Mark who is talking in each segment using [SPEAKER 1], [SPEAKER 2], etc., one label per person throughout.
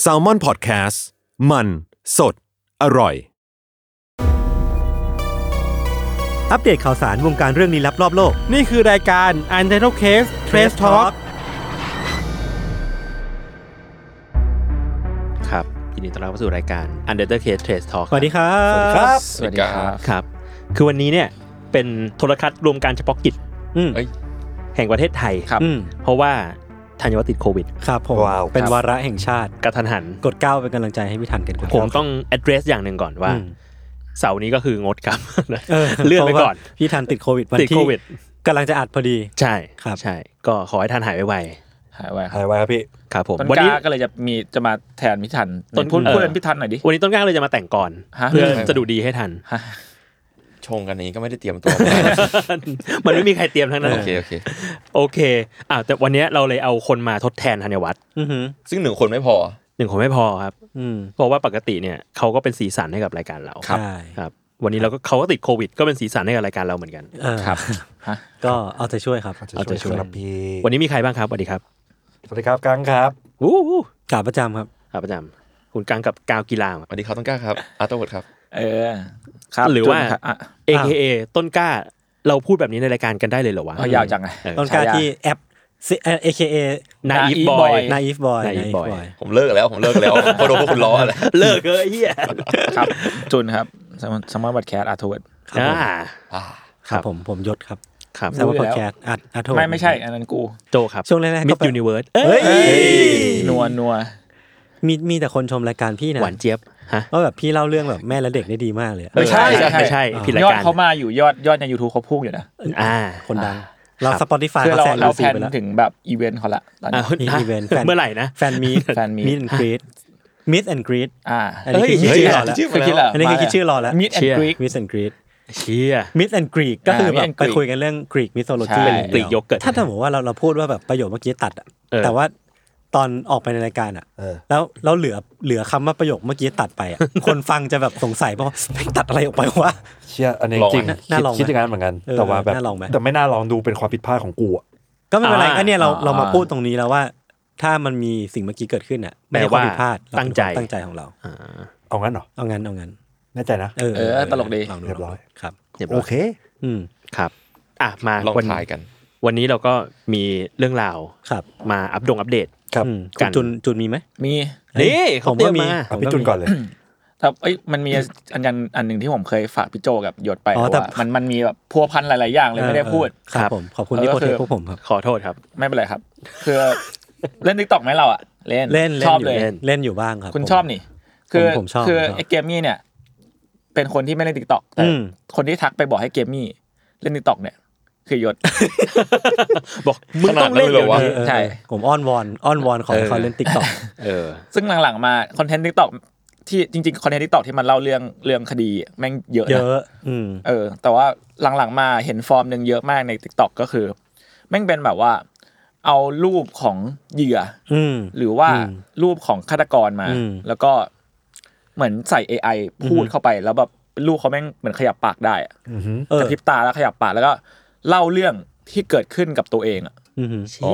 [SPEAKER 1] แซลมอนพอดแคสต์มันสดอร่อย
[SPEAKER 2] อัปเดตข่าวสารวงการเรื่องลี้ลับรอบโลก
[SPEAKER 3] นี่คือรายการ u n t i t l e Case Trace Talk ครับยินดีต้อนรับเข้าสู่รายการ u n t i t l e Case Trace Talk
[SPEAKER 2] สวัสดีครับ
[SPEAKER 4] สวัสดีครับ
[SPEAKER 3] ครับ คือวันนี้เนี่ยเป็นโทรทัศน์รวมการเฉพาะกิจ
[SPEAKER 2] อืม
[SPEAKER 4] เอ้ย
[SPEAKER 3] แห่งประเทศไทย
[SPEAKER 4] ครับ
[SPEAKER 2] อืม
[SPEAKER 3] เพราะว่าธัญวัฒน์ติดโควิด
[SPEAKER 2] ครับผม
[SPEAKER 4] ว้าว
[SPEAKER 2] เป็น
[SPEAKER 4] ครับ
[SPEAKER 2] วาระแห่งชาติ
[SPEAKER 3] กระทันหัน
[SPEAKER 2] กดเก้าวเป็นกำลังใจให้พี่ทันกันกด
[SPEAKER 3] ผ
[SPEAKER 2] เก้าม
[SPEAKER 3] ต้อง address อย่างหนึ่งก่อนว่า
[SPEAKER 2] อืม
[SPEAKER 3] เสาร์นี้ก็คืองดครับ
[SPEAKER 2] เออ
[SPEAKER 3] เลื่อนไปก่อน
[SPEAKER 2] เพราะว่าพี่ทันติดโควิดวัน
[SPEAKER 3] ติด
[SPEAKER 2] ที่
[SPEAKER 3] โควิด
[SPEAKER 2] กำลังจะอัดพอดี
[SPEAKER 3] ใช่
[SPEAKER 2] ครับ
[SPEAKER 3] ใช่ ก็ขอให้ทันหายไว
[SPEAKER 4] หายไวครับ
[SPEAKER 5] หายไว้ครับพี่
[SPEAKER 3] ๆครับผม
[SPEAKER 4] ต้น
[SPEAKER 3] วัน
[SPEAKER 4] ก
[SPEAKER 3] นี้
[SPEAKER 4] ล้าก็เลยจะมีจะมาแทนพิทัน
[SPEAKER 3] ต้น
[SPEAKER 4] พูด
[SPEAKER 3] เออ
[SPEAKER 4] พูดเป็นพิทันหน่อยดิ
[SPEAKER 3] วันนี้ต้นกล้าเลยจะมาแต่งก่อน
[SPEAKER 4] ฮะ
[SPEAKER 3] เพื่อจะดูดีให้ทัน
[SPEAKER 5] ชงกันอย่างนี้ก็ไม่ได้เตรียมตัว
[SPEAKER 3] มันไม่มีใครเตรียมทั้งนั้น
[SPEAKER 5] โอเคโอเค
[SPEAKER 3] โอเคอ่าแต่วันเนี้ยเราเลยเอาคนมาทดแทนธัญวัฒน์
[SPEAKER 2] อือหือ
[SPEAKER 5] ซึ่งหนึ่งคนไม่พอ
[SPEAKER 3] หนึ่งคนไม่พอครับ
[SPEAKER 2] อืม
[SPEAKER 3] เพราะว่าปกติเนี่ยเขาก็เป็นสีสันให้กับรายการเรา
[SPEAKER 2] ใช่
[SPEAKER 3] ครับ วันนี้เราก็เขาก็ติดโควิด ก็เป็นสีสันให้กับรายการเราเหมือนกัน
[SPEAKER 2] เออ
[SPEAKER 4] ครับ
[SPEAKER 2] ก็เอาใจช่วยครับ
[SPEAKER 3] เอาใจช่วย
[SPEAKER 5] ครับพี่
[SPEAKER 3] วันนี้มีใครบ้างครับสวัสดีครับ
[SPEAKER 5] สวัสดีครับกังครับ
[SPEAKER 3] วู้วู้
[SPEAKER 2] กาประจำครับ
[SPEAKER 3] ครับประจำคุณกลางกับกาวกีฬา
[SPEAKER 5] สวัสดีครับต้องกล้าครับ อาร์ตเวร์ดครับ
[SPEAKER 4] เออ ครับ
[SPEAKER 3] หรือว่า
[SPEAKER 4] จุนครับอ่ะ
[SPEAKER 3] AKA ต้นกล้าเราพูดแบบนี้ในรายการกันได้เลยเหรอวะ
[SPEAKER 4] เอายาวจังไง
[SPEAKER 3] เออ
[SPEAKER 2] ต้นกล้าที่แอป C- เอเคเอ
[SPEAKER 3] Naive
[SPEAKER 4] Naive
[SPEAKER 3] Boy
[SPEAKER 4] Boy
[SPEAKER 2] นาอีฟบอย
[SPEAKER 3] Naive Boy
[SPEAKER 5] ผมเลิกแล้ว ผมเลิกแล้วเพราะโดนพวกคุณล้ออะไร
[SPEAKER 3] เลิกเลยไอ้เฮีย
[SPEAKER 4] ครับ จุนครับสมอลบัตแคสอาร์ทเวิร์ด
[SPEAKER 2] ครับผม
[SPEAKER 3] อ่า
[SPEAKER 5] อ่า
[SPEAKER 2] ครับผมผมยศครับ
[SPEAKER 3] ครับ
[SPEAKER 2] แซมพอดแคสต์อัดอัดโทร
[SPEAKER 4] ไม่ไม่ใช่ อันนั้นกู
[SPEAKER 3] โจครับ
[SPEAKER 2] ช่วงแรกๆ
[SPEAKER 3] มิ
[SPEAKER 2] ก็
[SPEAKER 3] ด
[SPEAKER 2] ไป
[SPEAKER 3] ยูนิเวิร์ส
[SPEAKER 2] เฮ้ย
[SPEAKER 4] นัวนัว
[SPEAKER 2] มีมีแต่คนชมรายการพี่นะ
[SPEAKER 3] หวานเจี๊ยบฮะ
[SPEAKER 2] ว่าแบบพี่เล่าเรื่องแบบแม่และเด็กได้ดีมากเลยอะ
[SPEAKER 3] ไม่ใช่ไม่ใช่ผิดราย
[SPEAKER 4] ยอด
[SPEAKER 3] การ
[SPEAKER 4] เขามาอยู่ยอดยอดใน YouTube เขาพุ่งอยู่นะ
[SPEAKER 3] อ่า
[SPEAKER 2] คนดัง เราสปอติฟาย
[SPEAKER 4] คือ
[SPEAKER 2] เขาแซง
[SPEAKER 4] เราเรา
[SPEAKER 2] ยูซี
[SPEAKER 4] แพลน
[SPEAKER 2] ไปแล้ว
[SPEAKER 4] ถึงแบบอีเวนต์เขาละตอนนี้
[SPEAKER 3] อ่ะ
[SPEAKER 2] มีอีเวนต์แฟน
[SPEAKER 3] เมื่อไหร่นะ
[SPEAKER 2] แฟนมี
[SPEAKER 4] แฟน meet
[SPEAKER 2] มิสแอนกรีดมิสแอนกรีด
[SPEAKER 4] อ่า
[SPEAKER 2] อันนี้คือ
[SPEAKER 3] เฮ้ย
[SPEAKER 2] ชื่อหล่อแล้ว
[SPEAKER 5] ชื่
[SPEAKER 4] คือคิดเหรอ
[SPEAKER 2] อันนี้คือคิดชื่อรอแล้ว
[SPEAKER 4] มิดแอน
[SPEAKER 3] เชี่
[SPEAKER 4] ด์
[SPEAKER 3] ย
[SPEAKER 4] กรีก
[SPEAKER 2] มิสแอนกรีด
[SPEAKER 3] เชี่ย
[SPEAKER 2] มิสแอนกรีดก็คือ
[SPEAKER 4] อ่า
[SPEAKER 2] แบบ
[SPEAKER 4] Meet and
[SPEAKER 2] ไป
[SPEAKER 4] Greet
[SPEAKER 2] คุยกันเรื่องกรีกมิโซโล
[SPEAKER 4] ใช่
[SPEAKER 2] จี
[SPEAKER 3] กรีกโยเกิร์ต
[SPEAKER 2] ถ้าสมมติว่าเราเราพูดว่าแบบประโยคเมื่อกี้ตัดอะ
[SPEAKER 3] เออ
[SPEAKER 2] แต่ว่าตอนออกไปในรายการอ่ะ
[SPEAKER 5] เออ
[SPEAKER 2] แล้วแล้วเหลือเหลือคำว่าประโยคเมื่อกี้ตัดไปอะคนฟังจะแบบสงสัยว่าไม่งตัดอะไรออกไปวะ
[SPEAKER 6] เชี่ยอันนี้
[SPEAKER 5] ลองไหม
[SPEAKER 6] จริง
[SPEAKER 2] น่า
[SPEAKER 6] คิด
[SPEAKER 2] ลองไหม
[SPEAKER 6] คิดอย่างนั้นเหมือนกัน
[SPEAKER 2] เออ
[SPEAKER 6] แต่ว่าแบบ
[SPEAKER 2] น่าลองไหม
[SPEAKER 6] แต่ไม่น่าลองดูเป็นความผิดพลาดของกูอะ
[SPEAKER 2] ก็ไม่เป็นไร
[SPEAKER 3] อ่า
[SPEAKER 2] ก็เนี่ยเรา
[SPEAKER 4] อ่า
[SPEAKER 2] เรามาพูดตรงนี้แล้วว่า ถ้ามันมีสิ่งเมื่อกี้เกิดขึ้นอ่ะไม่ใช่
[SPEAKER 3] แปล
[SPEAKER 2] ค
[SPEAKER 3] ว่า
[SPEAKER 2] วามผิดพลาดเรา
[SPEAKER 3] ตั้งใจ
[SPEAKER 2] เป็นความตั้งใจของเรา
[SPEAKER 3] อ่า
[SPEAKER 6] เอางั้นเหรอ
[SPEAKER 2] เอางั้นเอางั้น
[SPEAKER 6] แน่ใจนะ
[SPEAKER 2] เออ
[SPEAKER 4] เออตลกดี
[SPEAKER 2] ง
[SPEAKER 6] เรียบร้อย
[SPEAKER 2] ครับ
[SPEAKER 3] เรียบร้
[SPEAKER 6] โอ
[SPEAKER 3] อย
[SPEAKER 6] เค
[SPEAKER 2] อืม
[SPEAKER 3] ครับ อ่ะมา
[SPEAKER 5] ลอง
[SPEAKER 3] วั
[SPEAKER 5] ทายกัน
[SPEAKER 3] วันนี้เราก็มีเรื่องราว
[SPEAKER 2] ครับ
[SPEAKER 3] มาอัปดงอัปเดต
[SPEAKER 6] ครับ
[SPEAKER 2] อืมคุ
[SPEAKER 3] กั
[SPEAKER 2] ณ
[SPEAKER 3] น
[SPEAKER 2] จุนจุนมีไหม
[SPEAKER 4] มี
[SPEAKER 3] นี่
[SPEAKER 2] ผ
[SPEAKER 3] เขา
[SPEAKER 2] ม
[SPEAKER 3] เตรีย
[SPEAKER 2] ว่าม มี
[SPEAKER 3] มา
[SPEAKER 6] อ่ะพี่จุนก่อนเลย
[SPEAKER 4] ครับเอ้ยมันมีอันยันอันหนึ่งที่ผมเคยฝากพี่โจกับหยดไป
[SPEAKER 2] อ๋อ
[SPEAKER 4] เพ
[SPEAKER 2] แต่
[SPEAKER 4] ราะว่ามันมันมีแบบพัวพันหลาย ๆ อย่างเลยไม่ได้พูด
[SPEAKER 2] เออครับ
[SPEAKER 3] ครับ
[SPEAKER 2] ผมขอบคุณที่
[SPEAKER 4] เออ
[SPEAKER 2] โปรเทค
[SPEAKER 4] คือ
[SPEAKER 2] พวกผมครับ
[SPEAKER 3] ขอโทษครับ
[SPEAKER 4] ไม่เป็นไรครับ คือ เล่นทิกตอกไหมเราอ่ะ เล่น
[SPEAKER 2] เล่นเล่
[SPEAKER 4] ช
[SPEAKER 2] น
[SPEAKER 4] อบ
[SPEAKER 2] อยู่
[SPEAKER 4] เลย
[SPEAKER 2] เล่นเล่นอยู่บ้างครับ
[SPEAKER 4] คุณ
[SPEAKER 2] ผม
[SPEAKER 4] ชอบนี่ คือ
[SPEAKER 2] ผมชอบ
[SPEAKER 4] คือ
[SPEAKER 2] ผมชอบ
[SPEAKER 4] ไอ้เกมมี่เนี่ย เป็นคนที่ไม่เล่นทิกตอกแต่
[SPEAKER 2] อืม
[SPEAKER 4] คนที่ทักไปบอกให้เกมมี่เล่นทิกตอกเนี่ย คือหยด
[SPEAKER 3] บอกมึงต้องเล่น
[SPEAKER 5] ขนาดนั้นเลย
[SPEAKER 3] เดี๋ยว
[SPEAKER 5] เหรอวะ
[SPEAKER 3] นี้
[SPEAKER 2] เออ
[SPEAKER 4] ใช่
[SPEAKER 2] ผมอ้อนวอนอ้อนวอนขอให้เขาเล่นติ๊กต็อก
[SPEAKER 3] เออ
[SPEAKER 4] ซึ่งหลัง ๆ มาคอนเทนต์ทิกตอกที่จริง ๆ คอนเทนต์ทิกตอกที่มันเล่าเรื่องเรื่องคดีแม่งเยอะ
[SPEAKER 2] เย
[SPEAKER 4] นะ
[SPEAKER 2] อะอืม
[SPEAKER 4] เออแต่ว่าหลังๆมาเห็นฟอร์มหนึ่งเยอะมากใน t ิ k t o k ก็คือ แม่งเป็นแบบว่า เอารูปของเหยื่อ
[SPEAKER 2] อืม
[SPEAKER 4] หรือว่า
[SPEAKER 2] อืม
[SPEAKER 4] รูปของฆาตกรมา
[SPEAKER 2] อืม
[SPEAKER 4] แล้วก็เหมือนใส่ AI
[SPEAKER 2] อื
[SPEAKER 4] พูด
[SPEAKER 2] อฮึ
[SPEAKER 4] เข้าไป แล้วแบบลูกเขาแม่งเหมือนขยับปากได้อะ
[SPEAKER 6] อือหือก
[SPEAKER 2] เออก
[SPEAKER 4] ระพริบตาแล้วขยับปากแล้วก็เล่าเรื่องที่เกิดขึ้นกับตัวเองอะ
[SPEAKER 2] อืม
[SPEAKER 5] อ๋อ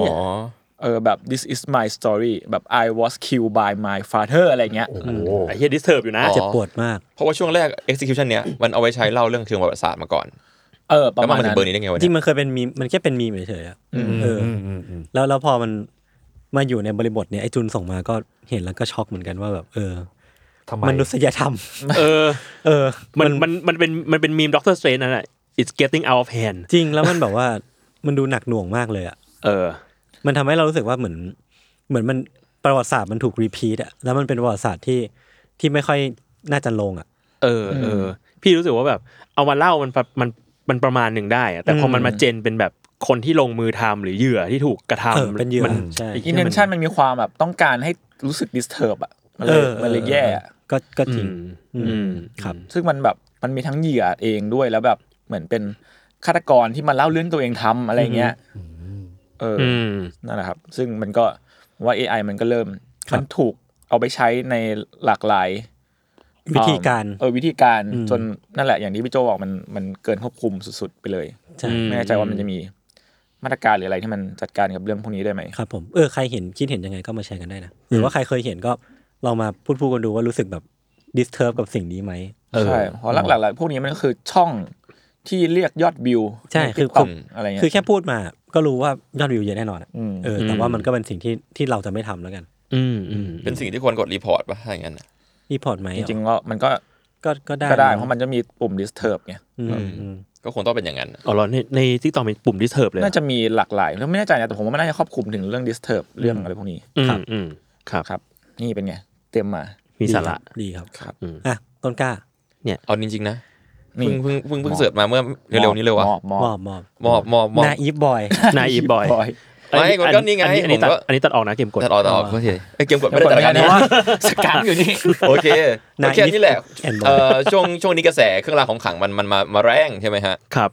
[SPEAKER 4] เออแบบ this is my story แบบ I was killed by my father อะไรเงี้ย
[SPEAKER 6] โอ้โห
[SPEAKER 3] ไอ้เฮียดิสเทิร์บอยู่นะ
[SPEAKER 5] อ๋อ
[SPEAKER 2] เจ็บปวดมาก
[SPEAKER 5] เพราะว่าช่วงแรก execution เนี้ยมันเอาไว้ใช้เล่าเรื่องเชิงประวัติศาสตร์มาก่อน
[SPEAKER 4] เออ ประ
[SPEAKER 5] แล้ว
[SPEAKER 4] มาณ
[SPEAKER 5] มาถึง
[SPEAKER 4] นั้น
[SPEAKER 5] เบอร์นี้ได้ไง
[SPEAKER 2] จ
[SPEAKER 5] วะเนี่
[SPEAKER 2] ริ
[SPEAKER 5] ย
[SPEAKER 2] งมันเคยเป็นมีมมันแค่เป็นมีมเฉยๆอะเอออ
[SPEAKER 6] อืมอืม
[SPEAKER 2] แล้วแล้วพอมันมาอยู่ในบริบทเนี่ยไอจุนส่งมาก็เห็นแล้วก็ช็อกเหมือนกันว่าแบบเออ
[SPEAKER 6] ทำไม
[SPEAKER 2] มนุษยธรรม
[SPEAKER 3] เออ
[SPEAKER 2] เออ
[SPEAKER 3] มันมันมันเป็นมันเป็นมีมด็อกเตอร์สเตรนนั่นแหละ it's getting out of hand
[SPEAKER 2] จริงแล้วมันแบบว่า มันดูหนักหน่วงมากเลยอ่ะ
[SPEAKER 3] เออ
[SPEAKER 2] มันทำให้เรารู้สึกว่าเหมือน เหมือนมันประวัติศาสตร์มันถูกรีพีทอ่ะแล้วมันเป็นประวัติศาสตร์ที่ที่ไม่ค่อยน่าจะลงอ่ะ
[SPEAKER 3] เออเออพี่รู้สึกว่าแบบเอามาเล่ามันประมันมันประมาณหนึ่งได้อะแต่พอ
[SPEAKER 2] อืม
[SPEAKER 3] มันมาเจนเป็นแบบคนที่ลงมือทำหรือเหยื่อที่ถูกกระทำ
[SPEAKER 2] เออเป็นเหยื่อ
[SPEAKER 3] มัน
[SPEAKER 2] ใช่
[SPEAKER 3] ไอ้
[SPEAKER 4] อิ
[SPEAKER 3] เหี้
[SPEAKER 4] น
[SPEAKER 3] ย
[SPEAKER 4] เท
[SPEAKER 3] มัน
[SPEAKER 4] ชันมันมีความแบบต้องการให้รู้สึก disturb อะ มันเลยมันเลยแย่อะ
[SPEAKER 2] ก็ก็จริ
[SPEAKER 3] อื
[SPEAKER 2] ง
[SPEAKER 3] มอืม
[SPEAKER 2] ครับ
[SPEAKER 4] ซึ่งมันแบบมันมีทั้งเหยื่อเองด้วยแล้วแบบเหมือนเป็นฆาตกรที่มาเล่าเรื่องตัวเองทำอะไรเงี้ยเอออ
[SPEAKER 3] อืม
[SPEAKER 4] นั่นแหละครับ ซึ่งมันก็ว่า AI มันก็เริ่มมันถูกเอาไปใช้ในหลากหลาย
[SPEAKER 2] วิธีการ
[SPEAKER 4] เออวิธีการ
[SPEAKER 2] อืม
[SPEAKER 4] จนนั่นแหละอย่างที่พี่โจบอกมันมันเกินควบคุมสุดๆไปเลย
[SPEAKER 2] ใช่
[SPEAKER 3] อื ม
[SPEAKER 4] ไม่แน่ใจว่ามันจะมีมาตรการหรืออะไรที่มันจัดการกับเรื่องพวกนี้ได้ไหม
[SPEAKER 2] ครับผมเออใครเห็นคิดเห็นยังไงก็มาแชร์กันได้นะ หรือว่าใครเคยเห็นก็ลองมาพูดพูดกันดูว่ารู้สึกแบบ disturb กับสิ่งนี้ไหม
[SPEAKER 4] ใช่เพราะหลักๆแล้วพวกนี้มันก็คือช่องที่เรียกยอดวิว
[SPEAKER 2] ใช่
[SPEAKER 4] น
[SPEAKER 2] คือ
[SPEAKER 4] TikTok อะไรเงี้ย
[SPEAKER 2] คือแค่พูดมาก็รู้ว่ายอดวิวเยอะแน่นอนอะ
[SPEAKER 4] อืม
[SPEAKER 2] เออแต่ว่ามันก็เป็นสิ่งที่ที่เราจะไม่ทำแล้วกัน
[SPEAKER 3] อืมอืม
[SPEAKER 5] เป็นสิ่งที่ควรกดรีพอร์ตป่ะถ้าอย่างนั้นน่ะ
[SPEAKER 2] รีพอร์ตไหม
[SPEAKER 4] จ
[SPEAKER 2] อะ
[SPEAKER 4] ริงๆก็มันก็
[SPEAKER 2] ก็ก็ได้
[SPEAKER 4] ก็ได้เพราะมันจะมีปุ่ม disturb ไง
[SPEAKER 2] อืมอืม
[SPEAKER 5] ก็คงต้องเป็นอย่างนั้นน่ะ
[SPEAKER 3] อ๋อเหรอในในที่ต่อมีปุ่มดิสเทิร์บเลยเหรอ
[SPEAKER 4] น่าจะมีหลากหลายแล้วไม่แน่ใจนะแต่ผมว่ามันน่าจะครอบคลุมถึงเรื่อง disturb เรื่องอะไรพวกนี้
[SPEAKER 3] อื
[SPEAKER 2] ค
[SPEAKER 3] ม
[SPEAKER 2] รับ
[SPEAKER 3] อืมครับ
[SPEAKER 4] ครับ นี่เป็นไง เตรียมมา
[SPEAKER 3] มีสาระ
[SPEAKER 2] ดีครับ
[SPEAKER 4] ครับ
[SPEAKER 3] อืม
[SPEAKER 2] อ่ะต้นกล้า
[SPEAKER 5] เอาจริงๆนะ
[SPEAKER 4] นี่
[SPEAKER 5] เพิ่งเพิ่งเพิ่งเพิ่งเสิร์ชมาเมื่อเร็วๆนี้เลยวะ
[SPEAKER 4] มอบมอบ
[SPEAKER 2] มอบมอบ
[SPEAKER 5] มอบมอบมอบ
[SPEAKER 2] นาอีฟบอย
[SPEAKER 3] นายอีบอย
[SPEAKER 4] บอย
[SPEAKER 5] ไม่ก็ก็นี่ไง
[SPEAKER 3] อัอันี้
[SPEAKER 5] ผม
[SPEAKER 3] ตัด
[SPEAKER 5] ก็
[SPEAKER 3] อันนี้ตัดออกนะเกมกด
[SPEAKER 5] ตัดออกตัดออกโอเคเอ้ยเกมกด
[SPEAKER 4] ไม่
[SPEAKER 5] ไม่ได้
[SPEAKER 4] ได้แต่
[SPEAKER 5] ตัดกั
[SPEAKER 4] กัน น
[SPEAKER 5] นี้
[SPEAKER 4] นะว่าสกังอยู่นี่
[SPEAKER 5] โอเคโอเค
[SPEAKER 2] Naive
[SPEAKER 5] นี่แหละ
[SPEAKER 2] and Boy
[SPEAKER 5] เอ่อช่วงช่วงนี้กระแสเครื่องรางของขลังมันมันมามาแรงใช่ไหมฮะ
[SPEAKER 3] ครับ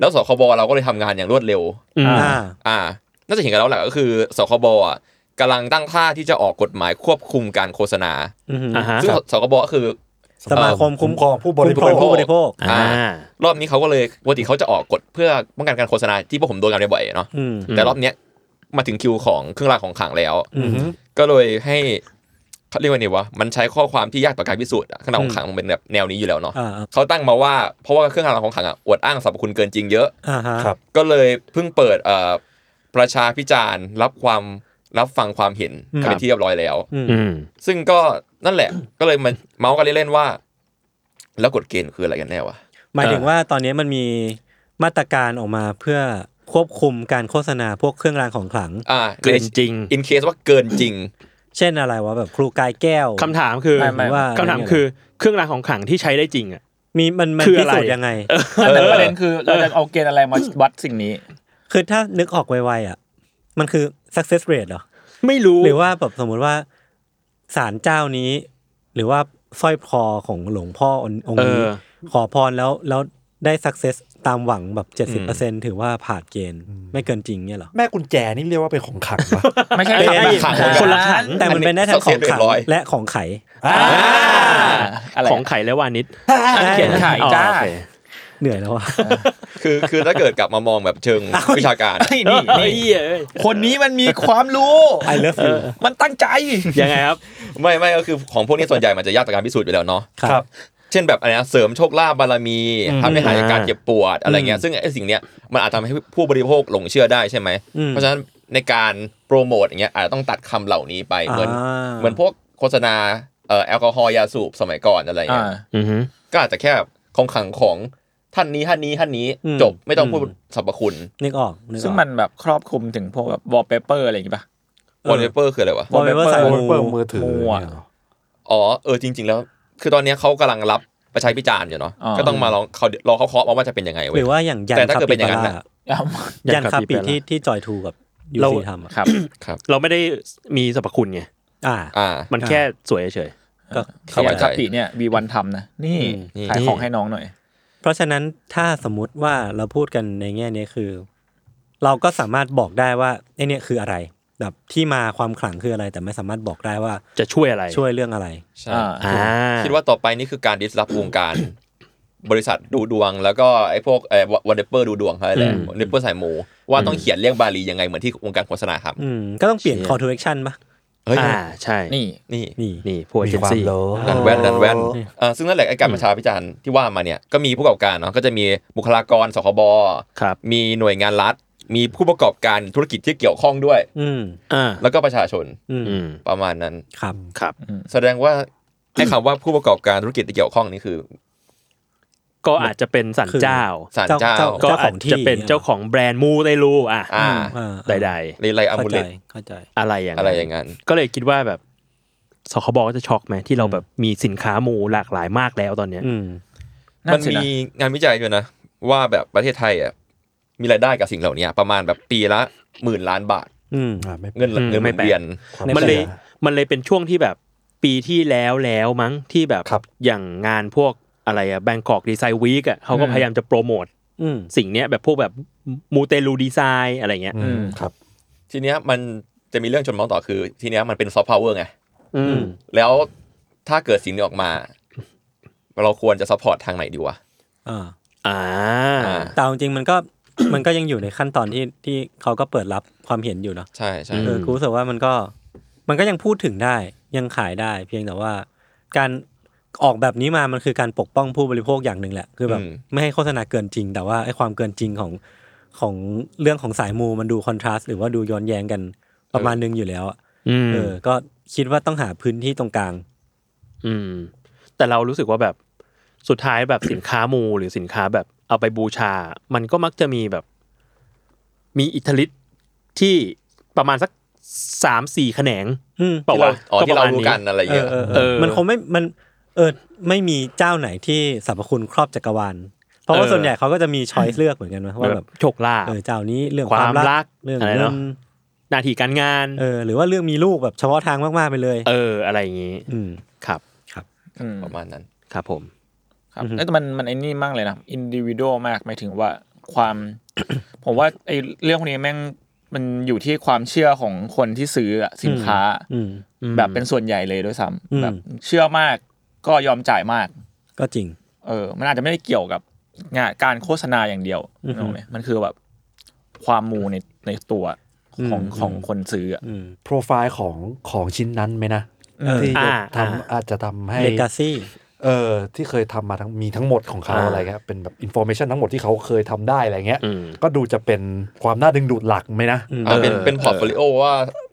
[SPEAKER 5] แล้วสคบเราก็เลยทำงานอย่างรวดเร็ว
[SPEAKER 3] อืม
[SPEAKER 2] อ่า
[SPEAKER 5] อ่า น่าจะเห็นกันแล้วแหละก็คือสคบอ่ะกำลังตั้งท่าที่จะออกกฎหมายควบคุมการโฆษณา
[SPEAKER 2] อืม
[SPEAKER 3] อ่าฮะ
[SPEAKER 5] ซึ่งสคบก็คือ
[SPEAKER 2] สมาคมคุ้มครองผู้บริโภคผู้บริโภค
[SPEAKER 5] อ่า
[SPEAKER 3] อ่า
[SPEAKER 5] รอบนี้เขาก็เลยปกติเขาจะออกกฎเพื่อป้องกันการโฆษณาที่พวกผมโดนกันบ่อยๆเนาะ
[SPEAKER 2] อืม
[SPEAKER 5] แต่รอบเนี้ยมาถึงคิวของเครื่องรางของขลังแล้ว
[SPEAKER 2] อืม
[SPEAKER 5] ก็เลยให้เขาเรียกว่าไงวะมันใช้ข้อความที่ยากต่อการพิสูจน์อะเครื่องรางของขลังมันเป็นแบบแนวนี้อยู่แล้วเนาะ
[SPEAKER 2] อ่าอ่า
[SPEAKER 5] เขาตั้งมาว่าเพราะว่าเครื่องรางของขลังอะอวดอ้างสรรพคุณเกินจริงเยอะ
[SPEAKER 2] อ่าฮะ
[SPEAKER 6] ครับ
[SPEAKER 5] ก็เลยเพิ่งเปิดเอ่อประชาพิจารณ์รับความรับฟังความเห็น
[SPEAKER 2] อืม
[SPEAKER 5] เป็นที่เรียบร้อยแล้ว
[SPEAKER 2] อืม
[SPEAKER 3] อืม
[SPEAKER 5] ซึ่งก็นั่นแหละ ก็เลยมาเมาส์กันเล่นๆว่า แล้วกฎเกณฑ์คืออะไรกันแน่วะ
[SPEAKER 2] หมายถึงว่าตอนนี้มันมีมาตรการออกมาเพื่อควบคุมการโฆษณาพวกเครื่องรางของขลัง
[SPEAKER 5] อ่า
[SPEAKER 3] เกินจริง
[SPEAKER 5] อินเคสว่าเกินจริง
[SPEAKER 2] เช่นอะไรวะแบบครูกายแก้ว
[SPEAKER 3] คำถามคือ
[SPEAKER 4] ไม่ไม่
[SPEAKER 2] ว่า
[SPEAKER 3] คำถามคือเครื่องรางของขลังที่ใช้ได้จริงอ่ะ
[SPEAKER 2] มีมันมัน
[SPEAKER 3] คือ
[SPEAKER 2] พิ
[SPEAKER 3] อะไร
[SPEAKER 2] สูจน์ยังไง
[SPEAKER 4] แต่ประเด็นคือเราจะเอาเกณฑ์อะไรมาวัดสิ่งนี้
[SPEAKER 2] คือถ้านึกออกไวๆอ่ะ มันคือ success rate เหรอ
[SPEAKER 3] ไม่รู้
[SPEAKER 2] หรือว่าแบบสมมุติว่าศาลเจ้านี้ หรือว่าสร้อยคอของหลวงพ่อองค์นี้
[SPEAKER 3] เออ
[SPEAKER 2] ขอพรแล้วแล้วได้ success ตามหวังแบบเจ็ดสิบเปอร์เซ็นถือว่าผ่านเกณฑ์ไม่เกินจริงเนี่ยเหรอ
[SPEAKER 6] แม่กุญแจนี่เรียกว่าเป็นของขลังปะ
[SPEAKER 4] ไม่ใช่
[SPEAKER 5] เป็น
[SPEAKER 4] ขัง
[SPEAKER 5] ขัง
[SPEAKER 4] คนละขัง
[SPEAKER 2] แต่มันเป็นได้ทั้งของขลังและของไข
[SPEAKER 4] อะไร
[SPEAKER 3] ของไข่และวานิช
[SPEAKER 4] เขียนขายจ้า
[SPEAKER 3] อ๋อโอเค
[SPEAKER 2] เหนื่อยแล้วอ่ะ
[SPEAKER 5] คือคือถ้าเกิดกลับมามองแบบ เชิงวิชาการ
[SPEAKER 4] ไอ้นี่
[SPEAKER 3] เอ้ย
[SPEAKER 4] นี่
[SPEAKER 3] เอ้ย
[SPEAKER 4] คนนี้มันมีความรู้
[SPEAKER 2] I love you
[SPEAKER 4] มันตั้งใจ
[SPEAKER 3] ยังไงครับ
[SPEAKER 5] ไม่ไม่ก็คือของพวกนี้ส่วนใหญ่มันจะยากต่อการพิสูจน์อยู่แล้วเนาะ
[SPEAKER 2] ครับ
[SPEAKER 5] เช่นแบบอะไรนะเสริมโชคลาภบารมีทำให้หายจากการเจ็บปวดอะไรเงี้ย
[SPEAKER 2] อืม
[SPEAKER 5] ซึ่งไอ้สิ่งเนี้ยมันอาจทำให้ผู้บริโภคหลงเชื่อได้ใช่ไหม
[SPEAKER 2] อืม
[SPEAKER 5] เพราะฉะนั้นในการโปรโมทอย่างเงี้ยอาจจะต้องตัดคำเหล่านี้ไปเหมือน
[SPEAKER 2] อ่า
[SPEAKER 5] เหมือนพวกโฆษณาเอ่อแอลกอฮอล์ยาสูบสมัยก่อนอะไรเงี้ย
[SPEAKER 4] อ่า
[SPEAKER 3] อือฮึ
[SPEAKER 5] ก็อาจจะแค่แบบของขลังของท่านนี้ท่านนี้ท่านนี้
[SPEAKER 2] อืม
[SPEAKER 5] จบไม่ต้องพูด
[SPEAKER 2] อืม
[SPEAKER 5] สรรพคุณ
[SPEAKER 2] นึกออกกออก
[SPEAKER 4] ซึ่งมันแบบครอบคลุมถึงพวกแบบ wallpaper อะไรอย่างงี้ป่ะ
[SPEAKER 5] วอลเปเปอร์คืออะไรวะ
[SPEAKER 2] วอลเปเปอร์
[SPEAKER 4] wallpaper
[SPEAKER 2] สาย
[SPEAKER 6] โอ
[SPEAKER 2] มู
[SPEAKER 6] เปอร์มือถือ
[SPEAKER 4] มัว
[SPEAKER 6] เนี่ยเหรอ
[SPEAKER 5] อ๋อเออจริง ๆ แล้ว คือตอนเนี้ยเขากำลังรับประชาพิจารณ์อยู่เนาะ
[SPEAKER 4] อ่า
[SPEAKER 5] ก็ต้องมาลองเขารอเขาเคาะมาว่าจะเป็นยังไงเว้
[SPEAKER 2] ห
[SPEAKER 5] ย
[SPEAKER 2] รือว่าอย่างยัน
[SPEAKER 5] แต่ถ้า
[SPEAKER 2] คา
[SPEAKER 5] เกิดเป็
[SPEAKER 2] ปิ
[SPEAKER 5] นอย่าง
[SPEAKER 2] บา
[SPEAKER 5] นั้น
[SPEAKER 2] ร่า
[SPEAKER 5] น่ะ
[SPEAKER 4] เอา
[SPEAKER 2] ยันคาปิ
[SPEAKER 3] ยันคาปิบาร่า
[SPEAKER 2] ที่ที่จอยทูกับยู
[SPEAKER 3] เรา
[SPEAKER 2] ซีทำอ่ะ
[SPEAKER 4] ครับ
[SPEAKER 5] ครับ
[SPEAKER 3] เราไม่ได้มีสรรพคุณไง
[SPEAKER 2] อ่า
[SPEAKER 5] อ่า
[SPEAKER 3] มันแค่สวยเฉย
[SPEAKER 2] ก็
[SPEAKER 5] เข้า
[SPEAKER 4] อ
[SPEAKER 5] ใจ
[SPEAKER 4] ย่างคาปิเนี่ยวีวันทำนะ นี่
[SPEAKER 5] อืม
[SPEAKER 4] ขายของให้น้องหน่อย
[SPEAKER 2] เพราะฉะนั้นถ้าสมมุติว่าเราพูดกันในแง่นี้คือ เราก็สามารถบอกได้ว่าไอเนี่ยคืออะไร แบบที่มาความขลังคืออะไร แต่ไม่สามารถบอกได้ว่า
[SPEAKER 3] ๆจะช่วยอะไร
[SPEAKER 2] ช่วยเรื่องอะไร
[SPEAKER 5] ใช่
[SPEAKER 4] อ่า
[SPEAKER 3] อ่า
[SPEAKER 5] คิดว่าต่อไปนี่คือการดิสรับวงการ บริษัทดูดวง แล้วก็ไอ้พวกเอ่อวันเดเปอร์ดูดวงเขาแหละวันเดเปอร์สายมูว่าต้องเขียนเรียกบาลียังไงเหมือนที่วงการโฆษณาท
[SPEAKER 2] อืมก็ต้องเปลี่ยน call to action ป่ะ
[SPEAKER 5] ำเฮ้ย
[SPEAKER 3] อ่าใช่
[SPEAKER 4] นี่
[SPEAKER 5] นี่
[SPEAKER 2] นี่
[SPEAKER 3] นี่พวก
[SPEAKER 6] มี
[SPEAKER 3] เจน
[SPEAKER 6] ความ
[SPEAKER 3] ซี่
[SPEAKER 6] โล
[SPEAKER 5] ดันแว่นดันแว่นอ่าซึ่งนั่นแหละไอ้การประชาพิจารณ์ที่ว่ามาเนี่ยก็มีผู้ประกอบการเนาะก็จะมีบุคลากรสคบ
[SPEAKER 3] ครับ
[SPEAKER 5] มีหน่วยงานรัฐ มีผู้ประกอบการธุรกิจที่เกี่ยวข้องด้วย
[SPEAKER 2] อืม
[SPEAKER 3] อ่า
[SPEAKER 5] แล้วก็ประชาชน
[SPEAKER 2] อืม
[SPEAKER 3] อืม
[SPEAKER 5] ประมาณนั้น
[SPEAKER 2] ครับ
[SPEAKER 3] ครับ
[SPEAKER 5] แสดงว่าไอ้คำว่าผู้ประกอบการธุรกิจที่เกี่ยวข้องนี่คือ
[SPEAKER 3] ก็อาจจะเป็นสันเจ้า
[SPEAKER 5] ศาลเจ้า
[SPEAKER 2] เจ้า
[SPEAKER 3] ก็อาจจะเป็นเจ้าของแบรนด์มูเตลูอ่ะ
[SPEAKER 5] อ่า
[SPEAKER 2] อ่า
[SPEAKER 3] ใด
[SPEAKER 5] เลไลอา
[SPEAKER 2] เข้า
[SPEAKER 5] มู
[SPEAKER 2] ใจ
[SPEAKER 5] เลต
[SPEAKER 2] เข้าใจ
[SPEAKER 3] อะไรอย่าง
[SPEAKER 5] อะไรอย่างนั้น
[SPEAKER 3] ก็เลยคิดว่าแบบสคบก็จะช็อกไหมที่เราแบบมีสินค้ามูหลากหลายมากแล้วตอนเนี้ย
[SPEAKER 2] อืม
[SPEAKER 4] นั่
[SPEAKER 5] มัน น
[SPEAKER 4] สินะ
[SPEAKER 5] มีงานวิจัยด้วยนะ ว่าแบบประเทศไทยอ่ะมีรายได้กับสิ่งเหล่านี้ประมาณแบบปีละหมื่นล้านบาท
[SPEAKER 2] อืม
[SPEAKER 6] อ่าไม่
[SPEAKER 5] เงิน
[SPEAKER 3] อืม
[SPEAKER 5] เงินห
[SPEAKER 3] ไม่
[SPEAKER 5] มุน
[SPEAKER 3] แปลก
[SPEAKER 5] เวียน
[SPEAKER 6] ความ
[SPEAKER 3] มันเลย
[SPEAKER 6] ชื่อ
[SPEAKER 3] มันเลยเป็นช่วงที่แบบ ปี ปีที่แล้วแล้วมั้งที่แบบ
[SPEAKER 6] ครับ
[SPEAKER 3] อย่างงานพวกอะไรอะแบงกอกดีไซน์วีคอะเขาก็
[SPEAKER 4] อืม
[SPEAKER 3] พยายามจะโปรโมท
[SPEAKER 2] อืม
[SPEAKER 3] สิ่งเนี้ยแบบพวกแบบมูเตลูดีไซน์อะไรเงี้ย
[SPEAKER 6] อืมครับ
[SPEAKER 5] ทีเนี้ยมันจะมีเรื่องชนมองต่อคือ ทีเนี้ยมันเป็นซอฟต์พาวเวอร์ไง
[SPEAKER 3] อืม
[SPEAKER 5] แล้วถ้าเกิดสิ่งนี้ออกมา เราควรจะซัพพอร์ตทางไหนดีวะ
[SPEAKER 2] อ่า
[SPEAKER 3] อ่า
[SPEAKER 5] อ่า
[SPEAKER 2] แต่เอาจริงๆมันก็ มันก็ยังอยู่ในขั้นตอนที่ที่เขาก็เปิดรับความเห็นอยู่เนาะ
[SPEAKER 5] ใช่ใช่
[SPEAKER 3] อืม
[SPEAKER 2] เออกูรู้สึกว่ามันก็มันก็ยังพูดถึงได้ยังขายได้ เพียงแต่ว่า การออกแบบนี้มามันคือการปกป้องผู้บริโภคอย่างหนึ่งแหละ คือแบบ
[SPEAKER 5] อืม
[SPEAKER 2] ไม่ให้โฆษณาเกินจริง แต่ว่าไอ้ความเกินจริงของของเรื่องของสายมูมันดูคอนทราสต์หรือว่าดูย้อนแย้งกันประมาณนึงอยู่แล้วอะ
[SPEAKER 3] อืม
[SPEAKER 2] เออ ก็คิดว่าต้องหาพื้นที่ตรงกลาง
[SPEAKER 3] อืม แต่เรารู้สึกว่าแบบสุดท้ายแบบสินค้ามูหรือสินค้าแบบเอาไปบูชา มันก็มักจะมีแบบ มีอิทธิฤทธิ์ที่ประมาณสักสามสี่แขนง
[SPEAKER 2] อืม
[SPEAKER 3] เปล่า
[SPEAKER 5] ที่เรา
[SPEAKER 3] วะ
[SPEAKER 5] อ๋อที่เรารู้
[SPEAKER 3] ปะมณ
[SPEAKER 5] กันอะไรเยอะ
[SPEAKER 2] เออ
[SPEAKER 3] เอ
[SPEAKER 2] เอ
[SPEAKER 3] อ
[SPEAKER 2] อมันคงไม่มันเออไม่มีเจ้าไหนที่สรรพคุณครอบจักรวาลเพราะว่าส่วนใหญ่เขาก็จะมีช้อยเลือกเหมือนกันนะว่า
[SPEAKER 3] แบ
[SPEAKER 2] แบบ บ
[SPEAKER 3] โชคลาภ
[SPEAKER 2] เออเจ้านี้เรื่องค
[SPEAKER 3] คาว
[SPEAKER 2] วาม ม
[SPEAKER 3] รั
[SPEAKER 2] รั
[SPEAKER 3] ก
[SPEAKER 2] กเรื่อง
[SPEAKER 3] อะไร
[SPEAKER 2] เงิ
[SPEAKER 3] เนาะ
[SPEAKER 2] น
[SPEAKER 3] หน้าที่การงาน
[SPEAKER 2] เออหรือว่าเรื่องมีลูกแบบเฉพาะทางมากๆไปเลย
[SPEAKER 3] เออ อะไรอย่างนี้
[SPEAKER 2] อืม
[SPEAKER 3] ครับ
[SPEAKER 4] อืม
[SPEAKER 5] ประมาณนั้น
[SPEAKER 3] ครับผม
[SPEAKER 4] ครับเอ้ยแต่มันมันไอ้นี่มากเลยนะอินดิวิโดมากหมายถึงว่าความ ผมว่าไอ้เรื่องพวกนี้แม่งมันอยู่ที่ความเชื่อของคนที่ซื้ออะสินค้า
[SPEAKER 2] อืม
[SPEAKER 4] แบบเป็นส่วนใหญ่เลยด้วยซ้
[SPEAKER 2] อื
[SPEAKER 4] ำ
[SPEAKER 2] ม
[SPEAKER 4] แบบเชื่อมากก็ยอมจ่ายมาก
[SPEAKER 2] ก็จริง
[SPEAKER 4] เออ มันอาจจะไม่ได้เกี่ยวกับงานการโฆษณาอย่างเดียว
[SPEAKER 2] อือฮึ
[SPEAKER 4] นึกออกไหมมันคือแบบความมูในในตัวของ
[SPEAKER 2] อืม
[SPEAKER 4] ของคนซื้ออะ
[SPEAKER 2] อืม
[SPEAKER 6] โปรไฟล์ของของชิ้นนั้นไหมนะ
[SPEAKER 4] เออ
[SPEAKER 6] ที่จะ
[SPEAKER 3] อ่าอ่า
[SPEAKER 6] ทำอาจจะทำให้
[SPEAKER 2] เลกาซี่
[SPEAKER 6] เออที่เคยทำมาทั้งมีทั้งหมดของเขา
[SPEAKER 3] อ่า
[SPEAKER 6] อะไรเงี้ยเป็นแบบอินโฟเมชันทั้งหมดที่เขาเคยทำได้อะไรเงี้ย
[SPEAKER 3] อืม
[SPEAKER 6] ก็ดูจะเป็นความน่าดึงดูดหลักไหมนะ
[SPEAKER 2] อืม
[SPEAKER 5] อ่ะเป็นเป็นพอร์ตโฟลิโอว่า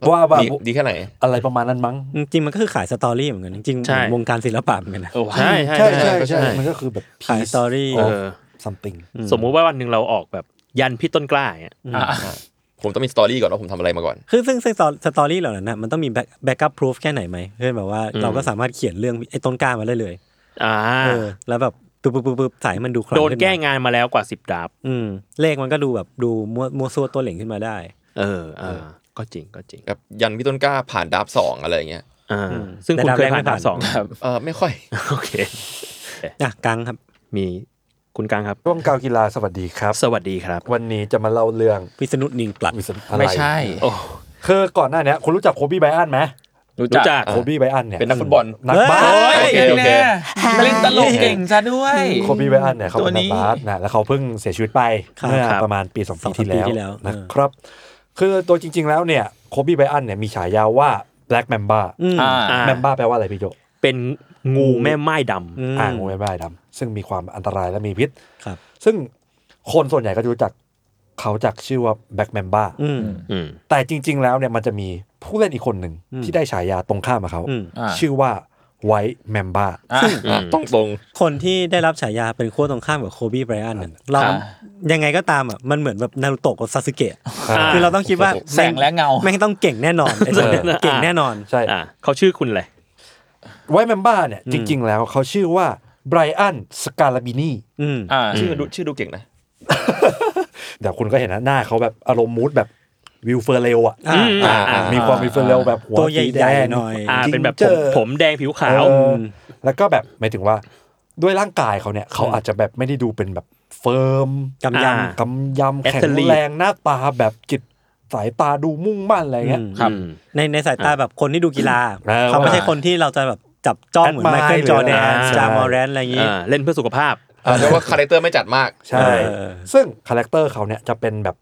[SPEAKER 6] ว่าว่า
[SPEAKER 5] ดีดีแค่ไหน
[SPEAKER 6] อะไรประมาณนั้นมั้ง
[SPEAKER 2] จริงๆมันก็คือขายสตอรี่เหมือนกันจริงๆ
[SPEAKER 3] ใช่
[SPEAKER 2] วงการศิลปะเหมือนกันนะ
[SPEAKER 5] เออว่ะ
[SPEAKER 3] ใช่ใช่
[SPEAKER 6] ใช่ใช่
[SPEAKER 3] ก็
[SPEAKER 6] ใช่มันก็คือแบบ
[SPEAKER 2] ขาย story
[SPEAKER 3] เออ
[SPEAKER 6] something
[SPEAKER 3] สมมุติว่าวันหนึ่งเราออกแบบยันพี่ต้นกล้าอย่างเงี้ย
[SPEAKER 4] อ่ะ
[SPEAKER 5] ผมต้องมีสตอรี่ก่อนว่าผมทำอะไรมาก่อน
[SPEAKER 2] คือซึ่งซึ่งสตอรี่เหล่านั้นนะมันต้องมีแบ็กอัพพรูฟแค่ไหนไหมเพื่อนแบบว่าเราก็สามารถเขียนเรื่องไอ้ต้นกล้ามาได้เลย
[SPEAKER 3] อ่า
[SPEAKER 2] เออแล้วแบบปุ๊บปุ๊บปุ๊บปุ๊บสายมันดูคลัง
[SPEAKER 3] โดน
[SPEAKER 2] ขึ้มา
[SPEAKER 3] แก้งานมาแล้วกว่าสิบดาบ
[SPEAKER 2] อืมเลขมันก็ดูแบบดูมัวมัวซัวตัวเหล่งขึ้นมาได้
[SPEAKER 3] เอออ่าก็จริงก็จริง
[SPEAKER 5] แบบยันพี่ต้นกล้าผ่านดับสองอะไรอย่างเงี้ย
[SPEAKER 3] อ่า
[SPEAKER 2] อืม
[SPEAKER 3] ซึ่งคุณ
[SPEAKER 2] แต่
[SPEAKER 3] เคย
[SPEAKER 2] ดาวแรก
[SPEAKER 3] ผ่าน
[SPEAKER 2] ไม่
[SPEAKER 3] ดา
[SPEAKER 2] ผ่า
[SPEAKER 3] บ
[SPEAKER 2] น
[SPEAKER 3] สอง
[SPEAKER 4] ครับ
[SPEAKER 5] เออไม่ค่อย
[SPEAKER 3] โอเค
[SPEAKER 2] อ่ะกังครับ
[SPEAKER 3] มีคุณกลางครับ
[SPEAKER 6] ช่วงกาวกีฬาสวัสดีครับ
[SPEAKER 3] สวัสดีครับ
[SPEAKER 6] วันนี้จะมาเล่าเรื่อง
[SPEAKER 2] วิษณุนิงปลัด
[SPEAKER 6] วิสันอะไร
[SPEAKER 4] ไม่ใช่
[SPEAKER 3] โอ้
[SPEAKER 6] คือก่อนหน้าเนี้ยคุณรู้จักโคบี้ไบรอันไหม
[SPEAKER 4] รู้
[SPEAKER 3] รู้
[SPEAKER 4] จั
[SPEAKER 3] จั
[SPEAKER 4] ก
[SPEAKER 3] ก
[SPEAKER 6] โคบี้ไบรอันเนี่ย
[SPEAKER 5] เป็นนักฟุตบอล
[SPEAKER 6] นักบาส
[SPEAKER 2] เฮ้
[SPEAKER 4] โอ้ย
[SPEAKER 5] โอเคโอเค
[SPEAKER 4] เน่เล่นตลกเก่งซะด้วย
[SPEAKER 6] โคบี้ไบรอันเนี่ยเขาเป็น
[SPEAKER 4] ตัว
[SPEAKER 6] นั
[SPEAKER 4] นี้
[SPEAKER 6] กบาสนะแล้วเขาเพิ่งเสียชีวิตไป
[SPEAKER 2] ครับ
[SPEAKER 6] เมื่อ
[SPEAKER 3] ครับ
[SPEAKER 6] ประมาณปีสอง
[SPEAKER 2] ส
[SPEAKER 6] ปี
[SPEAKER 2] องสาม
[SPEAKER 6] ที่
[SPEAKER 2] ปีที่แล้ว
[SPEAKER 6] นะครับ คือตัวจริง ๆแล้วเนี่ยโคบี้ไบรอันเนี่ยมีฉายาว่า Black Mamba
[SPEAKER 2] อืม
[SPEAKER 4] อ่า
[SPEAKER 3] อ่า
[SPEAKER 6] แมมบ้าแปลว่าอะไรพี่โจ
[SPEAKER 3] เป็นงูแม่ไม้ด
[SPEAKER 2] อืม
[SPEAKER 6] อ่างูแมมบ้าดำซึ่งมีความอันตรายและมีพิษ
[SPEAKER 2] ครับ
[SPEAKER 6] ซึ่งคนส่วนใหญ่ก็จะรู้จักเขาจากชื่อว่าแบล็กแมมบ้า
[SPEAKER 2] อืม
[SPEAKER 3] ำอืม
[SPEAKER 6] แต่จริง ๆ แล้วเนี่ยมันจะมีผู้เล่นอีกคนหนึ่ง
[SPEAKER 2] อืม
[SPEAKER 6] ที่ได้ฉายาตรงข้ามกับเขา
[SPEAKER 2] อืม
[SPEAKER 4] อ่า
[SPEAKER 6] ชื่อว่าไวท์แมมบ้า
[SPEAKER 4] อ่ะ
[SPEAKER 5] อ่ะต้องตรง
[SPEAKER 2] คนที่ได้รับฉายาเป็นขั้วตรงข้ามกับโคบีไบรอันน่ะเรา
[SPEAKER 4] ครับ
[SPEAKER 2] ยังไงก็ตามอ่ะมันเหมือนแบบนารูโตะกับซาสึเกะ
[SPEAKER 3] อ่า
[SPEAKER 2] คือเราต้องคิดว่า
[SPEAKER 4] แสงและเงา
[SPEAKER 2] แม่งต้องเก่งแน่นอนไอ้ตัวเนี่ยเก่งแน่นอน
[SPEAKER 6] ใช่
[SPEAKER 3] อ่าเขาชื่อคุณอะไร
[SPEAKER 6] ไวท์แมมบ้าเนี่ยจริง ๆ แล้วเขาชื่อว่าไบรอันสกาลาบินี
[SPEAKER 2] อืม
[SPEAKER 4] อ่า
[SPEAKER 5] ชื่อดูชื่อดูเก่งนะ
[SPEAKER 6] เดี๋ยวคุณก็เห็นนะหน้าเขาแบบอารมณ์มูดแบบวิลเฟอร์เรลอะ
[SPEAKER 2] อ่า
[SPEAKER 3] อ่าอ่า
[SPEAKER 6] มีความวิลเฟอร์เรลแบบหัว
[SPEAKER 2] ตัวใหญ่
[SPEAKER 6] สี
[SPEAKER 2] ๆ
[SPEAKER 6] แดง
[SPEAKER 2] หน่อย
[SPEAKER 3] อ่า
[SPEAKER 6] จิง
[SPEAKER 3] เป็นแบบผ
[SPEAKER 6] จ
[SPEAKER 3] ม
[SPEAKER 6] อร์
[SPEAKER 3] ผมแดงผิวขาว
[SPEAKER 6] เออ
[SPEAKER 3] ม
[SPEAKER 6] แล้วก็แบบหมายถึงว่าด้วยร่างกายเขาเนี่ยเขาอาจจะแบบไม่ได้ดูเป็นแบบเฟิร์ม
[SPEAKER 2] กำย
[SPEAKER 3] อ่า
[SPEAKER 6] กำยำแข็ง
[SPEAKER 3] Athlete
[SPEAKER 6] แรงหน้าตาแบบจิตสายตาดูมุ่งมั่นอะไรเงี้ย
[SPEAKER 2] อืม
[SPEAKER 4] ครับ
[SPEAKER 2] ในในสายตาแบบคนที่ดูกีฬา
[SPEAKER 6] เออ
[SPEAKER 2] เขาไม่ใช่คนที่เราจะแบบจับจ้องเหมือนไมเคิล
[SPEAKER 6] Admire
[SPEAKER 2] จอร์แดน
[SPEAKER 6] หรืออะไร
[SPEAKER 2] จามอแรนอะไรอย่างงี้
[SPEAKER 3] อ่าเล่นเพื่อสุขภาพ
[SPEAKER 5] เรียกว่าคาแรคเตอร์ไม่จัดมาก
[SPEAKER 6] ใช่
[SPEAKER 2] เออ
[SPEAKER 6] ซึ่งคาแรคเตอร์เขาเนี่ยจะเป็นแบบ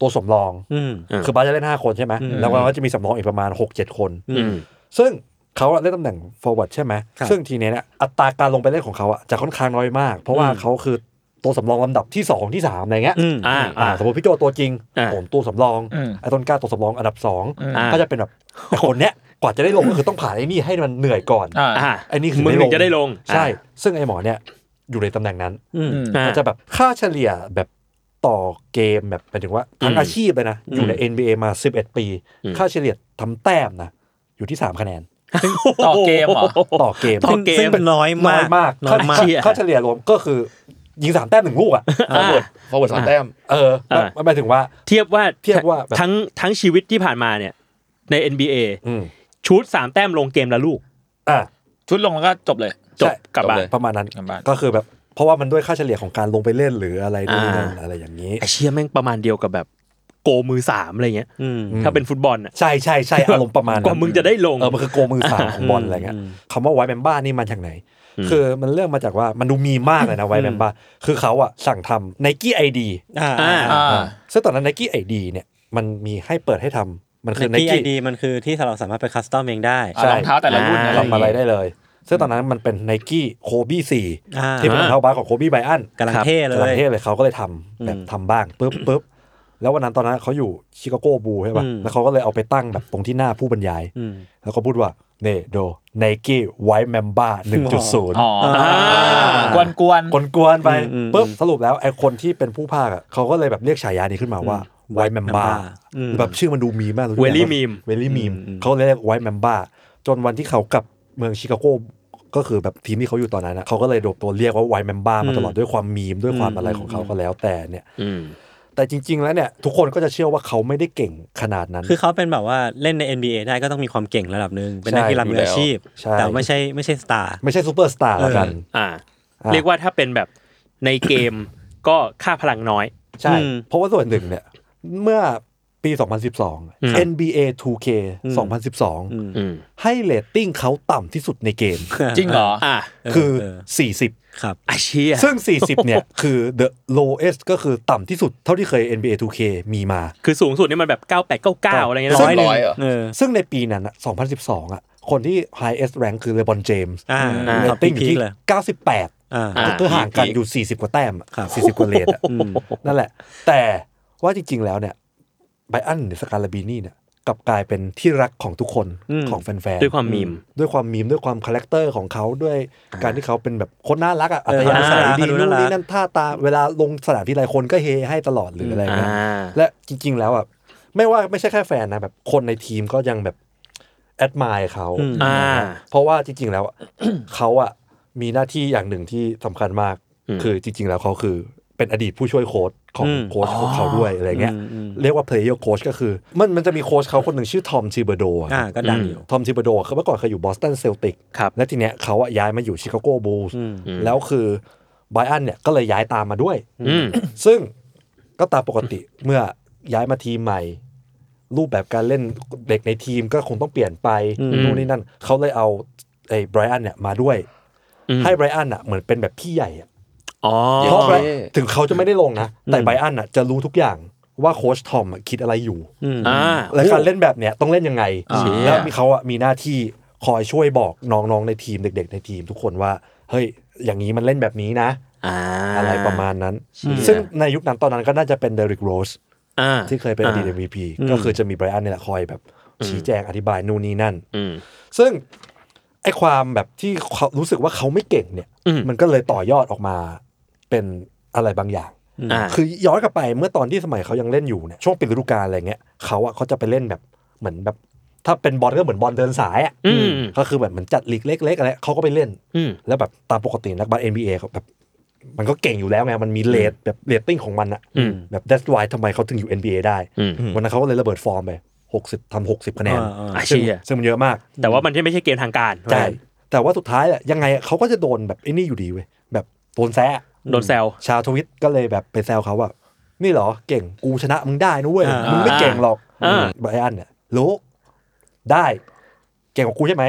[SPEAKER 6] ตัวสำรอง
[SPEAKER 2] อืม
[SPEAKER 3] ม
[SPEAKER 6] คือบาสจะเล่น 5 คนใช่ไหมแล้วก็จะมีสำรองอีกประมาณ 6-7 คน
[SPEAKER 3] อืม
[SPEAKER 6] ซึ่งเขาอะเล่นตำแหน่ง forward ใช่ไหม
[SPEAKER 2] ครับ
[SPEAKER 6] ซึ่งทีเนี้ยเนี่ยอัตราการลงไปเล่นของเขาอะจะค่อนข้างน้อยมาก เพราะว่าเขาคือตัวสำรองลำดับที่สองที่สามอะไรเงี้ย
[SPEAKER 2] อืม
[SPEAKER 3] อ่า
[SPEAKER 6] อ่า
[SPEAKER 3] อ่า
[SPEAKER 6] สมมติพี่โจตัวจริง
[SPEAKER 3] อ่า
[SPEAKER 6] ผมตัวสำรอง
[SPEAKER 4] อืม
[SPEAKER 6] ไอ้ต้นกล้าตัวสำรองอันดับสอง
[SPEAKER 3] อ่า
[SPEAKER 6] ก็จะเป็นแบบแต่คนเนี้ยกว่าจะได้ลงก็คือต้องผ่านไอ้นี่ให้มันเหนื่อยก่อน
[SPEAKER 4] อ่า
[SPEAKER 3] อ่า
[SPEAKER 6] ไอ้นี่คือ
[SPEAKER 3] มึงถึงจะได้ลง
[SPEAKER 6] ใช่
[SPEAKER 3] อ่า
[SPEAKER 6] ซึ่งไอ้หมอเนี่ยอยู่ในตำแหน่งนั้น
[SPEAKER 2] อืม
[SPEAKER 4] อืม
[SPEAKER 3] อ่า
[SPEAKER 6] ก็จะแบบค่าเฉลี่ยแบบต่อเกมแบบหมายถึงว่าทั้งอาชีพเลยนะ อยู่ใน NBA มา 11 ปี
[SPEAKER 3] อืม
[SPEAKER 6] ค่าเฉลี่ยทำแต้มนะอยู่ที่ 3 คะแนน
[SPEAKER 4] ต่อเกมเหรอ
[SPEAKER 6] ต่อเกม
[SPEAKER 3] ต่อ
[SPEAKER 2] ซึ่ง
[SPEAKER 3] เกม
[SPEAKER 2] ซึ่งมันน้อย
[SPEAKER 6] น้
[SPEAKER 2] มาก
[SPEAKER 6] อยมาก
[SPEAKER 2] น้อยมาก
[SPEAKER 3] เชี่ย
[SPEAKER 6] ค่าเฉลี่ยรวมก็คือยิงสามแต้มหนึ่งลูกอ่ะ
[SPEAKER 5] ฟอร์เวิร์ดฟอร์เวิร์ดสามแต้ม
[SPEAKER 6] เออแล้วหมายถึงว่า
[SPEAKER 3] เทียบว่า
[SPEAKER 6] เทียบว่าแบบ
[SPEAKER 3] ทั้งทั้งชีวิตที่ผ่านมาเนี่ย ใน NBA
[SPEAKER 6] อืม
[SPEAKER 3] ชุดสามแต้มลงเกมละลูก
[SPEAKER 6] อ่า
[SPEAKER 4] ชุดลงแล้วก็จบเลย
[SPEAKER 6] จบ
[SPEAKER 4] กลับบ้าน
[SPEAKER 5] จบเลย
[SPEAKER 6] ประมาณนั้น
[SPEAKER 4] ประมาณ
[SPEAKER 6] ก็คือแบบเพราะว่ามันด้วยค่าเฉลี่ยของการลงไปเล่นหรืออะไรนู่นนี่นั่น
[SPEAKER 3] อ่า
[SPEAKER 6] อะไรอย่างนี้
[SPEAKER 3] ไอเชียแม่งประมาณเดียวกับแบบโกมือสามอะไรเงี้ย
[SPEAKER 2] อืม
[SPEAKER 3] ถ้าเป็นฟุตบอลอ่ะ
[SPEAKER 6] ใช่ใช่ใช่ อารมณ์ประมาณนั้น
[SPEAKER 3] กว่ามึงจะได้ลง
[SPEAKER 6] เออมันคือโกมือสามของบอลอะไรเงี้ย
[SPEAKER 2] อืม
[SPEAKER 6] คำว่าไวท์แมมบ้านี่มาจากไหน คือมันเรื่องมาจากว่ามันดูมีมากเลยนะไวท์แมมบ้าคือเขาอะสั่งทำไนกี้ไอดี
[SPEAKER 2] อ่า
[SPEAKER 3] อ่า
[SPEAKER 4] อ่า
[SPEAKER 6] ซึ่งตอนนั้นไนกี้ไอดีเนี่ยมันมีให้เปิดให้ทำมันคือไน
[SPEAKER 2] ไนกี้ไอ
[SPEAKER 6] กี้
[SPEAKER 2] ดีมันคือที่เราสามารถไปคัสตอมเองได้
[SPEAKER 6] ใช่
[SPEAKER 4] รองเท้าแต่ละรุ่น
[SPEAKER 3] อ่า
[SPEAKER 4] อะไรอ
[SPEAKER 6] ทำ
[SPEAKER 4] ย่าง
[SPEAKER 6] อะไร
[SPEAKER 4] งี้
[SPEAKER 6] ได้เลย ซึ่งตอนนั้นมันเป็นไนกี้โคบี้สี่
[SPEAKER 2] อ่า
[SPEAKER 6] ที่เป็นรองเท้าบาสของโคบี้ไบอัน
[SPEAKER 2] กำลังเท่เล
[SPEAKER 6] กำลั
[SPEAKER 2] ย
[SPEAKER 6] งเทศเลยเขาก็เลยทำแบบ
[SPEAKER 2] อืม
[SPEAKER 6] ทำบ้างปุ๊บปุ๊บแล้ววันนั้นตอนนั้นเขาอยู่ชิคาโกบูใช่ป่ะ
[SPEAKER 2] อืม
[SPEAKER 6] แล้วเขาก็เลยเอาไปตั้งแบบตรงที่หน้าผู้บรรยาย
[SPEAKER 2] อืม
[SPEAKER 6] แล้วก็พูดว่าเนโดไนกี้ไวท์แมมบ้าหนึ่งจุดศูนย์
[SPEAKER 4] อ๋ออ่ากวนกวนๆ
[SPEAKER 6] กวนๆไป
[SPEAKER 2] อืม
[SPEAKER 6] ปุ๊บสรุปแล้วไอ้คนที่เป็นผู้พากย์อะเขาก็เลยแบบเรียกฉายานี้ขึ้นมาว่าไวท์แมมบ้า
[SPEAKER 2] Mamba อืม
[SPEAKER 6] แบบชื่อมันดูมีมากทุกอย่าง
[SPEAKER 3] Very meme
[SPEAKER 6] เวลี่มีมเขาเลยเรียกไวท์แมมบ้าจนวันที่เขากลับเมืองชิคาโกก็คือแบบทีมที่เขาอยู่ตอนนั้นอะเขาก็เลยโดดตัวเรียกว่าไวท์แมมบ้ามาตลอดด้วยความมีมด้วยความอะไรของเขาก็แล้วแต่เนี่ย
[SPEAKER 3] อืม
[SPEAKER 6] แต่จริง ๆ แล้วเนี่ยทุกคนก็จะเชื่อว่าเขาไม่ได้เก่งขนาดนั้น
[SPEAKER 2] คือเขาเป็นแบบว่าเล่นใน NBA ได้ก็ต้องมีความเก่งระดับหนึ่งเป็นนักกีฬามืออาชีพ
[SPEAKER 6] ใช่
[SPEAKER 2] แต่ไม่ใช่ไม่ใช่สตาร์
[SPEAKER 6] ไม่ใช่ซูเปอร์สตาร์ละกัน
[SPEAKER 3] อ่า
[SPEAKER 6] อ่า
[SPEAKER 3] เรียกว่าถ้าเป็นแบบในเกม ก็ค่าพลังน้อย
[SPEAKER 6] ใช่
[SPEAKER 2] อืม
[SPEAKER 6] เพราะว่าส่วนหนึ่งเนี่ย เมื่อปี
[SPEAKER 3] อืม
[SPEAKER 6] 2012 NBA 2K
[SPEAKER 2] อืม อืม
[SPEAKER 6] 2012
[SPEAKER 3] อืม
[SPEAKER 6] ให้เรตติ้งเขาต่ำที่สุดในเกม
[SPEAKER 4] จริงเหรอ
[SPEAKER 3] อ่า
[SPEAKER 6] คือ
[SPEAKER 2] เ
[SPEAKER 6] 40
[SPEAKER 2] ครับ
[SPEAKER 3] ไอเชีย
[SPEAKER 6] ซึ่ง 40 เนี่ย คือ the lowest ก็คือต่ำที่สุดเท่าที่เคย NBA 2K มีมา
[SPEAKER 3] คือสูงสุดนี่มันแบบ 9899 อะไรเงี้ย
[SPEAKER 5] ซึ่ง
[SPEAKER 3] เนาะ
[SPEAKER 5] ร้อยเหรอ
[SPEAKER 2] เออ
[SPEAKER 6] ซึ่งในปีนั้นอะ2012อะคนที่ highest rank คือเลบอนเจมส์
[SPEAKER 2] อ่า
[SPEAKER 6] เรตติ้งอยู่ที่
[SPEAKER 2] ท็อปพีคเลย
[SPEAKER 6] 98
[SPEAKER 2] อ่า
[SPEAKER 3] อ่า
[SPEAKER 6] ก็คือห่างกันอยู่ 40 กว่าแต้ม
[SPEAKER 2] ครับ
[SPEAKER 6] สี่สิบกว่าเลทอะ นั่นแหละ แต่ว่าจริง ๆ แล้วเนี่ยไบอันหรือสการลาบีนี่เนี่ยกลับกลายเป็นที่รักของทุกคนของแฟนๆ
[SPEAKER 3] ด้วยความมีม
[SPEAKER 6] ด้วยความมีมด้วยความคาแรคเตอร์ของเขาด้วยการที่เขาเป็นแบบคนน่ารักอะอัธยาศัย
[SPEAKER 2] เออ
[SPEAKER 6] ดี
[SPEAKER 2] เขาดู
[SPEAKER 6] นู่น
[SPEAKER 2] น่ารัก
[SPEAKER 6] นี่นั่นท่าตาเวลาลงสนามที่ไรคนก็เฮให้ตลอดหรืออะไรเงี้ย
[SPEAKER 3] อ่า
[SPEAKER 6] และจริง ๆ แล้วอะไม่ว่าไม่ใช่แค่แฟนนะแบบคนในทีมก็ยังแบบแอดมายเขา
[SPEAKER 3] อ่า
[SPEAKER 6] เพราะว่าจริง ๆ แล้วอะ เขาอะมีหน้าที่อย่างหนึ่งที่สำคัญมาก
[SPEAKER 3] อืม
[SPEAKER 6] คือจริง ๆ แล้วเขาคือเป็นอดีตผู้ช่วยโค้ชของ
[SPEAKER 2] อืม
[SPEAKER 6] โค้ชของเขาด้วยอะไรเงี้ย
[SPEAKER 2] อืมอืม
[SPEAKER 6] เรียกว่า player coach ก็คือ มันมันจะมีโค้ชเขาคนหนึ่งชื่อทอมชิเบโด
[SPEAKER 2] อ่าก็ดังอยู่
[SPEAKER 6] ทอมชิเบโดเขาเมื่อก่อนเคยอยู่บอสตันเซลติก
[SPEAKER 3] ครับ
[SPEAKER 6] และทีเนี้ยเขาอะย้ายมาอยู่ชิคาโกบูลส์
[SPEAKER 2] อืม
[SPEAKER 6] แล้วคือไบรอันเนี่ยก็เลยย้ายตามมาด้วย
[SPEAKER 3] อืม
[SPEAKER 6] ซึ่งก็ตามปกติเมื่อย้ายมาทีมใหม่ รูปแบบการเล่นเด็กในทีมก็คงต้องเปลี่ยนไป
[SPEAKER 2] อืม
[SPEAKER 6] นู่นนี่นั่นเขาเลยเอาไอ้ไบรอันเนี่ยมาด้วย
[SPEAKER 3] อืม
[SPEAKER 6] ให้ไบรอันอ่ะเหมือนเป็นแบบพี่ใหญ่อะ
[SPEAKER 3] อ๋อ
[SPEAKER 6] เพราะ Brian
[SPEAKER 5] เท่
[SPEAKER 6] ถึงเขาจะไม่ได้ลงนะ แต่ไบรอันอ่ะจะรู้ทุกอย่างว่าโค้ชทอมอะคิดอะไรอยู่
[SPEAKER 2] อืม
[SPEAKER 3] อ่า
[SPEAKER 6] และการเล่นแบบเนี้ยต้องเล่นยังไง
[SPEAKER 4] อ่า
[SPEAKER 6] แล้วมีเขาอ่ะมีหน้าที่คอยช่วยบอกน้องๆในทีมเด็ก ๆ ในทีมทุกคนว่าเฮ้ยอย่างนี้มันเล่นแบบนี้นะ
[SPEAKER 3] อ่า
[SPEAKER 6] อะไรประมาณนั้น
[SPEAKER 3] เชี่ย
[SPEAKER 6] ซึ่งในยุคนั้นตอนนั้นก็น่าจะเป็นเดริกโรส
[SPEAKER 3] อ่า
[SPEAKER 6] ที่เคยเป็นอดีต
[SPEAKER 3] า
[SPEAKER 6] MVP
[SPEAKER 2] อืม
[SPEAKER 6] ก็คือจะมีไบรอันเนี่ยแหละคอยแบบชี้แจงอธิบายนู่นนี่นั่น
[SPEAKER 3] อืม
[SPEAKER 6] ซึ่งไอความแบบที่เขารู้สึกว่าเขาไม่เก่งเนี่ย
[SPEAKER 3] อืม
[SPEAKER 6] มันก็เลยต่อยอดออกมาเป็นอะไรบางอย่าง
[SPEAKER 3] อ่า
[SPEAKER 6] คือย้อนกลับไปเมื่อตอนที่สมัยเขายังเล่นอยู่เนี่ยช่วงปิดฤดูกาลอะไรเงี้ยเขาอะเขาจะไปเล่นแบบเหมือนแบบ ถ้าเป็นบอลก็เหมือนบอลเดินสายอะ
[SPEAKER 3] อืม
[SPEAKER 6] ก็คือแบบเหมือนจัดลีกเล็กๆอะไรเขาก็ไปเล่น
[SPEAKER 3] อืม
[SPEAKER 6] แล้วแบบตามปกตินักบาส NBA เขาแบบ มันก็เก่งอยู่แล้วไงมันมีเลทแบบเลตติ้งของมันอะ
[SPEAKER 3] อืม
[SPEAKER 6] แบบ that's why ทำไมเขาถึงอยู่ NBA ได้
[SPEAKER 3] อืม
[SPEAKER 6] วันนั้นเขาก็เลยระเบิดฟอร์มไปหกสิบทำหกสิบคะแนน
[SPEAKER 2] อ่า
[SPEAKER 3] อ่า
[SPEAKER 6] ซึ่ง
[SPEAKER 3] เชี่ย
[SPEAKER 6] ซึ่งมันเยอะมาก
[SPEAKER 3] แต่ว่ามันไม่ใช่เกมทางการ
[SPEAKER 6] ใช่แต่ว่าสุดท้ายอะยังไงอะเขาก็จะโดนแบบไอ้นี่อยู่ดีเว้ยแบบโดนแซะ
[SPEAKER 3] โดนแซว
[SPEAKER 6] ชาวทวิตก็เลยแบบไปแซวเขาว่า นี่เหรอเก่งกูชนะมึงได้นะเว้ย
[SPEAKER 2] อ่ามึ
[SPEAKER 6] มึงไม่เก่งหรอก
[SPEAKER 3] อ่า
[SPEAKER 6] ไบรอันเนี่ยรู้ได้ เก่งกว่ากูใช่ไหม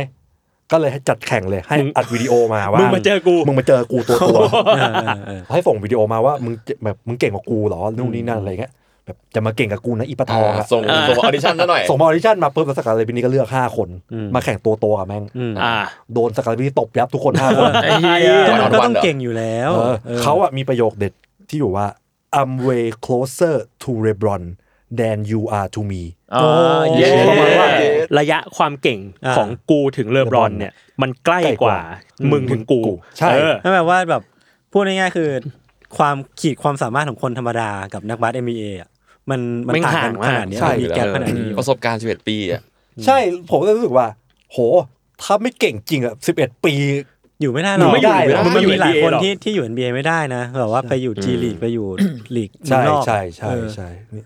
[SPEAKER 6] ก็เลยให้จัดแข่งเลยให้อัดวิดีโอมาว่า
[SPEAKER 3] มึ
[SPEAKER 6] มึ
[SPEAKER 3] งมาเจอกู
[SPEAKER 6] มึงมาเจอกูตัวตัว
[SPEAKER 2] เออเออเออ
[SPEAKER 6] ให้ส่งวิดีโอมาว่ามึงเจแบบมึงเก่งกว่ากูเหรอนู่นนี่นั่นอะไรเงี้ยแบบจะมาเก่งกับกูนะอีปะทอง
[SPEAKER 5] อ่า
[SPEAKER 6] อะ
[SPEAKER 5] ส่งส่งออดิชั่นซะหน่อย
[SPEAKER 6] ส่งมาออดิชั่นมาปุ๊บแล้วสกาเลบินี่ก็เลือก 5 คน
[SPEAKER 2] อืม
[SPEAKER 6] มาแข่งตัวตัวกับแม่ง
[SPEAKER 2] อืม
[SPEAKER 3] อ่า
[SPEAKER 6] โดนสกาเลบินี่ตบยับทุกคน 5 คน
[SPEAKER 4] ไอ้เหี้ย
[SPEAKER 2] ก็
[SPEAKER 5] ก่
[SPEAKER 2] มั
[SPEAKER 5] อน
[SPEAKER 2] นก็ต้อง
[SPEAKER 5] วันเหรอ
[SPEAKER 2] เก่งอยู่แล้ว
[SPEAKER 6] เออ
[SPEAKER 2] ออ
[SPEAKER 6] เขาอะมีประโยคเด็ดที่อยู่ว่า I'm way closer to LeBron than you are to me
[SPEAKER 4] อ๋อ
[SPEAKER 3] เย้
[SPEAKER 4] เย้
[SPEAKER 6] ประมาณว่า
[SPEAKER 3] ระยะความเก่ง
[SPEAKER 2] อ่า
[SPEAKER 3] ของกูถึงเลอบรอนเนี่ย มันใกล้กว่า มึงถึงกู
[SPEAKER 6] กูใช่
[SPEAKER 3] เออ
[SPEAKER 2] นั่นแปลว่าแบบพูดง่ายๆคือความขีดความสามารถของคนธรรมดากับนักบาส NBA อ่ะมันมัน
[SPEAKER 3] แม่ง
[SPEAKER 2] ต่างกั
[SPEAKER 3] ห่าน ง
[SPEAKER 2] ข
[SPEAKER 3] มาก
[SPEAKER 2] นาดเนี้ย
[SPEAKER 6] ใช่
[SPEAKER 2] มีแกลบขนาดนี้
[SPEAKER 5] ประสบการณ์11ปีอ่ะ
[SPEAKER 6] ใช่ผมก็รู้สึกว่า โห ถ้าไม่เก่งจริงอะ11 ปี
[SPEAKER 2] อยู่ไม่ได้ห
[SPEAKER 6] อ
[SPEAKER 2] ร
[SPEAKER 6] ยู่
[SPEAKER 2] อก
[SPEAKER 6] ไม่ได้หรอก
[SPEAKER 2] มันมีหลายคน
[SPEAKER 3] หรอก
[SPEAKER 2] ที่ที่อยู่ NBA ไม่ได้นะแบบว่าไปอยู่ G ลีกไปอยู่ ลีกเมือ
[SPEAKER 6] ใช่
[SPEAKER 2] งนอก
[SPEAKER 6] ใช่ใช่
[SPEAKER 2] เออ
[SPEAKER 6] ใช่นี่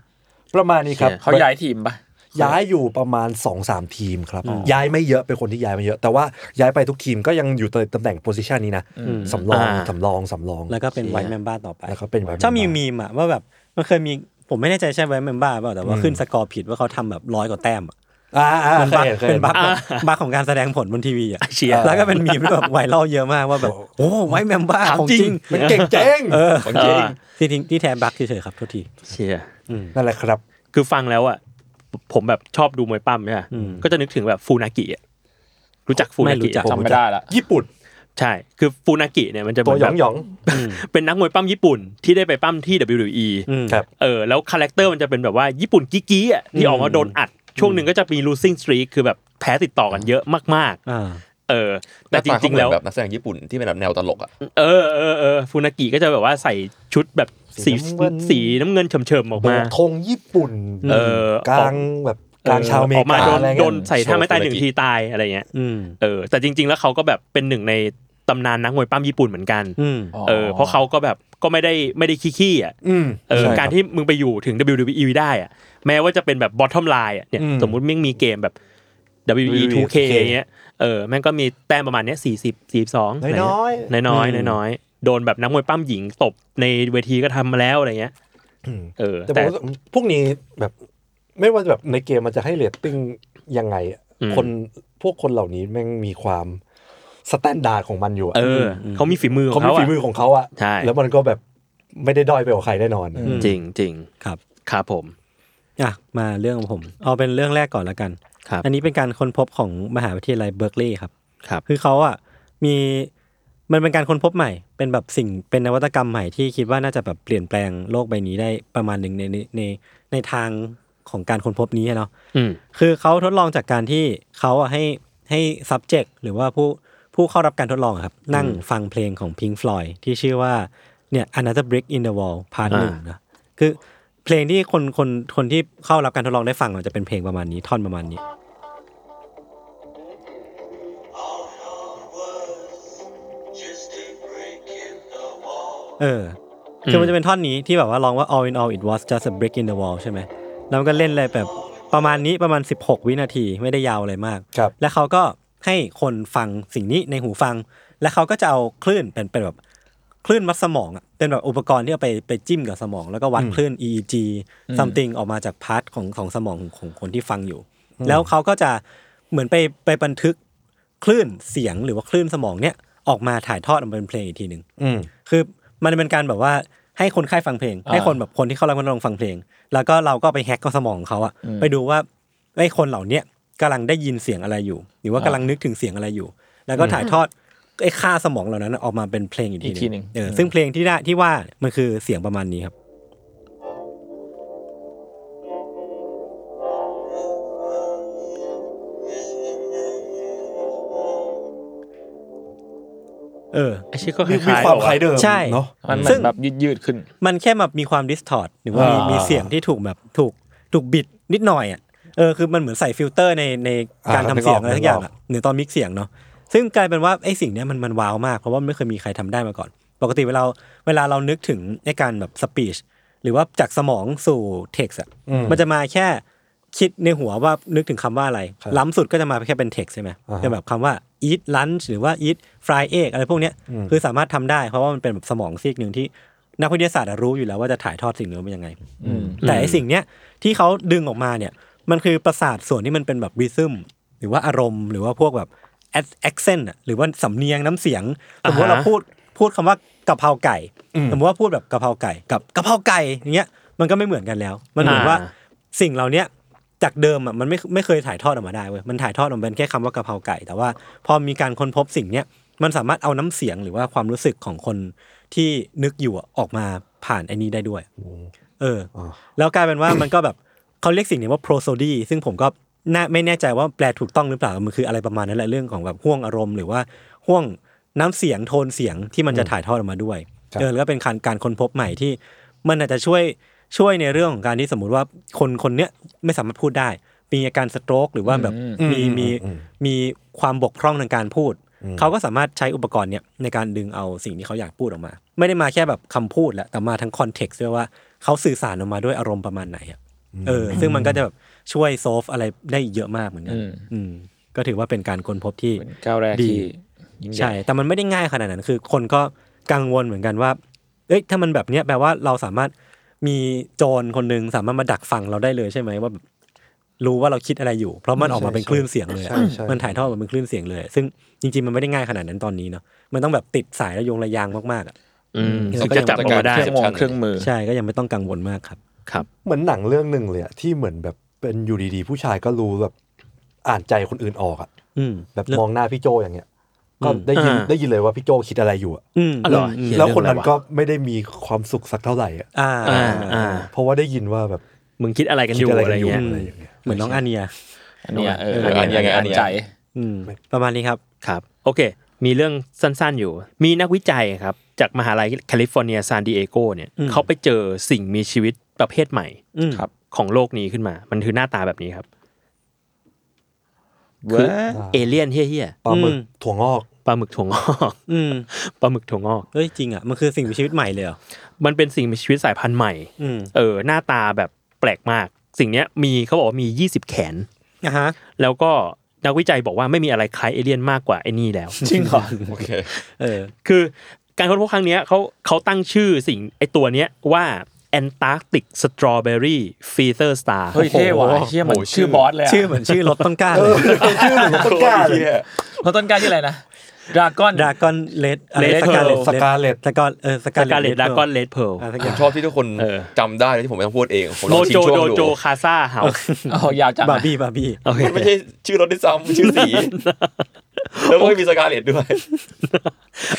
[SPEAKER 6] ประมาณนี้ครับ
[SPEAKER 4] เขาย้ายทีมปะ
[SPEAKER 6] ย้ายอยู่ประมาณ2อสามทีมครับ ย้ายไม่เยอะเป็นคนที่ย้ายไม่เยอะ แต่ว่าย้ายไปทุกทีมก็ยังอยู่ในตำแหน่งโพสิชันนี้นะสำรอง
[SPEAKER 3] อ่า
[SPEAKER 6] สำรองสำรอง
[SPEAKER 2] แล้วก็เป็นไวท์แมมบ้าต่อไป
[SPEAKER 6] แล้วก็เป็นไว้
[SPEAKER 2] ชอบมี
[SPEAKER 6] บ้าง
[SPEAKER 2] มีมอะว่าแบบมันเคยมีผมไม่แน่ใจใช่ไวท์แมมบ้าเปล่าแต่ว่าขึ้นสกอร์ผิดว่าเขาทำแบบร้อยกว่าแต้มอะ
[SPEAKER 6] อ่าอ่า
[SPEAKER 2] มัน
[SPEAKER 6] เค
[SPEAKER 2] บั๊
[SPEAKER 6] ย
[SPEAKER 2] ก
[SPEAKER 6] เห็นเคย
[SPEAKER 2] เป็
[SPEAKER 6] เห็
[SPEAKER 2] น
[SPEAKER 6] น
[SPEAKER 2] บั๊กแบบบั๊กของการแสดงผลบนทีวีอ่ะ
[SPEAKER 3] เชียร์
[SPEAKER 2] แล้วก็เป็นมีมที่แบบไวรัลเยอะมากว่าแบบโอ้ไว้แมมบ้า
[SPEAKER 3] ถาม
[SPEAKER 2] ของ
[SPEAKER 3] จริ
[SPEAKER 2] จ
[SPEAKER 3] ง
[SPEAKER 2] ริง
[SPEAKER 6] มันเก่งเจ๋ง
[SPEAKER 2] เออ
[SPEAKER 5] ของจริง
[SPEAKER 2] ที่ทิ้งที่แท้บั๊กเฉยๆครับโทษที
[SPEAKER 3] เชีย
[SPEAKER 6] นั่นแหละครับ
[SPEAKER 3] คือฟังแล้วอ่ะผมแบบชอบดูมวยปั้มเนี่ย
[SPEAKER 2] อืม
[SPEAKER 3] ก็จะนึกถึงแบบฟูนากิอะรู้จักฟูนากิอะ
[SPEAKER 4] จำไม่ได้ละ
[SPEAKER 6] ญี่ปุ่น
[SPEAKER 3] ใช่ คือฟูนากิเนี่ยมันจะเห
[SPEAKER 6] ตั
[SPEAKER 3] มื
[SPEAKER 6] วน หยอ
[SPEAKER 3] แบ
[SPEAKER 6] บ งหยอง
[SPEAKER 3] เป็นนักมวยปั้มญี่ปุ่นที่ได้ไปปั้มที่ WWE
[SPEAKER 2] อืม
[SPEAKER 6] ครับ
[SPEAKER 3] เออแล้วคาแรคเตอร์มันจะเป็นแบบว่าญี่ปุ่นกิ๊กๆอ่ะที่ออกมาโดนอัด ช่วงหนึ่งก็จะมี losing streak คือแบบแพ้ติดต่อกันเยอะมาก
[SPEAKER 2] อ่า
[SPEAKER 3] ๆ เออ แต่จริงๆแล้ว
[SPEAKER 5] แบบนักแสดงญี่ปุ่นที่เป็นแบบแนวตลกอ่ะ
[SPEAKER 3] เออเออเออฟูนากิก็จะแบบว่าใส่ชุดแบบสี
[SPEAKER 6] สีน้ำเงิน
[SPEAKER 3] สีน้ำเงินเฉมๆออก
[SPEAKER 6] โบ
[SPEAKER 3] มา
[SPEAKER 6] ธงญี่ปุ่น
[SPEAKER 3] เออก
[SPEAKER 6] ลางแบบกลางชาวอเม
[SPEAKER 3] อ
[SPEAKER 6] ริ
[SPEAKER 3] อกมาโด
[SPEAKER 6] กาน อะไร
[SPEAKER 3] โด
[SPEAKER 6] เงี้
[SPEAKER 3] น
[SPEAKER 6] ย
[SPEAKER 3] ใส่ท่าไม้ตาย
[SPEAKER 5] โชว์
[SPEAKER 3] หนึ่ง
[SPEAKER 5] ฟูนากิ
[SPEAKER 3] ทีตายอะไรเงี้ย
[SPEAKER 2] อืม
[SPEAKER 3] เออแต่จริง ๆ แล้วเขาก็แบบเป็นหนึ่งในตำนานนักมวยปั้มญี่ปุ่นเหมือนกัน
[SPEAKER 2] อืม
[SPEAKER 3] เออเพราะเขาก็แบบก็ไม่ได้ไม่ได้ขี้ๆอ่ะ
[SPEAKER 6] อืม
[SPEAKER 3] เออการที่มึงไปอยู่ถึง WWE ได้อ่ะแม้ว่าจะเป็นแบบ bottom line อ่ะเนี่ย
[SPEAKER 6] อืม
[SPEAKER 3] สมมุติมึงมีเกมแบบ WWE 2K เงี้ยเออแม่งก็มีแต้มประมาณเนี้ยสี่สิบสี่สอง
[SPEAKER 6] น้อยๆ
[SPEAKER 3] น้อยๆน้อยๆโดนแบบนักมวยปั้มหญิงตบในเวทีก็ทำมาแล้วอะไรเงี้ยเออ
[SPEAKER 6] แต่ผมว่าพวกนี้แบบไม่ว่าแบบในเกมมันจะให้เรตติ้งยังไงอะ
[SPEAKER 3] อืม
[SPEAKER 6] คนพวกคนเหล่านี้แม่งมีความสแตนดาร์ดของมันอยู่อะ
[SPEAKER 3] เอออเขามีฝีมือขอ
[SPEAKER 6] เขา
[SPEAKER 3] ง
[SPEAKER 6] มี
[SPEAKER 3] เขา
[SPEAKER 6] ฝี
[SPEAKER 3] อะ
[SPEAKER 6] มือของเขาอะ
[SPEAKER 3] ใช่
[SPEAKER 6] แล้วมันก็แบบไม่ได้ด้อยไปกว่าใครแน่นอน
[SPEAKER 2] ม
[SPEAKER 3] จริงจริง
[SPEAKER 2] ครับ
[SPEAKER 3] ครับผม
[SPEAKER 2] อ่ะมาเรื่องของผม เอาเป็นเรื่องแรกก่อนละกัน
[SPEAKER 3] ครับ
[SPEAKER 2] อันนี้เป็นการค้นพบของมหาวิทยาลัยเบิร์กลีย์ครับ
[SPEAKER 3] ครับ
[SPEAKER 2] คือเขาอ่ะมีมันเป็นการค้นพบใหม่ เป็นแบบสิ่งเป็นนวัตกรรมใหม่ที่คิดว่าน่าจะแบบเปลี่ยนแปลงโลกใบนี้ได้ประมาณหนึ่งในในในในทางของการค้นพบนี้อะเนาะ
[SPEAKER 3] อืม
[SPEAKER 2] คือเขาทดลองจากการที่เขาอะให้ให้ subject หรือว่าผู้ผู้เข้ารับการทดลองอะครับ นั่งฟังเพลงของ Pink Floyd ที่ชื่อว่าเนี่ย Another Brick in the Wall Part
[SPEAKER 3] อ่า
[SPEAKER 2] หนึ่งนะคือเพลงที่คนคนคนที่เข้ารับการทดลองได้ฟังอะจะเป็นเพลงประมาณนี้ท่อนประมาณนี้
[SPEAKER 7] Just a break in the wall.
[SPEAKER 2] เออคือมันจะเป็นท่อนนี้ที่แบบว่าร้องว่า all in all it was just a brick in the wall ใช่ไหมแล้วมันก็เล่นอะไรแบบประมาณนี้ประมาณ 16 วินาทีไม่ได้ยาวอะไรมาก
[SPEAKER 6] ครับ
[SPEAKER 2] แล้วเขาก็ให้คนฟังสิ่งนี้ในหูฟัง แล้วเขาก็จะเอาคลื่นเป็นเป็นแบบคลื่นวัดสมองอะเป็นแบบอุปกรณ์ที่เอาไปไปจิ้มกับสมอง แล้วก็วัดคลื่น EEG something ออกมาจากพาร์ทของของสมองของของคนที่ฟังอยู่ แล้วเขาก็จะเหมือนไปไปบันทึกคลื่นเสียงหรือว่าคลื่นสมองเนี่ยออกมาถ่ายทอดออกมาเป็นเพลงอีกทีหนึ่ง
[SPEAKER 6] อืม
[SPEAKER 2] คือมันเป็นการแบบว่าให้คนไข้ฟังเพลง ให้คนแบบคนที่เข้ารับการทดลองฟังเพลง แล้วก็เราก็ไปแฮกก็สมองเขาอะไปดูว่าไอ้คนเหล่าเนี้ยกำลังได้ยินเสียงอะไรอยู่ หรือว่ากำลังนึกถึงเสียงอะไรอยู่ แล้วก็ถ่ายทอดไอ้ค่าสมองเหล่านั้นออกมาเป็นเพลงอีก
[SPEAKER 4] อีกที
[SPEAKER 2] ที
[SPEAKER 4] หนึ่ง
[SPEAKER 2] เออซึ่งเพลงที่ได้ที่ว่ามันคือเสียงประมาณนี้ครับ เออ
[SPEAKER 3] ไอชื่อก็คล้ายๆ
[SPEAKER 6] มีความ
[SPEAKER 3] แบบ
[SPEAKER 6] คล้ายเดิม
[SPEAKER 2] ใช่
[SPEAKER 6] เนาะ
[SPEAKER 4] มันเหมื
[SPEAKER 2] ซึ่
[SPEAKER 4] อง นแบบยืดยืดๆขึ้น
[SPEAKER 2] มันแค่แบบมีความดิสทอร์ดหรือว่ามี
[SPEAKER 6] อ่ามี
[SPEAKER 2] มีเสียงที่ถูกแบบถูกถูกบิดนิดหน่อยอ่ะเออคือมันเหมือนใส่ฟิลเตอร์ในในการ
[SPEAKER 6] อ่า
[SPEAKER 2] ทำ
[SPEAKER 6] นึกออก
[SPEAKER 2] เสียงอะไร
[SPEAKER 6] นึกออก
[SPEAKER 2] สักอย่างอ่ะหรือตอนมิกเสียงเนาะซึ่งกลายเป็นว่าไอ้สิ่งเนี้ยมันมันว้าวมาก เพราะว่าไม่เคยมีใครทำได้มาก่อน ปกติเวลาเวลาเรานึกถึงในการแบบสปีชหรือว่าจากสมองสู่เท็กซ์อ่ะมันจะมาแค่คิดในหัวว่านึกถึงคำว่าอะไร ล้ำสุดก็จะมาแค่เป็นเท็กซ์ใช่ไหมจะแบบคำว่า eat lunch หรือว่า eat fried egg อะไรพวกเนี้ยคือสามารถทำได้เพราะว่ามันเป็นแบบสมองซีกหนึ่งที่ นักวิทยาศาสตร์อะรู้อยู่แล้วว่าจะถ่ายทอดสิ่งนี้เป็นยังไง แต่ไอสิ่งเนี้ยที่เขาดึงออกมาเนี่ย มันคือประสาทส่วนที่มันเป็นแบบริซึมหรือว่าอารมณ์ หรือว่าพวกแบบแอคเซนต์หรือว่าสำเนียงน้ำเสียง สมมติว่าเราพูดพูดคำว่ากะเพราไก่ สมมติว่าพูดแบบกะเพราไก่ กับกะเพราไก่อย่างเงี้ยมันก็ไม่เหมือนกันแล้ว มันเหมือนว่าสิ่งเหล่าเนี้ยจากเดิมอ่ะมันไม่ไม่เคยถ่ายทอดออกมาได้เว้ยมันถ่ายทอดออกมาเป็นแค่คำว่ากะเพราไก่ แต่ว่าพอมีการค้นพบสิ่งเนี้ยมันสามารถเอาน้ำเสียงหรือว่าความรู้สึกของคนที่นึกอยู่อะออกมาผ่านไอ้นี้ได้ด้วย เอออแล้วกลายเป็นว่า มันก็แบบเขาเรียกสิ่งนี้ว่าโพรโซดีซึ่งผมก็น่าไม่แน่ใจว่าแปลถูกต้องหรือเปล่ามันคืออะไรประมาณนั้นแหละเรื่องของแบบห่วงอารมณ์ หรือว่าห่วงน้ำเสียงโทนเสียงที่มันจะถ่ายทอดออกมาด้วย
[SPEAKER 6] ครับ
[SPEAKER 2] เออแล้วก็เป็นการการค้นพบใหม่ที่ มันอาจจะช่วยช่วยในเรื่องของการที่สมมุติว่าคนคนเนี้ยไม่สามารถพูดได้ มีอาการสโตรกหรือว่าแบบมีมีมีความบกพร่องทางการพูด เขาก็สามารถใช้อุปกรณ์เนี่ยในการดึงเอาสิ่งที่เขาอยากพูดออกมา ไม่ได้มาแค่แบบคำพูดแหละแต่มาทั้งคอนเท็กซ์ด้วยว่าเขาสื่อสารออกมาด้วยอารมณ์ประมาณไหนอะเออ ซึ่งมันก็จะแบบ ช่วยโซฟอะไรได้อีกเยอะมากเหมือนกัน
[SPEAKER 4] อืม
[SPEAKER 2] อืมก็ถือว่าเป็นการค้นพบที่
[SPEAKER 4] เป็นก้าวแรก
[SPEAKER 2] ดี
[SPEAKER 4] ที่ยิ่งให
[SPEAKER 2] ใช่
[SPEAKER 4] ญ่
[SPEAKER 2] แต่มันไม่ได้ง่ายขนาดนั้น คือคนก็กังวลเหมือนกันว่า เอ้ย ถ้ามันแบบเนี้ยแปลว่าเราสามารถมีโจรคนหนึ่งสามารถมาดักฟังเราได้เลยใช่ไหมว่าแบบรู้ว่าเราคิดอะไรอยู่ เพราะมันออกมาเป็นคลื่นเสียงเลยอะ
[SPEAKER 6] ใช่ใช่
[SPEAKER 2] มันถ่ายทอดออกมาเป็นคลื่นเสียงเลย ซึ่งจริงๆ มันไม่ได้ง่ายขนาดนั้นตอนนี้เนาะ มันต้องแบบติดสายระยงระยางมากๆอะ
[SPEAKER 3] อืม
[SPEAKER 2] เออ
[SPEAKER 3] ถึงจะจับออกมาได้
[SPEAKER 4] เครื่องมองเครื่องมือ
[SPEAKER 2] ใช่ ก็ยังไม่ต้องกังวลมากครับ
[SPEAKER 3] ครับ
[SPEAKER 6] เหมือนหนังเรื่องหนึ่งเลยอะที่เหมือนแบบเป็นอยู่ดีๆ ผู้ชายก็รู้แบบอ่านใจคนอื่นออกอะ
[SPEAKER 2] อืม
[SPEAKER 6] แบบ
[SPEAKER 2] เรื่
[SPEAKER 6] มองหน้าพี่โจอย่างเงี้ย ก็ได้ยินได้ยินเลยว่าพี่โจคิดอะไรอยู่อะ
[SPEAKER 2] อืม
[SPEAKER 3] อ๋อเหรอเขีย
[SPEAKER 6] แล้ว
[SPEAKER 3] เรื่อง
[SPEAKER 6] คนนั้น
[SPEAKER 3] อะไระ
[SPEAKER 6] ก็ไม่ได้มีความสุขสักเท่าไหร่อะ
[SPEAKER 2] อ่า
[SPEAKER 3] อ่าอ่า
[SPEAKER 6] เพราะว่าได้ยินว่าแบบ
[SPEAKER 3] มึงคิดอะไรกันอ
[SPEAKER 6] คิด
[SPEAKER 3] ยู่
[SPEAKER 6] อะไร
[SPEAKER 3] อะไร
[SPEAKER 6] กันอยู่
[SPEAKER 3] เงี้ย
[SPEAKER 6] อะไรอย่างเงี้ย
[SPEAKER 2] เหมือนน้องอาเนีย
[SPEAKER 4] อันเนี้ยเออ
[SPEAKER 3] เอออั
[SPEAKER 4] อัน
[SPEAKER 3] นเนี้
[SPEAKER 4] เนี้
[SPEAKER 3] ย
[SPEAKER 4] ย
[SPEAKER 5] อั
[SPEAKER 4] อั
[SPEAKER 5] น
[SPEAKER 4] น
[SPEAKER 5] เนี้ย
[SPEAKER 4] ใจ
[SPEAKER 2] อืม ประมาณนี้ครับ
[SPEAKER 3] ครับ โอเค มีเรื่องสั้นๆอยู่ มีนักวิจัยครับ จากมหาลัยแคลิฟอร์เนียซานดิเอโกเนี่ย
[SPEAKER 2] อืม
[SPEAKER 3] เขาไปเจอสิ่งมีชีวิตประเภทใหม่
[SPEAKER 2] อืม
[SPEAKER 4] ครับ
[SPEAKER 3] ของโลกนี้ขึ้นมา มันคือหน้าตาแบบนี้ครับ
[SPEAKER 4] เว้ย
[SPEAKER 3] เอเลี่ยนเฮี้ย
[SPEAKER 6] ปลาหมึกถั่วงอก
[SPEAKER 3] ๆปลาหมึกถั่วงอก
[SPEAKER 2] อืม
[SPEAKER 3] ปลาหมึกถั่วงอก
[SPEAKER 2] เฮ้ยจริงอ่ะ มันคือสิ่งมีชีวิตใหม่เลยเหรอ
[SPEAKER 3] มันเป็นสิ่งมีชีวิตสายพันธุ์ใหม่
[SPEAKER 2] อืม
[SPEAKER 3] เออ หน้าตาแบบแปลกมาก สิ่งเนี้ยมีเขาบอกว่ามี 20 แขน
[SPEAKER 2] อ่ะฮะ
[SPEAKER 3] แล้วก็นักวิจัยบอกว่าไม่มีอะไรคล้ายเอเลี่ยนมากกว่าไอ้นี่แล้ว
[SPEAKER 4] จริงเหรอ
[SPEAKER 5] โอเค
[SPEAKER 2] เออ
[SPEAKER 3] คือการค้นพบครั้งเนี้ยเขาเขาตั้งชื่อสิ่งไอตัวเนี้ยว่า Antarctic Strawberry Feather Star
[SPEAKER 4] เฮ้ยเท่ว่ะ
[SPEAKER 5] โอ้โห
[SPEAKER 4] เชี่ยเหมือนชื่อบอสเลยะ
[SPEAKER 2] ชื่อเหมือนชื่อรถต้นกล้าเลย
[SPEAKER 6] ชื่อเหมือนต้นกล้าเลย
[SPEAKER 4] เพราะต้นกล้าที่อะไรนะดราก้อน
[SPEAKER 2] ดรากอนเลด
[SPEAKER 3] Red
[SPEAKER 2] สกาเลต
[SPEAKER 6] Pearl Scarlet
[SPEAKER 2] สกาเออส
[SPEAKER 3] ส
[SPEAKER 2] กาเลต
[SPEAKER 3] กาเลตดากอนเลดเพล
[SPEAKER 2] อะไรสักอ
[SPEAKER 5] ผ
[SPEAKER 2] ย่าม ง
[SPEAKER 5] ชอบที่ทุกคน
[SPEAKER 3] เออ
[SPEAKER 5] จำได้โดยที่ผมไม่ต้องพูดเองผมล
[SPEAKER 3] โม
[SPEAKER 5] องทิ้
[SPEAKER 3] โจ
[SPEAKER 5] งช่ว
[SPEAKER 3] โด
[SPEAKER 5] ง
[SPEAKER 3] โจ
[SPEAKER 5] ดู
[SPEAKER 3] คาซาเฮา
[SPEAKER 4] โอ้โหยาวจังนะ
[SPEAKER 2] บาร์บี้บาร์บี้
[SPEAKER 3] โอเค
[SPEAKER 5] มันไม่ใช่ชื่อรถด้วยซ้ำชื่อสี แล้วมันก็มีสกาเลตด้วย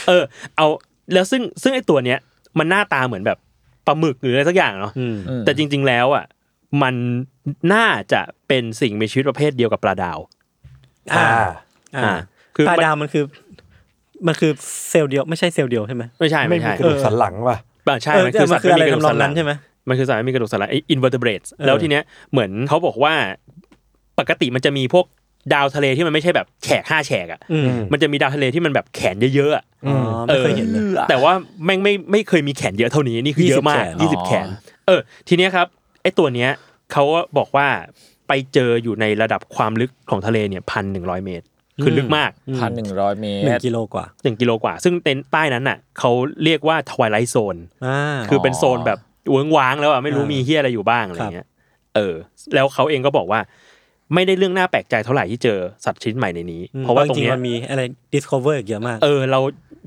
[SPEAKER 3] เออ เอาแล้วซึ่งซึ่งไอตัวเนี้ยมันหน้าตาเหมือนแบบปลาหมึกหรืออะไรสักอย่างเนาะ
[SPEAKER 2] อืม
[SPEAKER 4] อืม
[SPEAKER 3] แต่จริง ๆแล้วอ่ะมันน่าจะเป็นสิ่งมีชีวิตประเภทเดียวกับปลาดาว
[SPEAKER 2] อ่า
[SPEAKER 6] อ่า
[SPEAKER 2] อ่า
[SPEAKER 3] คือ
[SPEAKER 2] ปลา
[SPEAKER 3] มัน
[SPEAKER 2] ดาวมันคือ มันคือเซลล์เดียวไม่ใช่เซลล์เดียวใช่ไหม
[SPEAKER 3] ไม่ใช่
[SPEAKER 6] ไม่
[SPEAKER 3] ไม่
[SPEAKER 6] มี
[SPEAKER 3] ใช่
[SPEAKER 6] กระดูกสันหลังป่ะ
[SPEAKER 3] เออใช่
[SPEAKER 2] เออ
[SPEAKER 3] มันคือ
[SPEAKER 2] มันคืออะไร
[SPEAKER 3] สัตว์ไม่มีกระ
[SPEAKER 2] ทำ
[SPEAKER 3] ดูก
[SPEAKER 2] นอ
[SPEAKER 3] สั
[SPEAKER 2] ง
[SPEAKER 3] นหลั
[SPEAKER 2] นั้
[SPEAKER 3] ง
[SPEAKER 2] นใช่ไหม
[SPEAKER 3] มันคือสารไม่มีกระดูกสันหลังไอ้ invertebrates
[SPEAKER 2] เออ
[SPEAKER 3] แล้วทีเนี้ยเหมือนเขาบอกว่าปกติมันจะมีพวกดาวทะเลที่มันไม่ใช่แบบแฉกห้าแฉกอ่ะ
[SPEAKER 2] อืม
[SPEAKER 3] มันจะมีดาวทะเลที่มันแบบแขนเยอะๆอะ
[SPEAKER 2] อ๋อไม่เคยเห็นเลย
[SPEAKER 3] แต่ว่าแม่งไม่ไม่เคยมีแขนเยอะเท่านี้นี่คือเยอะมาก
[SPEAKER 2] 20
[SPEAKER 3] ยี่สิบแขน เออ ทีเนี้ยครับไอ้ตัวเนี้ยเขาบอกว่าไปเจออยู่ในระดับความลึกของทะเลเนี่ยพันหนึ่งร้อยเมตร คือลึกมาก
[SPEAKER 4] พันหนึ่งร้อยเม
[SPEAKER 2] หนึ่
[SPEAKER 4] ต
[SPEAKER 2] ง
[SPEAKER 4] ร
[SPEAKER 2] กิโลกว่า
[SPEAKER 3] หนึ่งกิโลกว่า ซึ่งเต็นใต้นั้นน่ะเขาเรียกว่า twilight zone
[SPEAKER 2] อ่า
[SPEAKER 3] คือเป็นโซนแบบเวิ้งว้างแล้วอ่ะไม่รู้มีเฮียอะไรอยู่บ้างอะไรเงี้ย เออ แล้วเขาเองก็บอกว่า ไม่ได้เรื่องน่าแปลกใจเท่าไหร่ที่เจอสัตว์ชนิดใหม่ในนี้
[SPEAKER 2] อืม
[SPEAKER 3] เพราะว่าตร
[SPEAKER 2] จ
[SPEAKER 3] ง
[SPEAKER 2] ริง
[SPEAKER 3] เนี้
[SPEAKER 2] ๆ
[SPEAKER 3] ย
[SPEAKER 2] มันมีอะไร discover อีกเยอะมาก
[SPEAKER 3] เออ เรา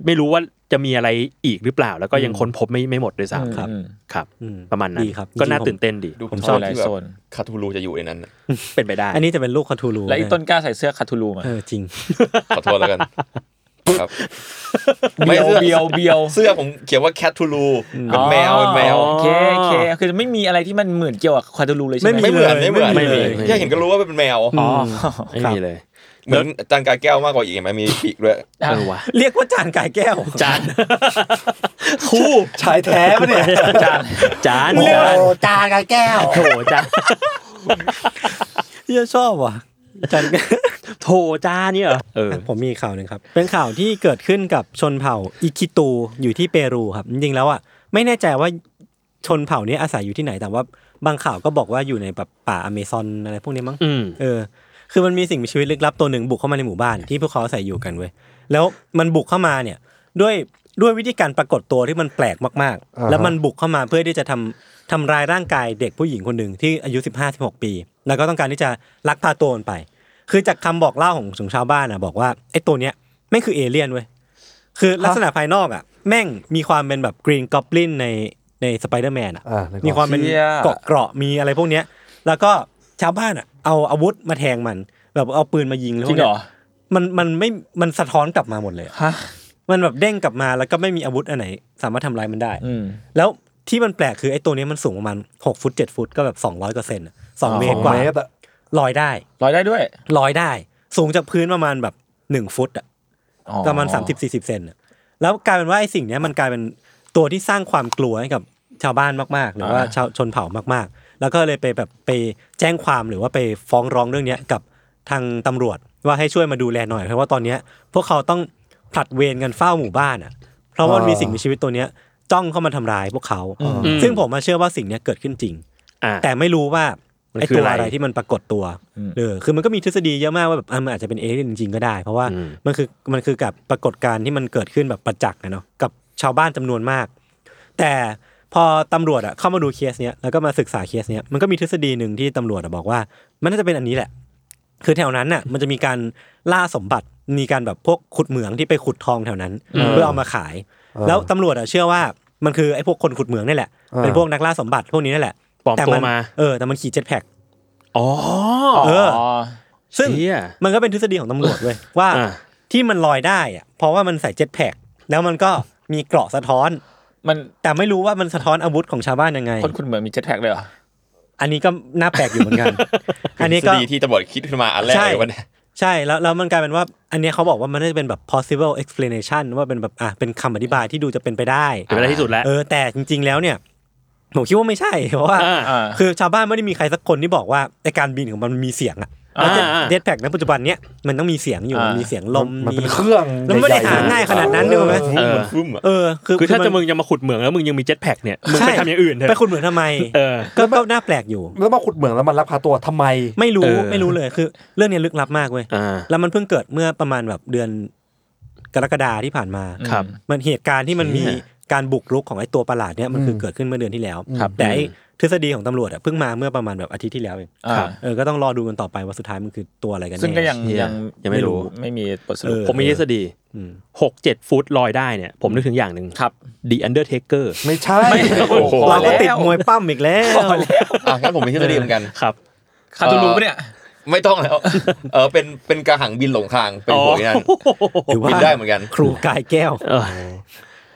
[SPEAKER 3] ไม่รู้ว่าจะมีอะไรอีกหรือเปล่า แล้วก็ยังค้นพบไม่ไม่หมดด้วยซ้ำ
[SPEAKER 4] ครับ
[SPEAKER 3] ครับ
[SPEAKER 2] อืม
[SPEAKER 3] ประมาณนั้น
[SPEAKER 2] ดีครับ
[SPEAKER 3] ก็น่า
[SPEAKER 2] จริงๆผม
[SPEAKER 3] ตื่นเต้นดี
[SPEAKER 5] ดู
[SPEAKER 4] ผมชอบ
[SPEAKER 5] ที่
[SPEAKER 4] หลาย
[SPEAKER 5] แบบ
[SPEAKER 4] โซน
[SPEAKER 5] คาทูลูจะอยู่ในนั้นน่ะ
[SPEAKER 3] เป็นไปได้
[SPEAKER 2] อันนี้จะเป็นลูกคาทูลู
[SPEAKER 4] และอีกต้นกล้าใส่เสื้อคาทูลูมา
[SPEAKER 2] เออจริง
[SPEAKER 5] ขอโทษแล้วกันครับ
[SPEAKER 4] เบียวเบียวเบียว
[SPEAKER 5] เสื้อผมเขียนว่าแคทูลูเป็นแมวเป็นแมว
[SPEAKER 4] อ๋อโอเคโอเคคือไม่มีอะไรที่มันเหมือนเกี่ยวกับคาทูลูเลยใช่ไหม
[SPEAKER 5] ไม่เหมือน
[SPEAKER 2] ไม่
[SPEAKER 5] ไม่
[SPEAKER 2] เหมือไม่เห
[SPEAKER 5] เหมือนนไม่
[SPEAKER 2] มือน
[SPEAKER 5] แค่เห็นก็รู้ว่าเป็นแมว
[SPEAKER 4] อ๋อ
[SPEAKER 3] ไม่มีเลย
[SPEAKER 5] เหมือนจานกาแก้วมากกว่าอีกเห็นไหมมีปีกด้วย
[SPEAKER 3] เออวะ
[SPEAKER 2] เรียกว่าจานไก่แก้ว
[SPEAKER 3] จาน คู่
[SPEAKER 6] ชายแท้ปะเนี่ย
[SPEAKER 3] จานจาน
[SPEAKER 2] โอ้
[SPEAKER 3] จานกับแก้วโถจาน
[SPEAKER 2] เหี้ยชอบว่ะจาน
[SPEAKER 3] โถจานเนี่ยเหรอเออ
[SPEAKER 2] ผมมีข่าวหนึ่งครับ เป็นข่าวที่เกิดขึ้นกับชนเผ่าอิคิตูอยู่ที่เปรูครับ จริงๆแล้วอ่ะไม่แน่ใจว่าชนเผ่านี้อาศัยอยู่ที่ไหน แต่ว่าบางข่าวก็บอกว่าอยู่ในแบบป่าอเมซอนอะไรพวกนี้มั้ง
[SPEAKER 3] อืม
[SPEAKER 2] เออ คือมันมีสิ่งมีชีวิตลึกลับตัวหนึ่งบุกเข้ามาในหมู่บ้านที่พวกเขาอาศัยอยู่กันเว้ย แล้วมันบุกเข้ามาเนี่ยด้วยด้วยวิธีการปรากฏตัวที่มันแปลกมาก
[SPEAKER 6] อ่าฮะ
[SPEAKER 2] ๆ แล้วมันบุกเข้ามาเพื่อที่จะทำทำร้ายร่างกายเด็กผู้หญิงคนหนึ่งที่อายุ 15 16 ปี แล้วก็ต้องการที่จะลักพาตัวมันไป คือจากคำบอกเล่าของของชาวบ้านอ่ะบอกว่าไอ้ตัวเนี้ยแม่งคือเอเลี่ยนเว้ย คือลักษณะภายนอกอ่ะแม่งมีความเป็นแบบกรีนกอบลินในในสไปเดอร์แมนอ่ะ
[SPEAKER 6] อ่านึกออก
[SPEAKER 2] มีความเป็นเกาะเกราะมีอะไรพวกเนี้ย แล้วก็ชาวบ้านอ่ะเอาอาวุธมาแทงมัน แบบเอาปืนมายิงแล้ว
[SPEAKER 4] จริงเหรอ
[SPEAKER 2] มันมันไม่มันสะท้อนกลับมาหมดเลยอะ
[SPEAKER 4] ฮะ
[SPEAKER 2] มันแบบเด้งกลับมาแล้วก็ไม่มีอาวุธอันไหน สามารถทำลายมันได้
[SPEAKER 4] อืม
[SPEAKER 2] แล้วที่มันแปลกคือไอ้ตัวเนี้ยมันสูงประมาณหกฟุตเจ็ดฟุตก็แบบสองร้อยกว่าเซนอะสอง
[SPEAKER 4] อ๋อ
[SPEAKER 2] เม
[SPEAKER 6] ส
[SPEAKER 2] ต
[SPEAKER 6] อ
[SPEAKER 2] รง กว่า
[SPEAKER 6] เมตรอะ
[SPEAKER 2] ลอยได้
[SPEAKER 4] ลอยได้ด้วย
[SPEAKER 2] ลอยได้ สูงจากพื้นประมาณแบบหนึ่งฟุตอ่ะ
[SPEAKER 4] อ๋อ
[SPEAKER 2] ประมาณสามสิบสี่สิบเซนน่ะแล้วกลายเป็นว่าไอ้สิ่งเนี้ยมันกลายเป็นตัวที่สร้างความกลัวให้กับชาวบ้านมากๆ หรือว่าชาวชนเผ่ามากๆ แล้วก็เลยไปแบบไปแจ้งความหรือว่าไปฟ้องร้องเรื่องเนี้ยกับทางตำรวจว่าให้ช่วยมาดูแลหน่อย เพราะว่าตอนเนี้ยพวกเขาต้องผลัดเวรกันเฝ้าหมู่บ้านอ่ะ เพราะว่ามันมีสิ่งมีชีวิตตัวเนี้ยจ้องเข้ามาทำร้ายพวกเขา
[SPEAKER 6] อืม
[SPEAKER 2] ซึ่งผมมาเชื่อว่าสิ่งเนี้ยเกิดขึ้นจริง
[SPEAKER 3] อ่า
[SPEAKER 2] แต่ไม่รู้ว่า มัน
[SPEAKER 3] ไอ้
[SPEAKER 2] คือ
[SPEAKER 3] ตัว
[SPEAKER 2] อะไร
[SPEAKER 3] อะไร
[SPEAKER 2] ที่มันปรากฏตัว
[SPEAKER 4] อืม
[SPEAKER 2] เออคือมันก็มีทฤษฎีเยอะมากว่าแบบอ่ะมันอาจจะเป็นเอเลี่ยนจริงๆก็ได้ เพราะว่า
[SPEAKER 3] อืม
[SPEAKER 2] มันคือมันคือกับปรากฏการณ์ที่มันเกิดขึ้นแบบประจักษ์นะเนาะกับชาวบ้านจำนวนมาก แต่พอตำรวจอะเข้ามาดูเคสเนี้ยแล้วก็มาศึกษาเคสเนี้ยมันก็มีทฤษฎีหนึ่งที่ตำรวจอะบอกว่า มันน่าจะเป็นอันนี้แหละ คือแถวนั้นน่ะมันจะมีการล่าสมบัติมีการแบบพวกขุดเหมืองที่ไปขุดทองแถวนั้น เพื่อเอามาขาย แล้วตำรวจอะเชื่อว่ามันคือไอ้พวกคนขุดเหมืองนี่แหละ
[SPEAKER 6] อ่า
[SPEAKER 2] เป็นพวกนักล่าสมบัติพวกนี้นี่แหละ
[SPEAKER 3] ปลอม
[SPEAKER 2] แต่
[SPEAKER 3] ตัว
[SPEAKER 2] มัน
[SPEAKER 3] มา
[SPEAKER 2] เออแต่มันขี่เจ็ตแพ็ค
[SPEAKER 3] อ๋อ
[SPEAKER 2] เออ ซึ่ง
[SPEAKER 3] เหี้ย
[SPEAKER 2] มันก็เป็นทฤษฎีของตำรวจเว้ยว่า
[SPEAKER 3] อ่า
[SPEAKER 2] ที่มันลอยได้อะเพราะว่ามันใส่เจ็ตแพ็คแล้วมันก็มีเกราะสะท้อน
[SPEAKER 4] มัน
[SPEAKER 2] แต่ไม่รู้ว่ามันสะท้อนอาวุธของชาวบ้านยังไง
[SPEAKER 4] คนคุณเหมือนมีเจ็ตแพ็กเลยเหรอ
[SPEAKER 2] อันนี้ก็น่าแปลกอยู่เหมือนกัน อันนี้
[SPEAKER 5] ทฤษ
[SPEAKER 2] ก็
[SPEAKER 5] ฎีที่ตำรวจคิดขึ้นมาอันแรก
[SPEAKER 2] ใช่
[SPEAKER 5] เลยวันนี้
[SPEAKER 2] ใช่แล้วแล้วมันกลายเป็นว่า อันเนี้ยเขาบอกว่ามันน่าจะเป็นแบบ possible explanation ว่าเป็นแบบอ่ะเป็นคำอธิบายที่ดูจะเป็นไปได้
[SPEAKER 3] เป็นไปได้ที่สุดแล้ว
[SPEAKER 2] เออแต่จริง ๆ แล้วเนี่ยผมคิดว่าไม่ใช่ เพราะว่า
[SPEAKER 3] อ่า
[SPEAKER 4] อ่า
[SPEAKER 2] คือชาวบ้านไม่ได้มีใครสักคนที่บอกว่าไอการบินของมันมันมีเสียงอะแล้ว
[SPEAKER 3] อ่าอ่า
[SPEAKER 2] เจ็ตแพ็กในปัจจุบันเนี้ยมันต้องมีเสียงอยู่
[SPEAKER 4] อ่ามั
[SPEAKER 2] นมีเสียงลม
[SPEAKER 6] มันเป็น
[SPEAKER 2] มี
[SPEAKER 6] เครื่อง
[SPEAKER 2] แล้วไม่ได้หาง่ายขนาดนั้นด้วยไหม
[SPEAKER 6] เออ
[SPEAKER 3] เออ
[SPEAKER 5] ฟึ่มอะ
[SPEAKER 2] เออคือ
[SPEAKER 3] คือถ้า
[SPEAKER 2] มัน
[SPEAKER 3] จะมึงจะมาขุดเหมืองแล้วมึงยังมีเจ็ตแพ็กเนี่ยมึง
[SPEAKER 2] ใช่
[SPEAKER 3] ไปทำอย่างอื่นเถอะ
[SPEAKER 2] ไปคุณเหมือนทำไม
[SPEAKER 3] เออ
[SPEAKER 2] ก็ก็น่าแปลกอยู่
[SPEAKER 6] แล้วมาขุดเหมืองแล้วมันลักพาตัวทำไม
[SPEAKER 2] ไม่รู้
[SPEAKER 3] เออ
[SPEAKER 2] ไม่รู้เลยคือ เรื่องเนี้ยลึกลับมากเว้ย
[SPEAKER 3] อ่า
[SPEAKER 2] แล้วมันเพิ่งเกิดเมื่อประมาณแบบเดือนกรกฎาที่ผ่านมา
[SPEAKER 3] ครับ
[SPEAKER 2] มันเหตุการณ์ที่มันมี
[SPEAKER 3] เนี่ย
[SPEAKER 2] การบุกรุกของไอ้ตัวประหลาดเนี่ยมันคือ
[SPEAKER 6] ม
[SPEAKER 2] เกิดขึ้นเมื่อเดือนที่แล้ว
[SPEAKER 3] ครับ
[SPEAKER 2] แต่ไอ้
[SPEAKER 3] อืม
[SPEAKER 2] ทฤษฎีของตำรวจอะเพิ่งมาเมื่อประมาณแบบอาทิตย์ที่แล้วเอง
[SPEAKER 4] อ่า
[SPEAKER 2] เออก็ต้องรอดูกันต่อไปว่าสุดท้ายมันคือตัวอะไรกันแน่
[SPEAKER 4] ซึ่งก็ยัง
[SPEAKER 3] เชี่ย
[SPEAKER 4] ยัง
[SPEAKER 3] ยังไม่รู้
[SPEAKER 4] ไม่มีบทส
[SPEAKER 2] เอ
[SPEAKER 4] รุป
[SPEAKER 2] อ
[SPEAKER 3] ผมมีทฤษฎี
[SPEAKER 2] อืม
[SPEAKER 3] หกเจ็ดฟุตลอยได้เนี่ย ผมนึกถึงอย่างหนึ่ง
[SPEAKER 4] ครับ
[SPEAKER 3] ดีอันเดอร์เทเกอร์
[SPEAKER 6] ไม่ใช่
[SPEAKER 4] โอ้โห
[SPEAKER 2] เราก็ติดมวยปั้มอีกแล้ว
[SPEAKER 5] อ่ะงั้นผมมีทฤษฎีเหมือนกัน
[SPEAKER 3] ครับ
[SPEAKER 4] คาตูรูปะเนี่ย
[SPEAKER 5] ไม่ต้องแล้ว เออเป็นเป็นกระหังบินหลงทางเป็นหัวอย่างนั่น
[SPEAKER 2] หรือว่า
[SPEAKER 5] บินได้เหมือนกัน
[SPEAKER 2] ครูกายแก้ว
[SPEAKER 3] เออ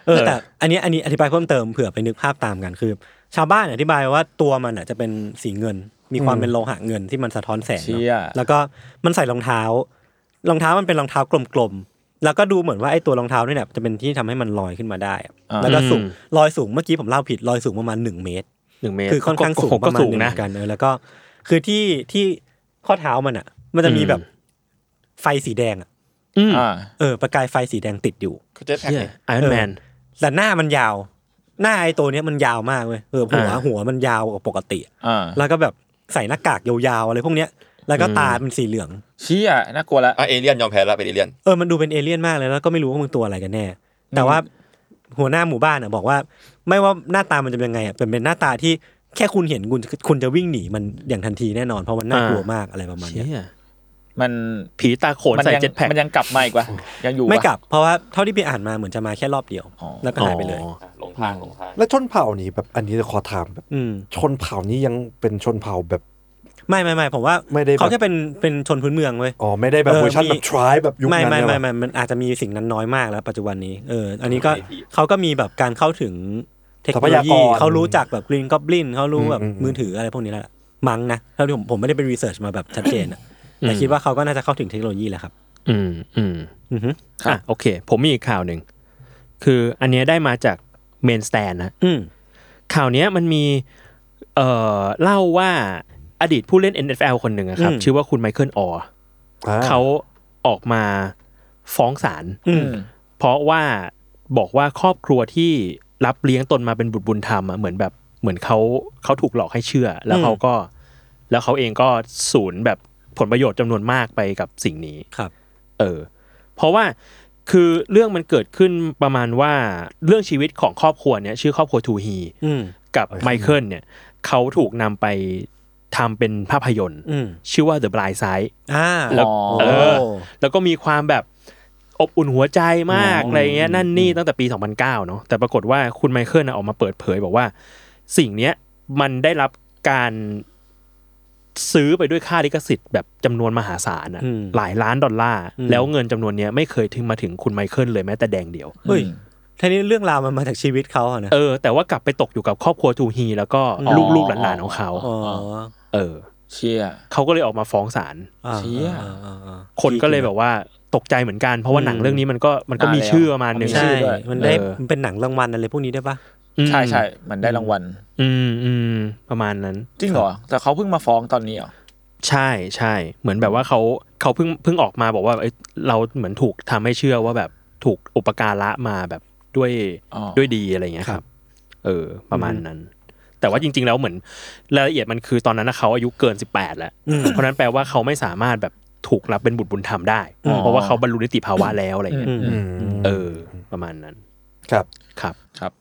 [SPEAKER 2] เออแต่อันนี้อันนี้อธิบายเพิ่มเติมเผื่อไปนึกภาพตามกันคือ ชาวบ้านอธิบายว่าตัวมันอ่ะจะเป็นสีเงิน มีความเป็นโลหะเงินที่มันสะท้อนแสง
[SPEAKER 4] เชี่
[SPEAKER 2] เน
[SPEAKER 4] ย
[SPEAKER 2] อะแล้วก็มันใส่รองเท้า รองเท้ามันเป็นรองเท้ากลมๆแล้วก็ดูเหมือนว่าไอ้ตัวรองเท้าเนี่ยจะเป็นที่ทำให้มันลอยขึ้นมาได้อะแล้วก็สูง
[SPEAKER 3] อืม
[SPEAKER 2] ลอยสูงเมื่อกี้ผมเล่าผิดลอยสูงประมาณหนึ่งเมตร
[SPEAKER 3] หนึ่งเมตร
[SPEAKER 2] คือค่อนข้างสูงป
[SPEAKER 3] ก็
[SPEAKER 2] ระมาณ
[SPEAKER 3] สู
[SPEAKER 2] ห
[SPEAKER 3] ง
[SPEAKER 2] นึ่งเหมื
[SPEAKER 3] นะ
[SPEAKER 2] อนกันเออแล้วก็คือที่ที่ข้อเท้ามันอ่ะ มันจะมี
[SPEAKER 3] อืม
[SPEAKER 2] แบบไฟสีแดงอ่ะ
[SPEAKER 3] อืม
[SPEAKER 4] อ่า
[SPEAKER 2] เออประกายไฟสีแดงติดอยู่
[SPEAKER 5] เขาจะแพ็ค
[SPEAKER 3] เชี่ยไอรอนแมน
[SPEAKER 2] แต่หน้ามันยาว หน้าไอ้ตัวเนี้ยมันยาวมากเว้ยเออหัว
[SPEAKER 3] อ่า
[SPEAKER 2] หัวมันยาวกว่าปกติ
[SPEAKER 4] อ่า
[SPEAKER 2] แล้วก็แบบใส่หน้ากากยาวๆอะไรพวกเนี้ย แล้วก็ตาเป็นสีเหลือง
[SPEAKER 4] เชี่ยน่ากลัวละ
[SPEAKER 5] อ่ะเอเลี่ยนยอมแพ้แล้วเป็นเอเลี่ยน
[SPEAKER 2] เออมันดูเป็นเอเลี่ยนมากเลยแล้วก็ไม่รู้ว่ามึงตัวอะไรกันแน่ แต่ว่าหัวหน้าหมู่บ้านอ่ะบอกว่า ไม่ว่าหน้าตามันจะเป็นยังไงอ่ะเป็นเป็นหน้าตาที่แค่คุณเห็นคุณคุณจะวิ่งหนีมันอย่างทันทีแน่นอนเพราะมันน่ากลัวมากอะไรประมาณเนี้ย
[SPEAKER 3] เชี่ย
[SPEAKER 4] มัน
[SPEAKER 3] ผีตาโขน
[SPEAKER 4] มั
[SPEAKER 3] ใส่
[SPEAKER 4] ยัง
[SPEAKER 3] เจ็ตแพ็ก
[SPEAKER 4] มันยังกลับมาอีกวะยังอยู่วะ
[SPEAKER 2] ไม่กลับเพราะว่าเท่าที่ไปอ่านมาเหมือนจะมาแค่รอบเดียว
[SPEAKER 4] อ๋อ
[SPEAKER 2] แล้วก็หายไปเลย
[SPEAKER 5] หลงทางหลงทาง
[SPEAKER 6] แล้วชนเผ่านี้แบบอันนี้ขอถามแบบ
[SPEAKER 2] อืม
[SPEAKER 6] ชนเผ่านี้ยังเป็นชนเผ่าแบบ
[SPEAKER 2] ไม่ไม่ไม่ผมว่า
[SPEAKER 6] ไม่ได้แบบ
[SPEAKER 2] เขาแค่เป็นเป็นชนพื้นเมืองเว้ย
[SPEAKER 6] อ๋อไม่ได้แบบ
[SPEAKER 2] เออ
[SPEAKER 6] เวอร์ชัน
[SPEAKER 2] มี
[SPEAKER 6] แบบทริแบบยุค
[SPEAKER 2] ไม่
[SPEAKER 6] นั้น
[SPEAKER 2] ไม่
[SPEAKER 6] เนี่ยหรอ
[SPEAKER 2] ไม่ไม่มันอาจจะมีสิ่งนั้นน้อยมากแล้วปัจจุบันนี้เอออันนี้ก็
[SPEAKER 5] โอเค
[SPEAKER 2] เขาก็มีแบบการเข้าถึงเทคโนโลยีเขารู้จักแบบกรีนกอบลินเขารู้แบบมือถืออะไรพวกนี้แล้วล่ะมั้งนะเท่าที่ผมผมไม่ได้ไปรีเสิร์ชมาแบบชัดเจนอะแต่
[SPEAKER 3] อืม
[SPEAKER 2] คิดว่าเขาก็น่าจะเข้าถึงเทคโนโลยีแหละครับ
[SPEAKER 3] อืมอืม
[SPEAKER 2] อือฮึ
[SPEAKER 3] อ่ะโอเค ผมมีอีกข่าวหนึ่ง คืออันเนี้ยได้มาจากเมนสแตนนะ
[SPEAKER 2] อืม
[SPEAKER 3] ข่าวเนี้ยมันมีเอ่อเล่าว่าอดีตผู้เล่น NFL คนหนึ่งอะครับ ชื่อว่าคุณไมเคิลออร์
[SPEAKER 6] อ่
[SPEAKER 3] เขาออกมาฟ้องศาล
[SPEAKER 2] อืม
[SPEAKER 4] อืม
[SPEAKER 3] เพราะว่าบอกว่าครอบครัวที่รับเลี้ยงตนมาเป็นบุตรบุญธรรมอะเหมือนแบบเหมือนเขาเขาถูกหลอกให้เชื่อ แล้วเขาก็ แล้วเขาเองก็สูญแบบผลประโยชน์จำนวนมากไปกับสิ่งนี้
[SPEAKER 2] ครับ
[SPEAKER 3] เออ เพราะว่าคือเรื่องมันเกิดขึ้นประมาณว่าเรื่องชีวิตของครอบครัวเนี่ยชื่อครอบครัวทูฮี
[SPEAKER 2] อืม
[SPEAKER 3] กับไมเคิลเนี่ยเขาถูกนำไปทำเป็นภาพยนตร์
[SPEAKER 2] อืม
[SPEAKER 3] ชื่อว่า The Blind Side
[SPEAKER 2] อ่า
[SPEAKER 3] แล้ว
[SPEAKER 4] อ๋อ
[SPEAKER 3] เออ แล้วก็มีความแบบอบอุ่นหัวใจมากอะไรเงี้ยนั่นนี่ตั้งแต่ปี 2009เนาะแต่ปรากฏว่าคุณไมเคิลน่ะออกมาเปิดเผยบอกว่า สิ่งเนี้ยมันได้รับการซื้อไปด้วยค่าลิขสิทธิ์แบบจำนวนมหาศาลอะหลายล้านดอลลาร์ แล้วเงินจำนวนเนี้ยไม่เคยถึงมาถึงคุณไมเคิลเลยแม้แต่แดงเดียว
[SPEAKER 2] เฮ้ยทีนี้เรื่องราวมันมาจากชีวิตเขาอะนะ
[SPEAKER 3] เออ แต่ว่ากลับไปตกอยู่กับครอบครัวทูฮีแล้วก็
[SPEAKER 4] อ๋อ
[SPEAKER 3] ลูกๆหลานๆของเขา
[SPEAKER 2] อ๋อ
[SPEAKER 3] เออ
[SPEAKER 4] เชี่ย
[SPEAKER 3] เขาก็เลยออกมาฟ้องศาล
[SPEAKER 2] อ่า
[SPEAKER 4] เชี่ย
[SPEAKER 2] อ่าอ่าอ่า
[SPEAKER 3] คนก็เลยแบบว่าตกใจเหมือนกัน เพราะว่าหนังเรื่องนี้มันก็มันก็
[SPEAKER 4] นาน
[SPEAKER 3] มี
[SPEAKER 4] แล้ว
[SPEAKER 3] ชื่อประมาณหนึง
[SPEAKER 4] มี
[SPEAKER 2] ใช่
[SPEAKER 4] อด้วย
[SPEAKER 2] มันได้
[SPEAKER 3] เออ
[SPEAKER 2] มันเป็นหนังรางวัลอะไรพวกนี้ได้ปะ
[SPEAKER 3] อืม
[SPEAKER 4] ใช่ใช่มันได้รางวัล
[SPEAKER 3] อืมอืมประมาณนั้น
[SPEAKER 4] จริงเหรอ แต่เขาเพิ่งมาฟ้องตอนนี้เหรอ
[SPEAKER 3] ใช่ใช่ เหมือนแบบว่าเขาเขาเพิ่งเพิ่งออกมาบอกว่าเอ้ยเราเหมือนถูกทำให้เชื่อว่าแบบถูกอุปการะมาแบบด้วย
[SPEAKER 4] อ๋อ
[SPEAKER 3] ด้วยดีอะไรอย่างเงี้ยครับ เออ ประมาณนั้น แต่ว่าจริง ๆ แล้วเหมือนรายละเอียดมันคือตอนนั้นนะเขาอายุเกิน 18 แล้ว เพราะฉะนั้นแปลว่าเขาไม่สามารถแบบถูกรับเป็นบุตรบุญธรรมได้
[SPEAKER 4] อ๋อ
[SPEAKER 3] เพราะว่าเขาบรรลุนิติภาวะแล้วอะไรเงี้ย
[SPEAKER 6] อืม
[SPEAKER 3] เออ ประมาณนั้น
[SPEAKER 6] ครับ
[SPEAKER 3] ครับ
[SPEAKER 4] ครับ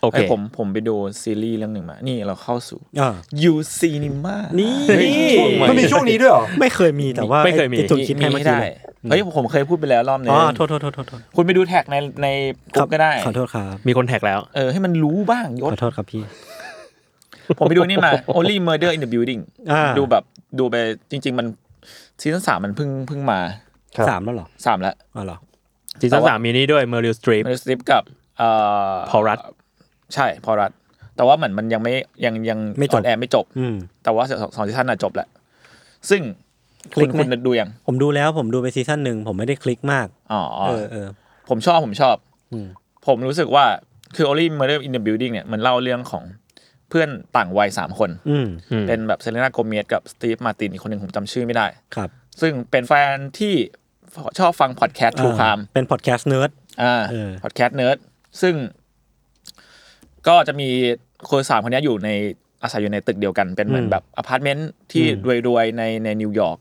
[SPEAKER 3] โอเค
[SPEAKER 4] ไผมผมไปดูซีรีส์เรื่องหนึ่งมา นี่เราเข้าสู่
[SPEAKER 2] อ่า
[SPEAKER 4] You Cinema
[SPEAKER 2] นี่
[SPEAKER 6] มันมีช่วงนี้ด้วยเหรอ
[SPEAKER 2] ไม่เคยมีแต่ว่า
[SPEAKER 3] ไม่เคยมี
[SPEAKER 2] อ้จุดคิดให้
[SPEAKER 4] มี
[SPEAKER 2] เมื่อ
[SPEAKER 4] ไม่
[SPEAKER 2] กี้
[SPEAKER 4] ได้
[SPEAKER 2] เลย
[SPEAKER 4] เฮ้ยผมเคยพูดไปแล้วรอบนึง
[SPEAKER 2] อ๋อโทษโทษโทษโทษโทษ
[SPEAKER 4] คุณไปดูแท็กในในกลุ่มก็ได้
[SPEAKER 2] ขอโทษครับ
[SPEAKER 3] มีคนแท็กแล้ว
[SPEAKER 4] เออให้มันรู้บ้างยศ
[SPEAKER 2] ขอโทษครับพี่
[SPEAKER 4] ผมไปดูนี่ มา Only Murder in the Building
[SPEAKER 2] อ่า
[SPEAKER 4] ดูแบบดูไปจริง ๆ มันซีซั่นสามมันเพิ่งเพิ่งมา
[SPEAKER 6] ครับ
[SPEAKER 2] สามแล้วเหรอ
[SPEAKER 4] สามแล้ว
[SPEAKER 2] อ๋อเหรอ
[SPEAKER 3] ซีซั่นสามมีนี่ด้วยเมอริลสตรี p
[SPEAKER 4] มันสติปกับเอ่อ
[SPEAKER 3] พอรัฐ
[SPEAKER 4] ใช่พอรัฐแต่ว่าเหมือนมันยังไม่ยังยัง
[SPEAKER 2] ไม่จบ
[SPEAKER 4] ออนแอร์ไม่จบ
[SPEAKER 2] อืม
[SPEAKER 4] แต่ว่าสองสองซีซั่นน่ะจบแล้ว ซึ่ง
[SPEAKER 2] คลิ
[SPEAKER 4] คุณ
[SPEAKER 2] กไหม
[SPEAKER 4] คุณดูยัง
[SPEAKER 2] ผมดูแล้วผมดูไปซีซั่นหนึ่งผมไม่ได้คลิกมาก
[SPEAKER 4] อ๋อ
[SPEAKER 2] เออเออ
[SPEAKER 4] ผมชอบผมชอบ
[SPEAKER 2] อืม
[SPEAKER 4] ผมรู้สึกว่าคือ Only Murder in the Building เนี่ยมันเล่าเรื่องของเพื่อนต่างวัยสามคน
[SPEAKER 2] อืม
[SPEAKER 4] เป็นแบบเซเลนาโกเมียสกับสตีฟมาตินอีกคนหนึ่งผมจำชื่อไม่ได้
[SPEAKER 2] ครับ
[SPEAKER 4] ซึ่งเป็นแฟนที่ชอบฟังพอดแคสต์ทูคาม
[SPEAKER 2] เป็นพอดแคสต์เนิร์ด
[SPEAKER 4] อ่า
[SPEAKER 2] เออ
[SPEAKER 4] พอดแคสต์เนิร์ดซึ่ง ก็จะมีคนสามคนเนี้ยอยู่ในอาศัยอยู่ในตึกเดียวกัน เป็นเหมือนแบบอพาร์ตเมนต์ที่รวยๆ ในในนิวยอร์ก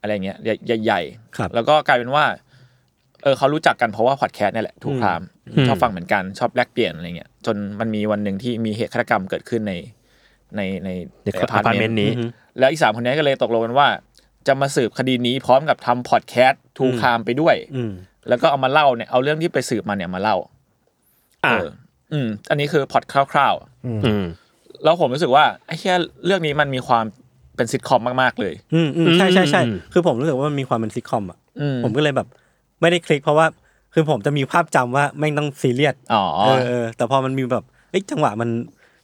[SPEAKER 4] อะไรเงี้ยใหญ่
[SPEAKER 2] ครับ
[SPEAKER 4] ๆ แล้วก็กลายเป็นว่า เออเขารู้จักกันเพราะว่าพอดแคสต์เนี่ยแหละทุกครามชอบฟังเหมือนกันชอบแลกเปลี่ยนอะไรเงี้ยจนมันมีวันหนึ่งที่มีเหตุฆาตกรรมเกิดขึ้นในในใน
[SPEAKER 3] ในอพาร์ตเมนต์นี้
[SPEAKER 4] แล้วอีกสามคนเนี้ยก็เลยตกลงกันว่า จะมาสืบคดีนี้พร้อมกับทำพอดแคสต์ทูคามไปด้วย
[SPEAKER 2] อืม
[SPEAKER 4] แล้วก็เอามาเล่าเนี่ยเอาเรื่องที่ไปสืบมาเนี่ยมาเล่า
[SPEAKER 3] อ่า
[SPEAKER 4] เอออืม อันนี้คือพล็อดคร่าว
[SPEAKER 3] อืม
[SPEAKER 4] ๆ แล้วผมรู้สึกว่าไอ้แค่เรื่องนี้มันมีความเป็นซิทคอมมากๆเลย
[SPEAKER 2] อืมอืมใช่ใช่ใช่
[SPEAKER 3] อืม
[SPEAKER 2] คือผมรู้สึกว่ามันมีความเป็นซิทคอมอ่ะ
[SPEAKER 4] อืม
[SPEAKER 2] ผมก็เลยแบบ ไม่ได้คลิกเพราะว่า คือผมจะมีภาพจำว่าแม่งต้องซีเรียส
[SPEAKER 4] อ๋อ
[SPEAKER 2] เออเออแต่พอมันมีแบบเอ้ยจังหวะมัน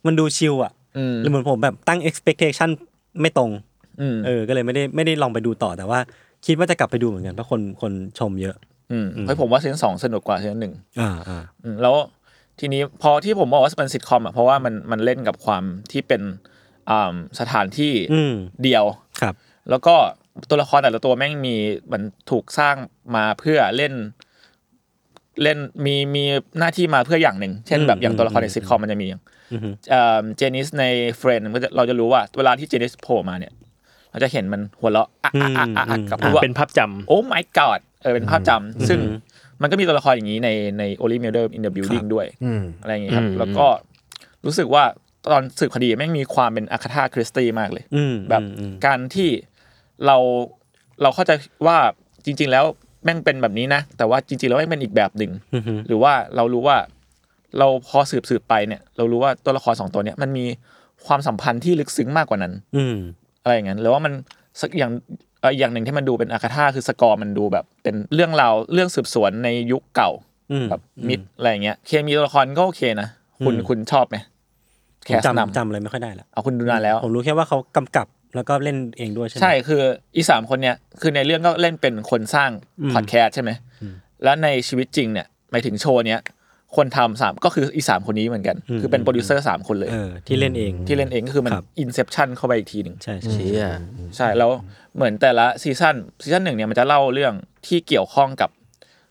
[SPEAKER 2] มันดูชิลอ่ะ
[SPEAKER 4] อืม
[SPEAKER 2] หรือเหมือนผมแบบตั้ง expectation ไม่ตรง
[SPEAKER 4] อืม
[SPEAKER 2] เออ ก็เลยไม่ได้ไม่ได้ลองไปดูต่อแต่ว่า คิดว่าจะกลับไปดูเหมือนกันเพราะคนคนชมเยอะ
[SPEAKER 4] อืมเฮ้ยผมว่าซีซั่นสองสนุกกว่าซีซั่นหนึ่ง
[SPEAKER 2] อ่าอ่า
[SPEAKER 4] อืมแล้วทีนี้พอที่ผมบอกว่าเป็นซิทคอมอ่ะเพราะว่ามันมันเล่นกับความที่เป็นอ่าสถานที่
[SPEAKER 2] อืม
[SPEAKER 4] เดียว
[SPEAKER 2] ครับ
[SPEAKER 4] แล้วก็ตัวละครแต่ละตัวแม่งมีมันถูกสร้างมาเพื่อเล่น เล่นมีมีหน้าที่มาเพื่ออย่างหนึ่ง เช่นแบบอย่างตัวละครในซิทคอมมันจะมีอย่างเอ่อเจนิสในเฟรนด์ก็จะเราจะรู้ว่า เวลาที่เจนิสโผล่มาเนี่ย เราจะเห็นมันหัวเราะอะอะอะอะอะกับพูดว่า
[SPEAKER 3] เป็นภาพจำ
[SPEAKER 4] โอ้ my god เออเป็นภาพจำซึ่งมันก็มีตัวละครอย่างนี้ในในโอลิเมเดอร์อินเดอะบิวดิ้งด้วย
[SPEAKER 6] อืม
[SPEAKER 4] อะไรอย่างเงี้ยครับ แล้วก็รู้สึกว่าตอนสืบคดีแม่งมีความเป็นอาคาธาคริสตีมากเลย
[SPEAKER 2] อืม
[SPEAKER 4] แบบ
[SPEAKER 2] อืม
[SPEAKER 4] การที่เราเราเข้าใจว่าจริง ๆ แล้วแม่งเป็นแบบนี้นะ แต่ว่าจริง ๆ แล้วแม่งเป็นอีกแบบหนึ่ง
[SPEAKER 2] อืมอืม
[SPEAKER 4] หรือว่าเรารู้ว่าเราพอสืบสืบไปเนี่ย เรารู้ว่าตัวละครสองตัวเนี่ยมันมีความสัมพันธ์ที่ลึกซึ้งมากกว่านั้น
[SPEAKER 2] อืม
[SPEAKER 4] อะไรอย่างนั้นหรือว่ามันสักอย่างเอ่ออย่างหนึ่งที่มันดูเป็นอาคาธาคือสกอร์มันดูแบบ เป็นเรื่องราวเรื่องสืบสวนในยุคเก่า
[SPEAKER 2] อืม
[SPEAKER 4] แบบมิดอะไรอย่างเงี้ยเคมีตัวละครก็โอเคนะคุณคุณชอบไหม
[SPEAKER 2] ผ
[SPEAKER 4] แค
[SPEAKER 2] ม
[SPEAKER 4] สนำ
[SPEAKER 2] จำจำอะไรไม่ค่อยได้ละ
[SPEAKER 4] เอาคุณดูนานแล้ว
[SPEAKER 2] ผมรู้แค่ว่าเขากำกับแล้วก็เล่นเองด้วยใช่ไหม
[SPEAKER 4] ใช่คืออีสามคนเนี่ยคือในเรื่องก็เล่นเป็นคนสร้างพอดแคสต์ใช่ไหมแล้วในชีวิตจริงเนี่ยหมายถึงโชว์เนี้ยคนทำสามก็คืออีสามคนนี้เหมือนกัน
[SPEAKER 2] อืม
[SPEAKER 4] คือเป็นโปรดิวเซอร์สามคนเลย
[SPEAKER 2] เออที่เล่นเอง
[SPEAKER 4] ที่เล่นเองก็คือมัน
[SPEAKER 2] ครับ
[SPEAKER 4] อินเซ t ชันเข้าไปอีกทีหนึ่ง
[SPEAKER 2] ใช่ใช่ใช่
[SPEAKER 3] เชี่ย
[SPEAKER 4] ใช่แล้วเหมือนแต่ละซีซั่นซีซั่นหนึ่งเนี่ยมันจะเล่าเรื่องที่เกี่ยวข้องกับ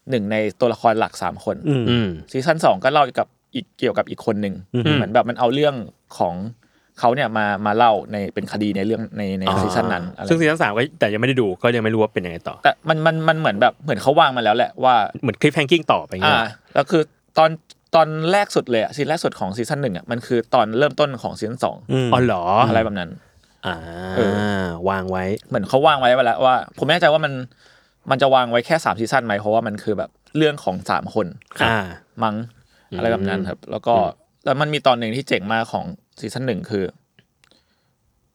[SPEAKER 4] หนึ่งในตัวละครหลักสามคน
[SPEAKER 2] อืม
[SPEAKER 3] อืม
[SPEAKER 4] ซีซั่นสองก็เล่าเกี่ยวกับอีกเกี่ยวกับอีกคนหนึ่งเหมือนแบบมันเอาเรื่องของเขาเนี่ยมามาเล่าในเป็นคดีในเรื่องในใน
[SPEAKER 3] อ๋อ
[SPEAKER 4] ซีซั่นนั้นอะไร
[SPEAKER 3] ซึ่งซีซั่นสามก็แต่ยังไม่ได้ดูก็ยังไม่รู้ว่าเป็นยังไงต่อ
[SPEAKER 4] แต่มันมันมันเหมือนแบบเหมือนเขาวางมาแล้วแหละว่า
[SPEAKER 3] เหมือนคลิปแฮงกิ้งต่อไปอย่าง
[SPEAKER 4] อ่า
[SPEAKER 3] เงี้ย
[SPEAKER 4] แล้วคือตอนตอนแรกสุดเลยอะซีซั่นแรกสุดของซีซั่นหนึ่งอะมันคือตอนเริ่มต้นของซีซั่นสอง
[SPEAKER 3] อ๋อเหรอ
[SPEAKER 4] อะ
[SPEAKER 3] อะไร
[SPEAKER 4] แบบนั้น
[SPEAKER 3] อ่า
[SPEAKER 4] เอ
[SPEAKER 3] วางไว้
[SPEAKER 4] เหมือนเขาวางไว้ไว้แล้วว่า ผมไม่แน่ใจว่ามันมันจะวางไว้แค่สามซีซั่นไหมเพราะว่ามันคือแบบเรื่องของสามคน
[SPEAKER 3] อ่า
[SPEAKER 4] มั้งอะไรแบบนั้นครับ แล้วก็แล้วมันมีตอนหนึ่งที่เจ๋งมากของซีซั่นหนึ่งคือ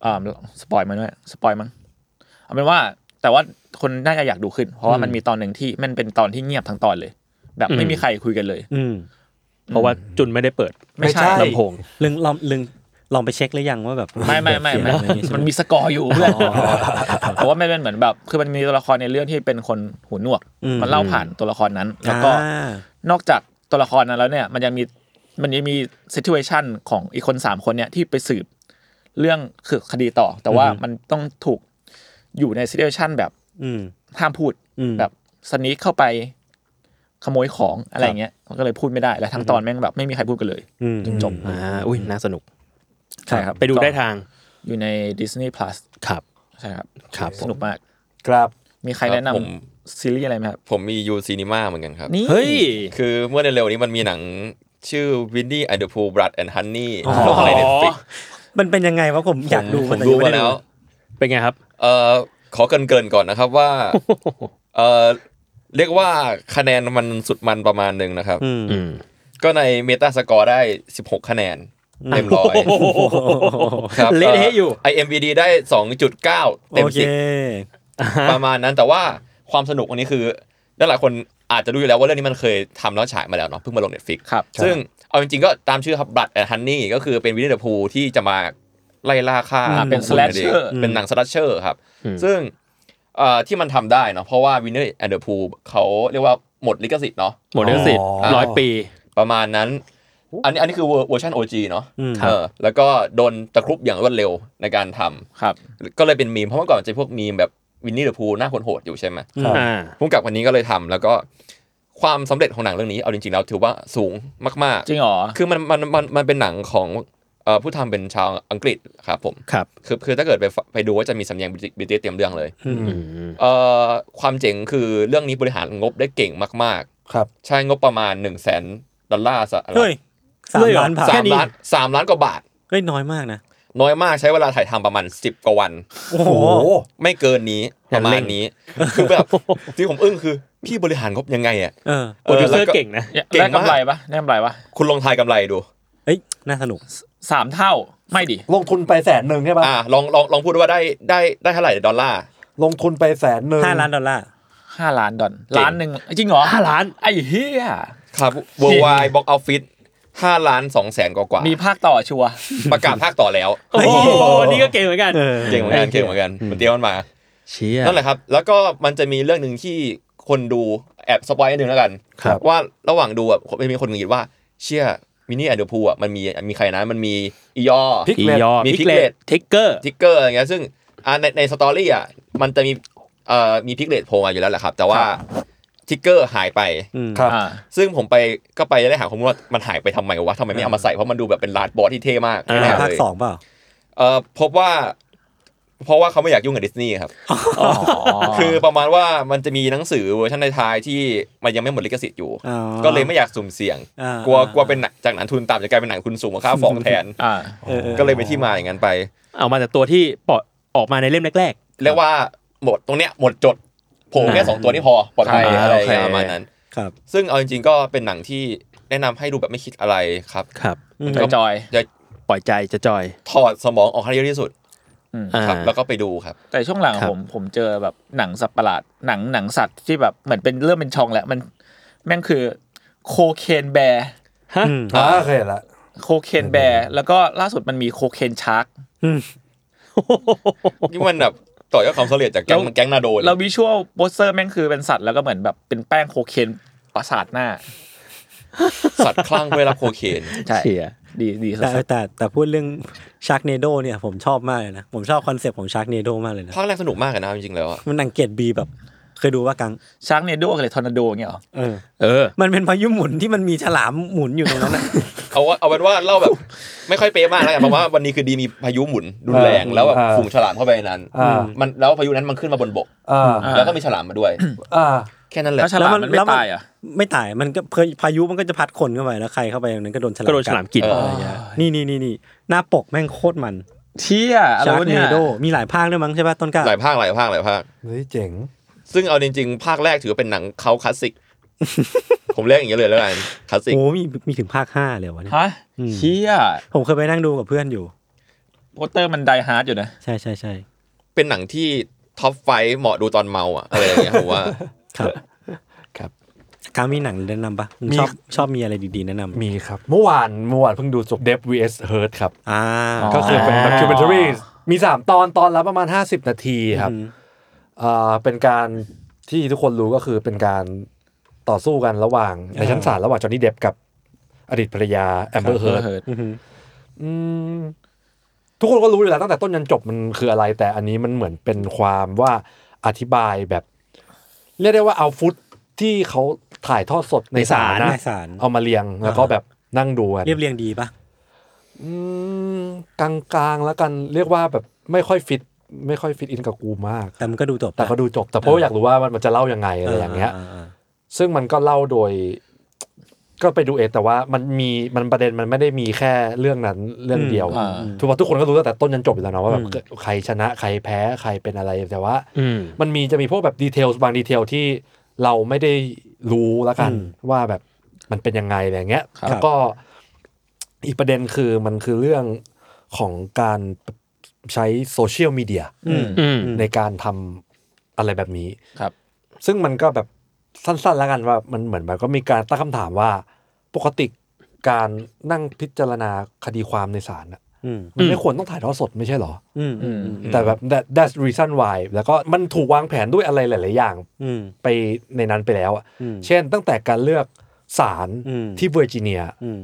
[SPEAKER 4] อ่าสปอยมันด้วยสปอยมั้งเอาเป็นว่า แต่ว่าคนน่าจะอยากดูขึ้น เพราะว่ามันมีตอนหนึ่งที่มันเป็นตอนที่เงียบทั้งตอนเลย แบบไม่มีใครคุยกันเลย
[SPEAKER 2] อืม
[SPEAKER 3] เพราะว่าจุนไม่ได้เปิด
[SPEAKER 4] ไม่ใช่
[SPEAKER 3] ลำโพง
[SPEAKER 2] ลึงลองลึงลองไปเช็คหรือยังว่าแบบ
[SPEAKER 4] ไม่ไม่ไม่ไม่
[SPEAKER 2] เสียงอะไรอย่างงี้ใช่ไห
[SPEAKER 4] มันมีสกอร์อยู่เพื่อนเพราะว่ามันเป็นเหมือนแบบ คือมันมีตัวละครในเรื่องที่เป็นคนหูหนวก มันเล่าผ่านตัวละครนั้น แล้วก็
[SPEAKER 2] อ่าน
[SPEAKER 4] อกจากตัวละครนั้นแล้วเนี่ย มันยังมีมันยังมีซิทูเอชันของอีกคนสามคนเนี่ยที่ไปสืบเรื่องคือคดีต่อ แต่ว่ามันต้องถูกอยู่ในซิทูเอชันแบบ
[SPEAKER 2] อืม
[SPEAKER 4] ห้ามพูด
[SPEAKER 2] อืม
[SPEAKER 4] แบบสนิทเข้าไปขโมยของอะไรอย่างเงี้ยมันก็เลยพูดไม่ได้ และทั้งตอนแม่งแบบไม่มีใครพูดกันเลย
[SPEAKER 2] อืม
[SPEAKER 4] จนจบ
[SPEAKER 3] อ่า อุ้ยน่าสนุก
[SPEAKER 4] ช่ครับ
[SPEAKER 3] ไปดูได้ทาง
[SPEAKER 4] อยู่ใน Disney Plus
[SPEAKER 3] ครับ
[SPEAKER 4] ใช่ครับ
[SPEAKER 3] ครับผม
[SPEAKER 4] สนุกมาก
[SPEAKER 6] ครับ
[SPEAKER 4] มีใคร
[SPEAKER 5] ครับ
[SPEAKER 4] แนะนำ
[SPEAKER 5] ผม
[SPEAKER 4] ซีรีส์อะไรไหมครับ
[SPEAKER 5] ผมมียูซีนีมาเหมือนกันครับ
[SPEAKER 4] นี่
[SPEAKER 3] เฮ้ย
[SPEAKER 5] คือเมื่อเร็วๆนี้มันมีหนังชื่อ Winnie and the Pooh Blood and Honey
[SPEAKER 3] อ๋อ
[SPEAKER 5] ลงใน Netflix
[SPEAKER 2] มันเป็นยังไงวะผมอยากดู
[SPEAKER 5] ผม
[SPEAKER 2] แต่
[SPEAKER 5] ดู
[SPEAKER 2] ยัง
[SPEAKER 5] มา
[SPEAKER 2] ไม่ได้
[SPEAKER 5] แล้
[SPEAKER 2] ด
[SPEAKER 5] ว
[SPEAKER 2] ู
[SPEAKER 3] เป็นไงครับ
[SPEAKER 5] เอ่อขอเกรินๆก่อนนะครับว่า เอ่อเรียกว่าคะแนนมันสุดมันประมาณหนึ่งนะครับ
[SPEAKER 2] อืม
[SPEAKER 3] อืม
[SPEAKER 5] ก็ในเมตาสกอร์ได้ 16 คะแนนเต็มร้อยครับ
[SPEAKER 3] เละเทะอยู่
[SPEAKER 5] เ IMDb ได้ 2.9 เต็ม
[SPEAKER 2] โอเค
[SPEAKER 5] สิบประมาณนั้นแต่ว่าความสนุกอันนี้คือหลายๆคนอาจจะรู้อยู่แล้วว่าเรื่องนี้มันเคยทำแล้วฉายมาแล้วเนาะเพิ่งมาลง Netflix
[SPEAKER 4] ครับ
[SPEAKER 5] ซึ่งเอาจริงๆก็ตามชื่อครับบัตแอนฮันนี่ก็คือเป็นวินเดอร์พูที่จะมาไล่ล่าฆ่า
[SPEAKER 4] อืมเป็น
[SPEAKER 5] ผู้คน
[SPEAKER 4] slasher
[SPEAKER 5] นั่นงเป็นหนังสลัชเชอร์ครับ ซึ่งเอ่อที่มันทำได้เนาะเพราะว่าวินเดอร์แอนเดอร์พูเขาเรียกว่าหมดลิขสิทธิ์เนาะ
[SPEAKER 3] หมดเรื่องสิทธิ์
[SPEAKER 6] อ๋อ
[SPEAKER 3] ร้อยปี
[SPEAKER 5] ประมาณนั้น อันนี้อันนี้คือเวอร์ชัน OG เนาะ
[SPEAKER 3] ครับ
[SPEAKER 5] เออแล้วก็โดนตะครุบอย่างรวดเร็วในการทำ
[SPEAKER 4] ครับ
[SPEAKER 5] ก็เลยเป็นมีม เพราะเมื่อก่อนมันจะพวกมีมแบบวินนี่เดอะพูหน้าคนโหดอยู่ใช่ไหม
[SPEAKER 6] ครับ
[SPEAKER 3] อ่า
[SPEAKER 5] พุ่งกับคนนี้ก็เลยทำแล้วก็ความสำเร็จของหนังเรื่องนี้เอาจริงๆแล้วถือว่าสูงมาก
[SPEAKER 4] จริงเหรอ
[SPEAKER 5] ๆ คือมันมันมันมันเป็นหนังของเอ่อผู้ทำเป็นชาวอังกฤษครับผม
[SPEAKER 3] ครับ
[SPEAKER 5] คือคือถ้าเกิดไปไปดูว่าจะมีสำเนียงบิติเตรียมเรื่องเลย
[SPEAKER 3] อืม
[SPEAKER 5] เอ่อความเจ๋งคือเรื่องนี้บริหารงบได้เก่งมาก
[SPEAKER 6] ครับ
[SPEAKER 5] ๆ ใช้งบประมาณ1นึ่งแสนดอลลาร์สหรัฐ
[SPEAKER 2] เฮ้ยสาม
[SPEAKER 3] เฮ้ยเหรอ
[SPEAKER 2] ล้านผ่าน
[SPEAKER 5] สามล้านสามล้านกว่าบาท
[SPEAKER 2] เฮ้ยน้อยมากนะ
[SPEAKER 5] น้อยมากใช้เวลาถ่ายทำประมาณ 10 กว่าวัน
[SPEAKER 2] โอ้โห
[SPEAKER 5] ไม่เกินนี้
[SPEAKER 3] อ
[SPEAKER 5] ป
[SPEAKER 3] ย่า
[SPEAKER 5] ระ
[SPEAKER 3] ง
[SPEAKER 5] มา
[SPEAKER 3] เร่
[SPEAKER 5] ณ
[SPEAKER 3] ง
[SPEAKER 5] นี้คือแบบ ที่ผมอึ้งคือ พี่บริหารงบยังไงอ่ะ
[SPEAKER 2] เออ
[SPEAKER 3] โปรดิวเซอร์
[SPEAKER 5] แล้ว
[SPEAKER 3] เก่งนะ
[SPEAKER 5] เก่ง
[SPEAKER 4] ได้
[SPEAKER 5] มาก
[SPEAKER 4] กำไรปะได้กำไรปะ
[SPEAKER 5] คุณลองทายกำไรดู
[SPEAKER 2] เอ้ยน่าสนุก
[SPEAKER 4] สามเท่าไม่ดิ
[SPEAKER 6] ลงทุนไปแสนหนึ่งใช่ปะ
[SPEAKER 5] อ่าลองลองลองพูดว่าได้ได้ได้เท่าไหร่ดอลลาร์
[SPEAKER 6] ลงทุนไปแสนหนึ่ง
[SPEAKER 2] ห้าล้านดอลลาร์
[SPEAKER 4] ห้าล้านดอล
[SPEAKER 5] เก่ง
[SPEAKER 4] ล้านหนึ่งจริงเหรอห้าล้าน ไอ้เหี้ย
[SPEAKER 5] ครับ worldwide box office ห้าล้านสองแสนกว่ากว่า
[SPEAKER 4] มีภาคต่อชัวร์
[SPEAKER 5] ประกาศภาคต่อแล้ว
[SPEAKER 3] โอ้โห นี่ก็เก่งเหมือนกัน
[SPEAKER 5] เก่งเหมือนกันเก่งเหมือนกันมันเตรียมมันมา
[SPEAKER 3] เชี่ย
[SPEAKER 5] นั่นแหละครับ แล้วก็มันจะมีเรื่องหนึ่งที่คนดูแอบสปอยนิดนึงแล้วกัน
[SPEAKER 6] ครับ
[SPEAKER 5] ว่าระหว่างดูอ่ะมันมีคนคิดว่า เชื่อมินี่แอนเดอร์พูอ่ะมันมีมีใครนะ มันมีอียอ
[SPEAKER 6] พิก
[SPEAKER 3] อี
[SPEAKER 6] เลต
[SPEAKER 3] ยอ
[SPEAKER 5] มี
[SPEAKER 3] พิกเล
[SPEAKER 5] Piglet
[SPEAKER 3] ตทิกเกอร์
[SPEAKER 5] ทิกเกอร์อะไรเงี้ยซึ่งอ่าในในสตอรี่อ่ะมันจะมีเอ่อมีพิกเลตโผล่มาอยู่แล้วแหละครับ แต่ว่าทิกเกอร์หายไป
[SPEAKER 6] ครับ
[SPEAKER 4] อ่า
[SPEAKER 5] ซึ่งผมไปก็ไปได้หาข้อมูลว่ามันหายไปทำไมวะทำไมไม่เอามาใส่เพราะมันดูแบบเป็นลาดบอสที่เท่มาก
[SPEAKER 3] อ่า
[SPEAKER 5] แน่ๆ
[SPEAKER 2] ภาค
[SPEAKER 5] เลย
[SPEAKER 2] สองเปล่า
[SPEAKER 5] เอ่อพบว่า เพราะว่าเขาไม่อยากยุ่งกับดิสนีย์ครับ
[SPEAKER 4] อ๋อ
[SPEAKER 5] คือประมาณว่ามันจะมีหนังสือเวอร์ชันในไทยที่มันยังไม่หมดลิขสิทธิ์อยู่
[SPEAKER 2] อ๋อ
[SPEAKER 5] ก็เลยไม่อยากสุ่มเสี่ยง
[SPEAKER 2] อ่าก ก
[SPEAKER 5] ลัว
[SPEAKER 2] อ่าก
[SPEAKER 5] กลัวเป็นหนังจากหนังทุนต่ำจะกลายเป็นหนังทุนสูงกว่าค่าฟ้องแทน
[SPEAKER 4] อ่า
[SPEAKER 2] เออเออ
[SPEAKER 5] ก็เลยเป็นที่มาอย่างนั้นไป
[SPEAKER 3] เอามาจากตัวที่ปล่อยออกมาในเล่มแรก
[SPEAKER 5] เรียกว่าหมดตรงเนี้ยหมดจดโผล่แค่
[SPEAKER 3] อ่า
[SPEAKER 5] สองตัวนี่พอปลอดภัย
[SPEAKER 4] อ่า
[SPEAKER 5] อะไรอ
[SPEAKER 4] โอ
[SPEAKER 5] ย่าง
[SPEAKER 4] เค
[SPEAKER 5] เงี้ยประมาณนั้น
[SPEAKER 2] ครับ
[SPEAKER 5] ซึ่งเอาจริงๆก็เป็นหนังที่แนะนำให้ดูแบบไม่คิดอะไรครับ
[SPEAKER 3] ๆ ครับ
[SPEAKER 4] จอยจอย
[SPEAKER 5] จะ
[SPEAKER 3] ปล่อยใจจะจอย
[SPEAKER 5] ถอดสมองออกให้เยอะที่สุด
[SPEAKER 3] อ่า
[SPEAKER 5] ครับ แล้วก็ไปดูครับ
[SPEAKER 4] แต่ช่วงหลัง
[SPEAKER 3] ครับ
[SPEAKER 4] ผมผมเจอแบบหนังสัตว์ประหลาดหนังหนังสัตว์ที่แบบเหมือนเป็นเริ่มเป็นชองแหละมันแม่งคือโคเคนแบร์
[SPEAKER 3] ฮะ
[SPEAKER 6] อ่าเคยเห็นละ
[SPEAKER 4] โคเคนแบร์แล้วก็ล่าสุดมันมีโคเคนชาร์ก
[SPEAKER 5] นี่มันแบบต่อยอดความสำเร็จจากแก๊ง
[SPEAKER 4] แล้ว
[SPEAKER 5] แก๊งนาโดเลย
[SPEAKER 4] แล้ววิชวลโปสเตอร์แม่งคือเป็นสัตว์แล้วก็เหมือนแบบเป็นแป้งโคเคนประสาทหน้า
[SPEAKER 5] สัตว์คลั่งเวลาโคเคน
[SPEAKER 4] ใช่
[SPEAKER 3] เชี่ย
[SPEAKER 4] ดีดีสั
[SPEAKER 2] แต่
[SPEAKER 4] ส
[SPEAKER 2] แต่แต่พูดเรื่องชาร์กเนโดเนี่ยผมชอบมากเลยนะ ผมชอบคอนเซปต์ของชาร์กเนโดมากเลยนะ
[SPEAKER 5] ภาคแรกสนุกมากอะนะจริงๆแล้วอะ
[SPEAKER 2] มันอังเกตบีแบบ เคยดูว่ากัง
[SPEAKER 4] ชาร์กเนโดกับเลยทอร์นาโดอย่างเงี้ยเหรอ
[SPEAKER 2] เออ
[SPEAKER 3] เออ
[SPEAKER 2] มันเป็นพายุหมุนที่มันมีฉลามหมุนอยู่ตรง นั้นน่ะ
[SPEAKER 5] เอาว่าเอาเป็นว่าเล่าแบบ ไม่ค่อยเป๊ะมากแล้วกันเพราะว่าวันนี้คือดีมีพายุหมุนรุนแรง
[SPEAKER 6] เออ
[SPEAKER 5] แล้วแบบ
[SPEAKER 6] เออ
[SPEAKER 5] ฝูงฉลามเข้าไปในนั้น
[SPEAKER 6] อ่ามั
[SPEAKER 5] มันแล้วพายุนั้นมันขึ้นมาบนบก
[SPEAKER 6] อ่า
[SPEAKER 4] อ่า
[SPEAKER 5] แล้วก็มีฉลามมาด้วย
[SPEAKER 6] อ่า
[SPEAKER 5] แค่นั้นแหละ
[SPEAKER 4] แล้วฉลามมันไม่
[SPEAKER 2] แล้วมัน
[SPEAKER 4] ตายเหรอ่ะ
[SPEAKER 2] ไม่ตายมันก็เพยพายุมันก็จะพัดคนเข้าไปแล้วใครเข้าไปตรงนั้นก็โดนฉลาม
[SPEAKER 3] ก็โดนฉลามกิน
[SPEAKER 5] เออ
[SPEAKER 2] นี่นี่นี่นี่หน้าปกแม่งโคตรมัน
[SPEAKER 4] เชี่ยอะไร
[SPEAKER 2] ชาร์ก
[SPEAKER 4] วะ
[SPEAKER 2] เน
[SPEAKER 4] เนี่ย
[SPEAKER 2] โดมีหลายภาคด้วยมั้งใช่ป่ะต้นกล้า
[SPEAKER 5] หลายภาคหลายภาคหลายภาค
[SPEAKER 6] เฮ้ยเจ๋ง
[SPEAKER 5] ซึ่งเอาจริงๆ ภาคแรกถือว่าเป็นหนังเขาคลาสสิก ผมเรียกอย่างนี้เลยแล้วกันคลาสสิก
[SPEAKER 2] โอ้มีมีถึงภาคห้าเลยวะเนี่ย
[SPEAKER 4] ฮะเชี่ย
[SPEAKER 2] ผมเคยไปนั่งดูกับเพื่อนอยู่
[SPEAKER 4] โปสเตอร์มันไดฮาร์ดอยู่นะ
[SPEAKER 2] ใช่ใช่ใช่
[SPEAKER 5] เป็นหนังที่ท็อปไฟว์เหมาะดูตอนเมาอะอะไรอย่างเงี้ยผมว่า
[SPEAKER 2] ครับ
[SPEAKER 6] ครับ
[SPEAKER 2] กามีหนังแนะนำปะมึงชอบชอบมีอะไรดีๆแนะนำ
[SPEAKER 6] มีครับ เมื่อวานเมื่อวานเพิ่งดูจบ Dev vs Hurt ครับ
[SPEAKER 2] อ่า
[SPEAKER 6] ก็คือเป็นดักคิวเมนทารีมี 3 ตอนตอนละประมาณ 50 นาทีครับเอ่อเป็นการที่ทุกคนรู้ก็คือเป็นการต่อสู้กันระหว่างในชั้นศาลระหว่างจอห์นนี่เดบกับอดีตภรรยาแอมเบอร์เฮิร์
[SPEAKER 4] Heard
[SPEAKER 6] อืมทุกคนก็รู้อยู่แล้วตั้งแต่ต้นยันจบมันคืออะไร แต่อันนี้มันเหมือนเป็นความว่าอธิบายแบบ เรียกได้ว่าเอาฟุตที่เขาถ่ายทอดสดในศาลนะ
[SPEAKER 2] ในศาล
[SPEAKER 6] เอามาเรียงแล้วก็แบบนั่งดูกัน
[SPEAKER 2] เรียบเรียงดีปะ
[SPEAKER 6] อืม กลางๆแล้วกันเรียกว่าแบบไม่ค่อยฟิตไม่ค่อยฟิตอินกับกูมาก
[SPEAKER 2] แต่มันก็ดูจบ
[SPEAKER 6] แต่ก็ดูจบแต่เพราะว่าอยากรู้ว่ามันจะเล่ายังไงอะไรอย่างเงี้ย ซึ่งมันก็เล่าโดย ก็ไปดูเองแต่ว่ามันมีมันประเด็นมันไม่ได้มีแค่เรื่องนั้นเรื่องเดียว
[SPEAKER 4] อ่า
[SPEAKER 6] ทุกคนทุกคนก็รู้ตั้งแต่ต้นจนจบอยู่แล้วเนาะว่าแบบใครชนะใครแพ้ใครเป็นอะไรแต่ว่า
[SPEAKER 3] อืม
[SPEAKER 6] มันมีจะมีพวกแบบดีเทลบางดีเทลที่เราไม่ได้รู้แล้วกัน ว่าแบบมันเป็นยังไงอะไรเงี้ย
[SPEAKER 4] ครับ
[SPEAKER 6] แล้วก็อีกประเด็นคือมันคือเรื่องของการใช้โซเชียลมีเดีย
[SPEAKER 4] อืม
[SPEAKER 3] อืม
[SPEAKER 6] ในการทำอะไรแบบนี้
[SPEAKER 4] ครับ
[SPEAKER 6] ซึ่งมันก็แบบสั้นๆแล้วกันว่ามันเหมือนแบบก็มีการตั้งคำถามว่าปกติการนั่งพิจารณาคดีความในศาลน่ะ
[SPEAKER 2] อืม
[SPEAKER 6] มันไม่ควรต้องถ่ายทอดสดไม่ใช่เหรอ
[SPEAKER 2] อืมอืม
[SPEAKER 6] แต่แบบ that that's reason why แล้วก็มันถูกวางแผนด้วยอะไรหลาย ๆ อย่าง
[SPEAKER 2] อืม
[SPEAKER 6] ไปในนั้นไปแล้วอะ
[SPEAKER 2] อืม
[SPEAKER 6] เช่นตั้งแต่การเลือกศาล
[SPEAKER 2] อืม
[SPEAKER 6] ที่เวอร์จิเนีย
[SPEAKER 2] อืม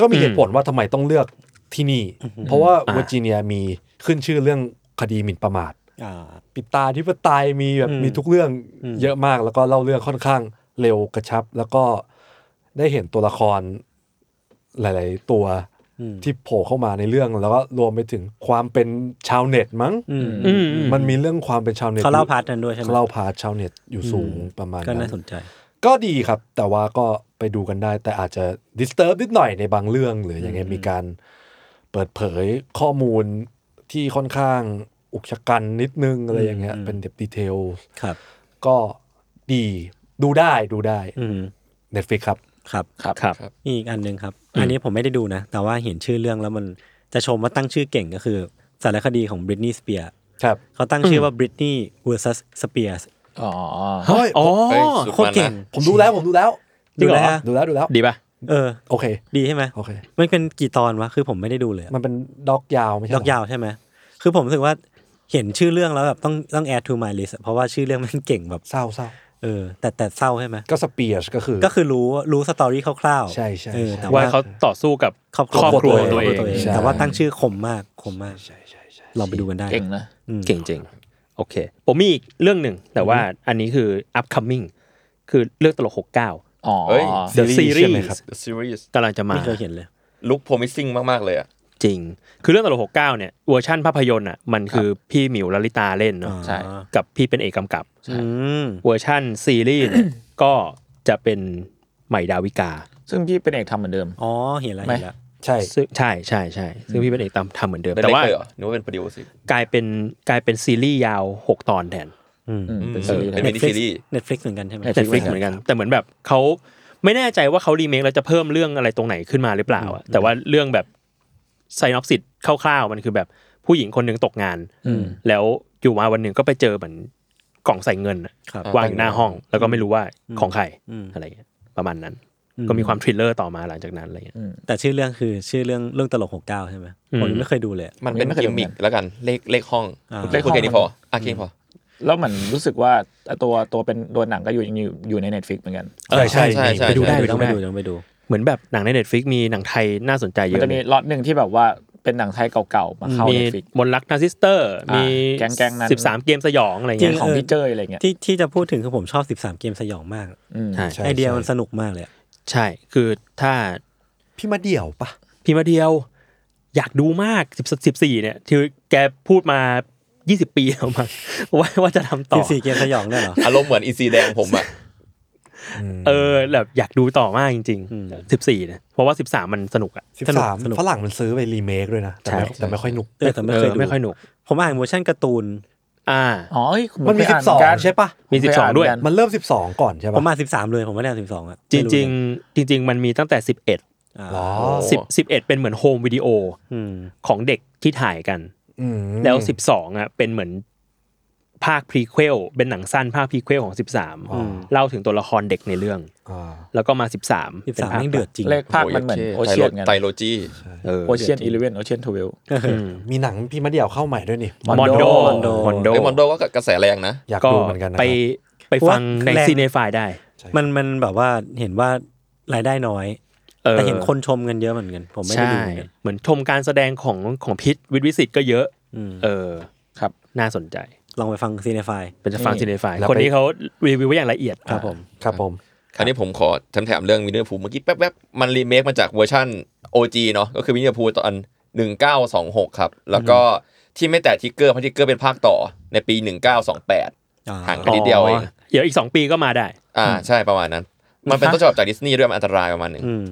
[SPEAKER 6] ก็มีเหตุ
[SPEAKER 3] อืม
[SPEAKER 6] ผลว่าทำไมต้องเลือกที่นี่ เพราะว่าเวอร์จิเนียมีขึ้นชื่อเรื่องคดีหมิ่นประมาท
[SPEAKER 2] อ่า
[SPEAKER 6] ปิดตาที่ปไตยมีแบบ
[SPEAKER 2] อืม
[SPEAKER 6] มีทุกเรื่อง
[SPEAKER 2] อืม
[SPEAKER 6] เยอะมากแล้วก็เล่าเรื่องค่อนข้างเร็วกระชับ แล้วก็ได้เห็นตัวละครหลาย ๆ ตัว
[SPEAKER 2] อืม
[SPEAKER 6] ที่โผล่เข้ามาในเรื่อง แล้วก็รวมไปถึงความเป็นชาวเน็ตมั้ง
[SPEAKER 2] อืม
[SPEAKER 3] อืม
[SPEAKER 6] มันมีเรื่องความเป็นชาวเน็ต
[SPEAKER 2] เขาเล่าพาร์ทนั้นด้วยใช่ไหม
[SPEAKER 6] เขาเล่าพาร์ทชาวเน็ตอยู่สูงประมาณ
[SPEAKER 2] ก็
[SPEAKER 6] นั้
[SPEAKER 2] น่าน สนใจ
[SPEAKER 6] ก็ดีครับ แต่ว่าก็ไปดูกันได้ แต่อาจจะ disturb นิดหน่อยในบางเรื่อง หรืออย่างเงี้ยมีการเปิดเผยข้อมูลที่ค่อนข้างอุกชะกันนิดนึงอะไรอย่างเงี้ย
[SPEAKER 2] อืม
[SPEAKER 6] เป็นเด็บดีเทล
[SPEAKER 2] ครับ
[SPEAKER 6] ก็ดีดูได้ดูได้
[SPEAKER 2] อืม
[SPEAKER 6] Netflix ครับ
[SPEAKER 2] ครับ
[SPEAKER 4] ครับ
[SPEAKER 3] ครับ
[SPEAKER 2] มีอีกอันหนึ่งครับ อันนี้ผมไม่ได้ดูนะ แต่ว่าเห็นชื่อเรื่องแล้วมันจะชมว่าตั้งชื่อเก่งก็คือสารคดีของบริตนี y s สเปียร์
[SPEAKER 6] ครับ
[SPEAKER 2] เขาตั้งชื่อว่าบริตนี y versus Spears
[SPEAKER 4] อ๋อ
[SPEAKER 6] เฮ้ย
[SPEAKER 3] อ๋อ
[SPEAKER 5] เฮ้ยสุด
[SPEAKER 2] โคตร
[SPEAKER 5] มัน
[SPEAKER 2] เก่
[SPEAKER 5] นะ
[SPEAKER 2] ง
[SPEAKER 6] ผมดูแล้วผมดูแล้ว
[SPEAKER 2] จริงเหรอ
[SPEAKER 6] แล้วดูแล้วดูแล้ว
[SPEAKER 3] ดีป่ะ
[SPEAKER 2] เออ
[SPEAKER 6] โอเค
[SPEAKER 2] ดีใช่ไหม
[SPEAKER 6] โอเค
[SPEAKER 2] มันเป็นกี่ตอนวะ คือผมไม่ได้ดูเลยอะ
[SPEAKER 6] มันเป็นด็อกยาวไม่ใช่
[SPEAKER 2] ด
[SPEAKER 6] เหร
[SPEAKER 2] อกยาวใช่ไหม คือผมรู้สึกว่าเห็นชื่อเรื่องแล้วแบบต้องต้อง add to my list อะเพราะว่าชื่อเรื่องมันเก่งแบบ
[SPEAKER 6] เศร้าเศร้า
[SPEAKER 2] เออ แต่แต่เศร้าใช่ไหม
[SPEAKER 6] ก็สเปียร์ก็คือ
[SPEAKER 2] ก็คือรู้รู้สตอรี่คร่าวๆ
[SPEAKER 6] ใช่ใช่
[SPEAKER 2] เออ
[SPEAKER 6] ใช่
[SPEAKER 2] แต่
[SPEAKER 3] ว่า
[SPEAKER 2] ว่า
[SPEAKER 3] เขาต่อสู้กับ
[SPEAKER 2] ครอบ
[SPEAKER 3] ครอบครัว
[SPEAKER 2] ตั
[SPEAKER 3] ตัว ว
[SPEAKER 2] เอ
[SPEAKER 3] เอง ง
[SPEAKER 6] ใช่
[SPEAKER 2] แต่ว่าตั้งชื่อคมมากคมมาก
[SPEAKER 6] ใช่ใช่ใช่
[SPEAKER 2] ลองไปดูกันได้
[SPEAKER 4] เก่งนะ
[SPEAKER 3] เก่งจริงโอเค ผมมีอีกเรื่องหนึ่ง แต่ว่าอันนี้คือ upcoming คือเรื่องตลก 69
[SPEAKER 4] อ๋อ
[SPEAKER 5] เฮ้ย
[SPEAKER 3] The
[SPEAKER 6] ใช่ไหมครับ
[SPEAKER 3] Series
[SPEAKER 5] The series
[SPEAKER 3] กำลังจะมา
[SPEAKER 2] ไม่เคยเห็นเลย
[SPEAKER 5] ลุก promising มาก ๆ เลยอ่ะ
[SPEAKER 3] จริง คือเรื่องตลก 69 เนี่ยเวอร์ชั่นภาพยนตร์อ่ะมันคือพี่หมิวลลิตาเล่นเนาะ
[SPEAKER 4] ใช่
[SPEAKER 3] กับพี่เป็นเอกกำกับ
[SPEAKER 2] อืม
[SPEAKER 3] เวอร์ชั่นซีรีส์เนี่ย ก็จะเป็นใหม่ดาวิกา
[SPEAKER 4] ซึ่งพี่เป็นเอกทำเหมือนเดิม
[SPEAKER 2] อ๋อ เห็นแล้วเห็นแล้ว
[SPEAKER 6] ใช่
[SPEAKER 3] ซึ่งใช่ใช่ใช่ซึ่งพี่เป็นเอกตามทำเหมือนเดิม
[SPEAKER 5] ได้
[SPEAKER 3] แต่
[SPEAKER 5] เล็ก
[SPEAKER 3] ว่า
[SPEAKER 5] เลยเหรอนึกว่าเป็นพอดีโอซิ
[SPEAKER 3] กลายเป็นกลายเป็นซีรีส์ยาว 6 ตอนแทน
[SPEAKER 4] อืมเป็น
[SPEAKER 5] เอ
[SPEAKER 4] ซีรีส์
[SPEAKER 5] อเป็น
[SPEAKER 4] นะ
[SPEAKER 5] มินิซีรีส์
[SPEAKER 2] Netflix เหมือนกันใช่ไหม
[SPEAKER 4] Netflix
[SPEAKER 3] เน็ตฟลิกเหมือนกัน แต่เหมือนแบบเขาไม่แน่ใจว่าเขารีเมคแล้วจะเพิ่มเรื่องอะไรตรงไหนขึ้นมาหรือเปล่าอะแต่ว่าเรื่องแบบไซนอปซิสคร่าวๆ มันคือแบบผู้หญิงคนหนึ่งตกงาน
[SPEAKER 4] อืม
[SPEAKER 3] แล้วอยู่มาวันหนึ่งก็ไปเจอเหมือนกล่องใส่เงินอะ
[SPEAKER 2] ครับ
[SPEAKER 3] วางอยู่หน้าห้อง แล้วก็ไม่รู้ว่าของใคร
[SPEAKER 2] อืม
[SPEAKER 3] อะไรเงี้ยประมาณนั้น ก็มีความทริลเลอร์ต่อมาหลังจากนั้นอะไรเงี้ย
[SPEAKER 2] แต่ชื่อเรื่องคือชื่อเรื่องเรื่องตลกหกเก้าใช่ไหม
[SPEAKER 3] อืม
[SPEAKER 2] ผมยังไม่เคยดูเลยอะ
[SPEAKER 5] มันเป็น
[SPEAKER 4] ไม่เคย
[SPEAKER 5] กิมมิกแล้วกันเลขเลขห้อง
[SPEAKER 2] อ่า
[SPEAKER 5] คุณพูดแค่นี้พออ่ะแค่นี้พอ
[SPEAKER 4] แล้วเหมือนรู้สึกว่าตัวตัวเป็นตัวหนังก็อยู่อยู่อยู่ใน Netflix เหมือนกัน
[SPEAKER 5] ใช่ใช่ใช่ใช่
[SPEAKER 3] ไปดูได้
[SPEAKER 2] เออ
[SPEAKER 3] ไป
[SPEAKER 2] ต้องไป
[SPEAKER 3] ดูได้
[SPEAKER 2] ดูต้องไปดู
[SPEAKER 3] เหมือนแบบหนังในเน็ตฟลิกมีหนังไทยน่าสนใจเย
[SPEAKER 4] มัน
[SPEAKER 3] อะ
[SPEAKER 4] จะมีล็อตหนึ่งที่แบบว่าเป็นหนังไทยเก่าๆมาเข้า
[SPEAKER 3] มี
[SPEAKER 4] Netflix
[SPEAKER 3] มนต์รักนาซิสเตอร์
[SPEAKER 4] อ่ามี
[SPEAKER 3] มี
[SPEAKER 4] แก๊งๆนั้น
[SPEAKER 3] สิบสามเกมสยองอะไร
[SPEAKER 2] จริ
[SPEAKER 3] เงี้
[SPEAKER 2] ง
[SPEAKER 3] ย
[SPEAKER 4] ของพี่เจ้ยอะไรเงี้ย
[SPEAKER 2] ที่ที่จะพูดถึงคือผมชอบ 13 เกมสยองมาก
[SPEAKER 4] อืม
[SPEAKER 3] ใช่
[SPEAKER 6] ใช่
[SPEAKER 2] ไอเดียมัน
[SPEAKER 6] ใช่
[SPEAKER 2] สนุกมากเลยอะ
[SPEAKER 3] ใช่คือถ้า
[SPEAKER 6] พี่มาเดี่ยวปะ
[SPEAKER 3] พี่มาเดียว อยากดูมากสิบสิบสี่เนี่ยคือแกพูดมายี่สิบปีแล้วมั้ง ว่าว่าจะทำต่อ
[SPEAKER 2] 14 เกมสยองได้เหรอ
[SPEAKER 5] อารมณ์เหมือนอีซีแดงผมอ่ะ
[SPEAKER 3] เออแบบอยากดูต่อมากจริงๆสิบสี่เนี่ยเพราะว่าสิบสามมันสนุกอ่ะ
[SPEAKER 6] สิบ
[SPEAKER 2] สนุก
[SPEAKER 6] สาม
[SPEAKER 2] สนุก
[SPEAKER 6] ฝรั่งมันซื้อไปรีเมคด้วยนะ แต่ไม่แต่ไม่ค่อยหนุก
[SPEAKER 2] เออแต่ไม่เคย
[SPEAKER 3] ออ
[SPEAKER 2] ดู
[SPEAKER 3] ไม่ค่อยหนุก
[SPEAKER 2] ผมอ่านเวอร์ชันการ์ตูน
[SPEAKER 3] อ่า
[SPEAKER 4] อ๋อเอ้ยผ
[SPEAKER 6] มันมี
[SPEAKER 4] เคย
[SPEAKER 6] สิ
[SPEAKER 4] อ่า
[SPEAKER 6] บสอง
[SPEAKER 4] เหกั
[SPEAKER 6] ใช่ปะ
[SPEAKER 3] มี
[SPEAKER 4] ผเค
[SPEAKER 3] สิบสอง
[SPEAKER 4] าน
[SPEAKER 3] ด้วย
[SPEAKER 4] เหมืน
[SPEAKER 6] มันเริ่มสิบสองก่อนใช่
[SPEAKER 2] ผ
[SPEAKER 6] ปะ
[SPEAKER 2] มอ่านสิบสามเลย ผมไม่ได้อ่านสิบสองอ่ะ
[SPEAKER 3] จริงจริงๆจริง ๆ มันมีตั้งแต่สิบเอ็ด
[SPEAKER 2] ๆอ่า
[SPEAKER 6] หรอ
[SPEAKER 3] สิบสิบเอ็ดเป็นเหมือนโฮมวิดีโอ
[SPEAKER 2] อืม
[SPEAKER 3] ของเด็กที่ถ่ายกัน
[SPEAKER 6] อืม
[SPEAKER 3] แล้วสิบสองอ่ะเป็นเหมือนภาคพรีเควลเป็นหนังสั้นภาคพรีเควลของสิบสาม
[SPEAKER 2] อืม
[SPEAKER 3] เล่าถึงตัวละครเด็กในเรื่อง
[SPEAKER 6] อ่า
[SPEAKER 3] แล้วก็มาสิบสาม
[SPEAKER 2] สิบสามแม่งเดือดจริง
[SPEAKER 4] เลขภาคมันเหมือนโอเชียนกัน
[SPEAKER 5] ไตโลจี
[SPEAKER 3] เออ
[SPEAKER 4] โอเชียนอีเลเวนโอเชียนทเวล
[SPEAKER 6] มีหนังพี่มาเดี่ยวเข้าใหม่ด้วยนี่
[SPEAKER 3] มอนโด
[SPEAKER 2] Mondo
[SPEAKER 3] มอนโด
[SPEAKER 5] เดมอนโดก็กระแสแรงนะ
[SPEAKER 6] อยาก
[SPEAKER 3] ก็
[SPEAKER 6] ดูเหมือนกันนะค
[SPEAKER 3] ไป
[SPEAKER 6] รับ
[SPEAKER 3] ไปฟังใน
[SPEAKER 2] แรง
[SPEAKER 3] ซีเนฟายได้
[SPEAKER 2] มันมันแบบว่าเห็นว่ารายได้น้อย
[SPEAKER 3] เออ
[SPEAKER 2] แต่เห็นคนชมกันเยอะเหมือนกัน ผมไม่ได้
[SPEAKER 3] ใช่
[SPEAKER 2] ดูเหมือนกัน
[SPEAKER 3] เหมือนชมการแสดงของของพิษวิทย์วิสิตก็เยอะ
[SPEAKER 2] อืม
[SPEAKER 3] เออ
[SPEAKER 4] ครับ
[SPEAKER 3] น่าสนใจ
[SPEAKER 2] ลองไปฟังซีเนฟาย
[SPEAKER 3] เป็นจะฟัง
[SPEAKER 4] นี่
[SPEAKER 3] ซีเนฟาย
[SPEAKER 6] แล้วไป
[SPEAKER 3] คนนี้เขารีวิวไว้อย่างละเอียด
[SPEAKER 2] ครับผม
[SPEAKER 6] ครับผม
[SPEAKER 5] คราวนี้ผมขอแถมๆเรื่องวินเนอร์พูเมื่อกี้แป๊บๆ มันรีเมคมาจากเวอร์ชั่น OG เนาะก็คือวินเนอร์พูตอน 1926 ครับ แล้วก็ที่ไม่แตะทิกเกอร์เพราะทิกเกอร์เป็นภาคต่อในปี 1928
[SPEAKER 2] อ่า
[SPEAKER 5] ห่างกันนิดเดียวเอง
[SPEAKER 3] อ๋อเดี๋ยวอีกสองปีก็มาได้
[SPEAKER 5] อ่าใช่ประมาณนั้น มันเป็นต้นฉบับจากดิสนีย์ด้วยมันอันตรายประมาณหนึ่ง
[SPEAKER 2] อืม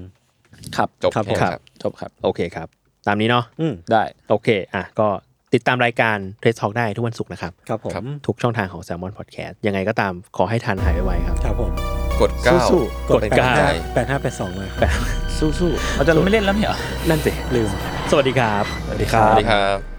[SPEAKER 4] ครับ
[SPEAKER 5] จบ
[SPEAKER 2] ครับ
[SPEAKER 5] แค่
[SPEAKER 3] ครับ
[SPEAKER 5] ครับ
[SPEAKER 4] จบครับ
[SPEAKER 3] โอเคครับ ตามนี้เนาะ
[SPEAKER 2] อืม
[SPEAKER 4] ได้
[SPEAKER 3] โอเคอ่ะก็ติดตามรายการเทรดทอกได้ทุกวันศุกร์นะครับ
[SPEAKER 2] ครับผม
[SPEAKER 5] ครับ
[SPEAKER 3] ทุกช่องทางของ s ซ l m o n Podcast ยังไงก็ตามขอให้ทันหายไวๆครับ
[SPEAKER 2] ครับผม
[SPEAKER 5] กดเก้า
[SPEAKER 3] สู้ๆกด
[SPEAKER 5] เป็
[SPEAKER 3] เก้า
[SPEAKER 5] นำลังใจ
[SPEAKER 2] แปดห้าแปดสองมาครับ
[SPEAKER 3] สู้
[SPEAKER 4] เราจะไม่เล่นแล้วไม่เหรอ
[SPEAKER 3] ๆนั่นสิลืม สวัสดีครับ
[SPEAKER 6] สวัสดีครั
[SPEAKER 5] สวัส
[SPEAKER 6] บ
[SPEAKER 5] ดีครับ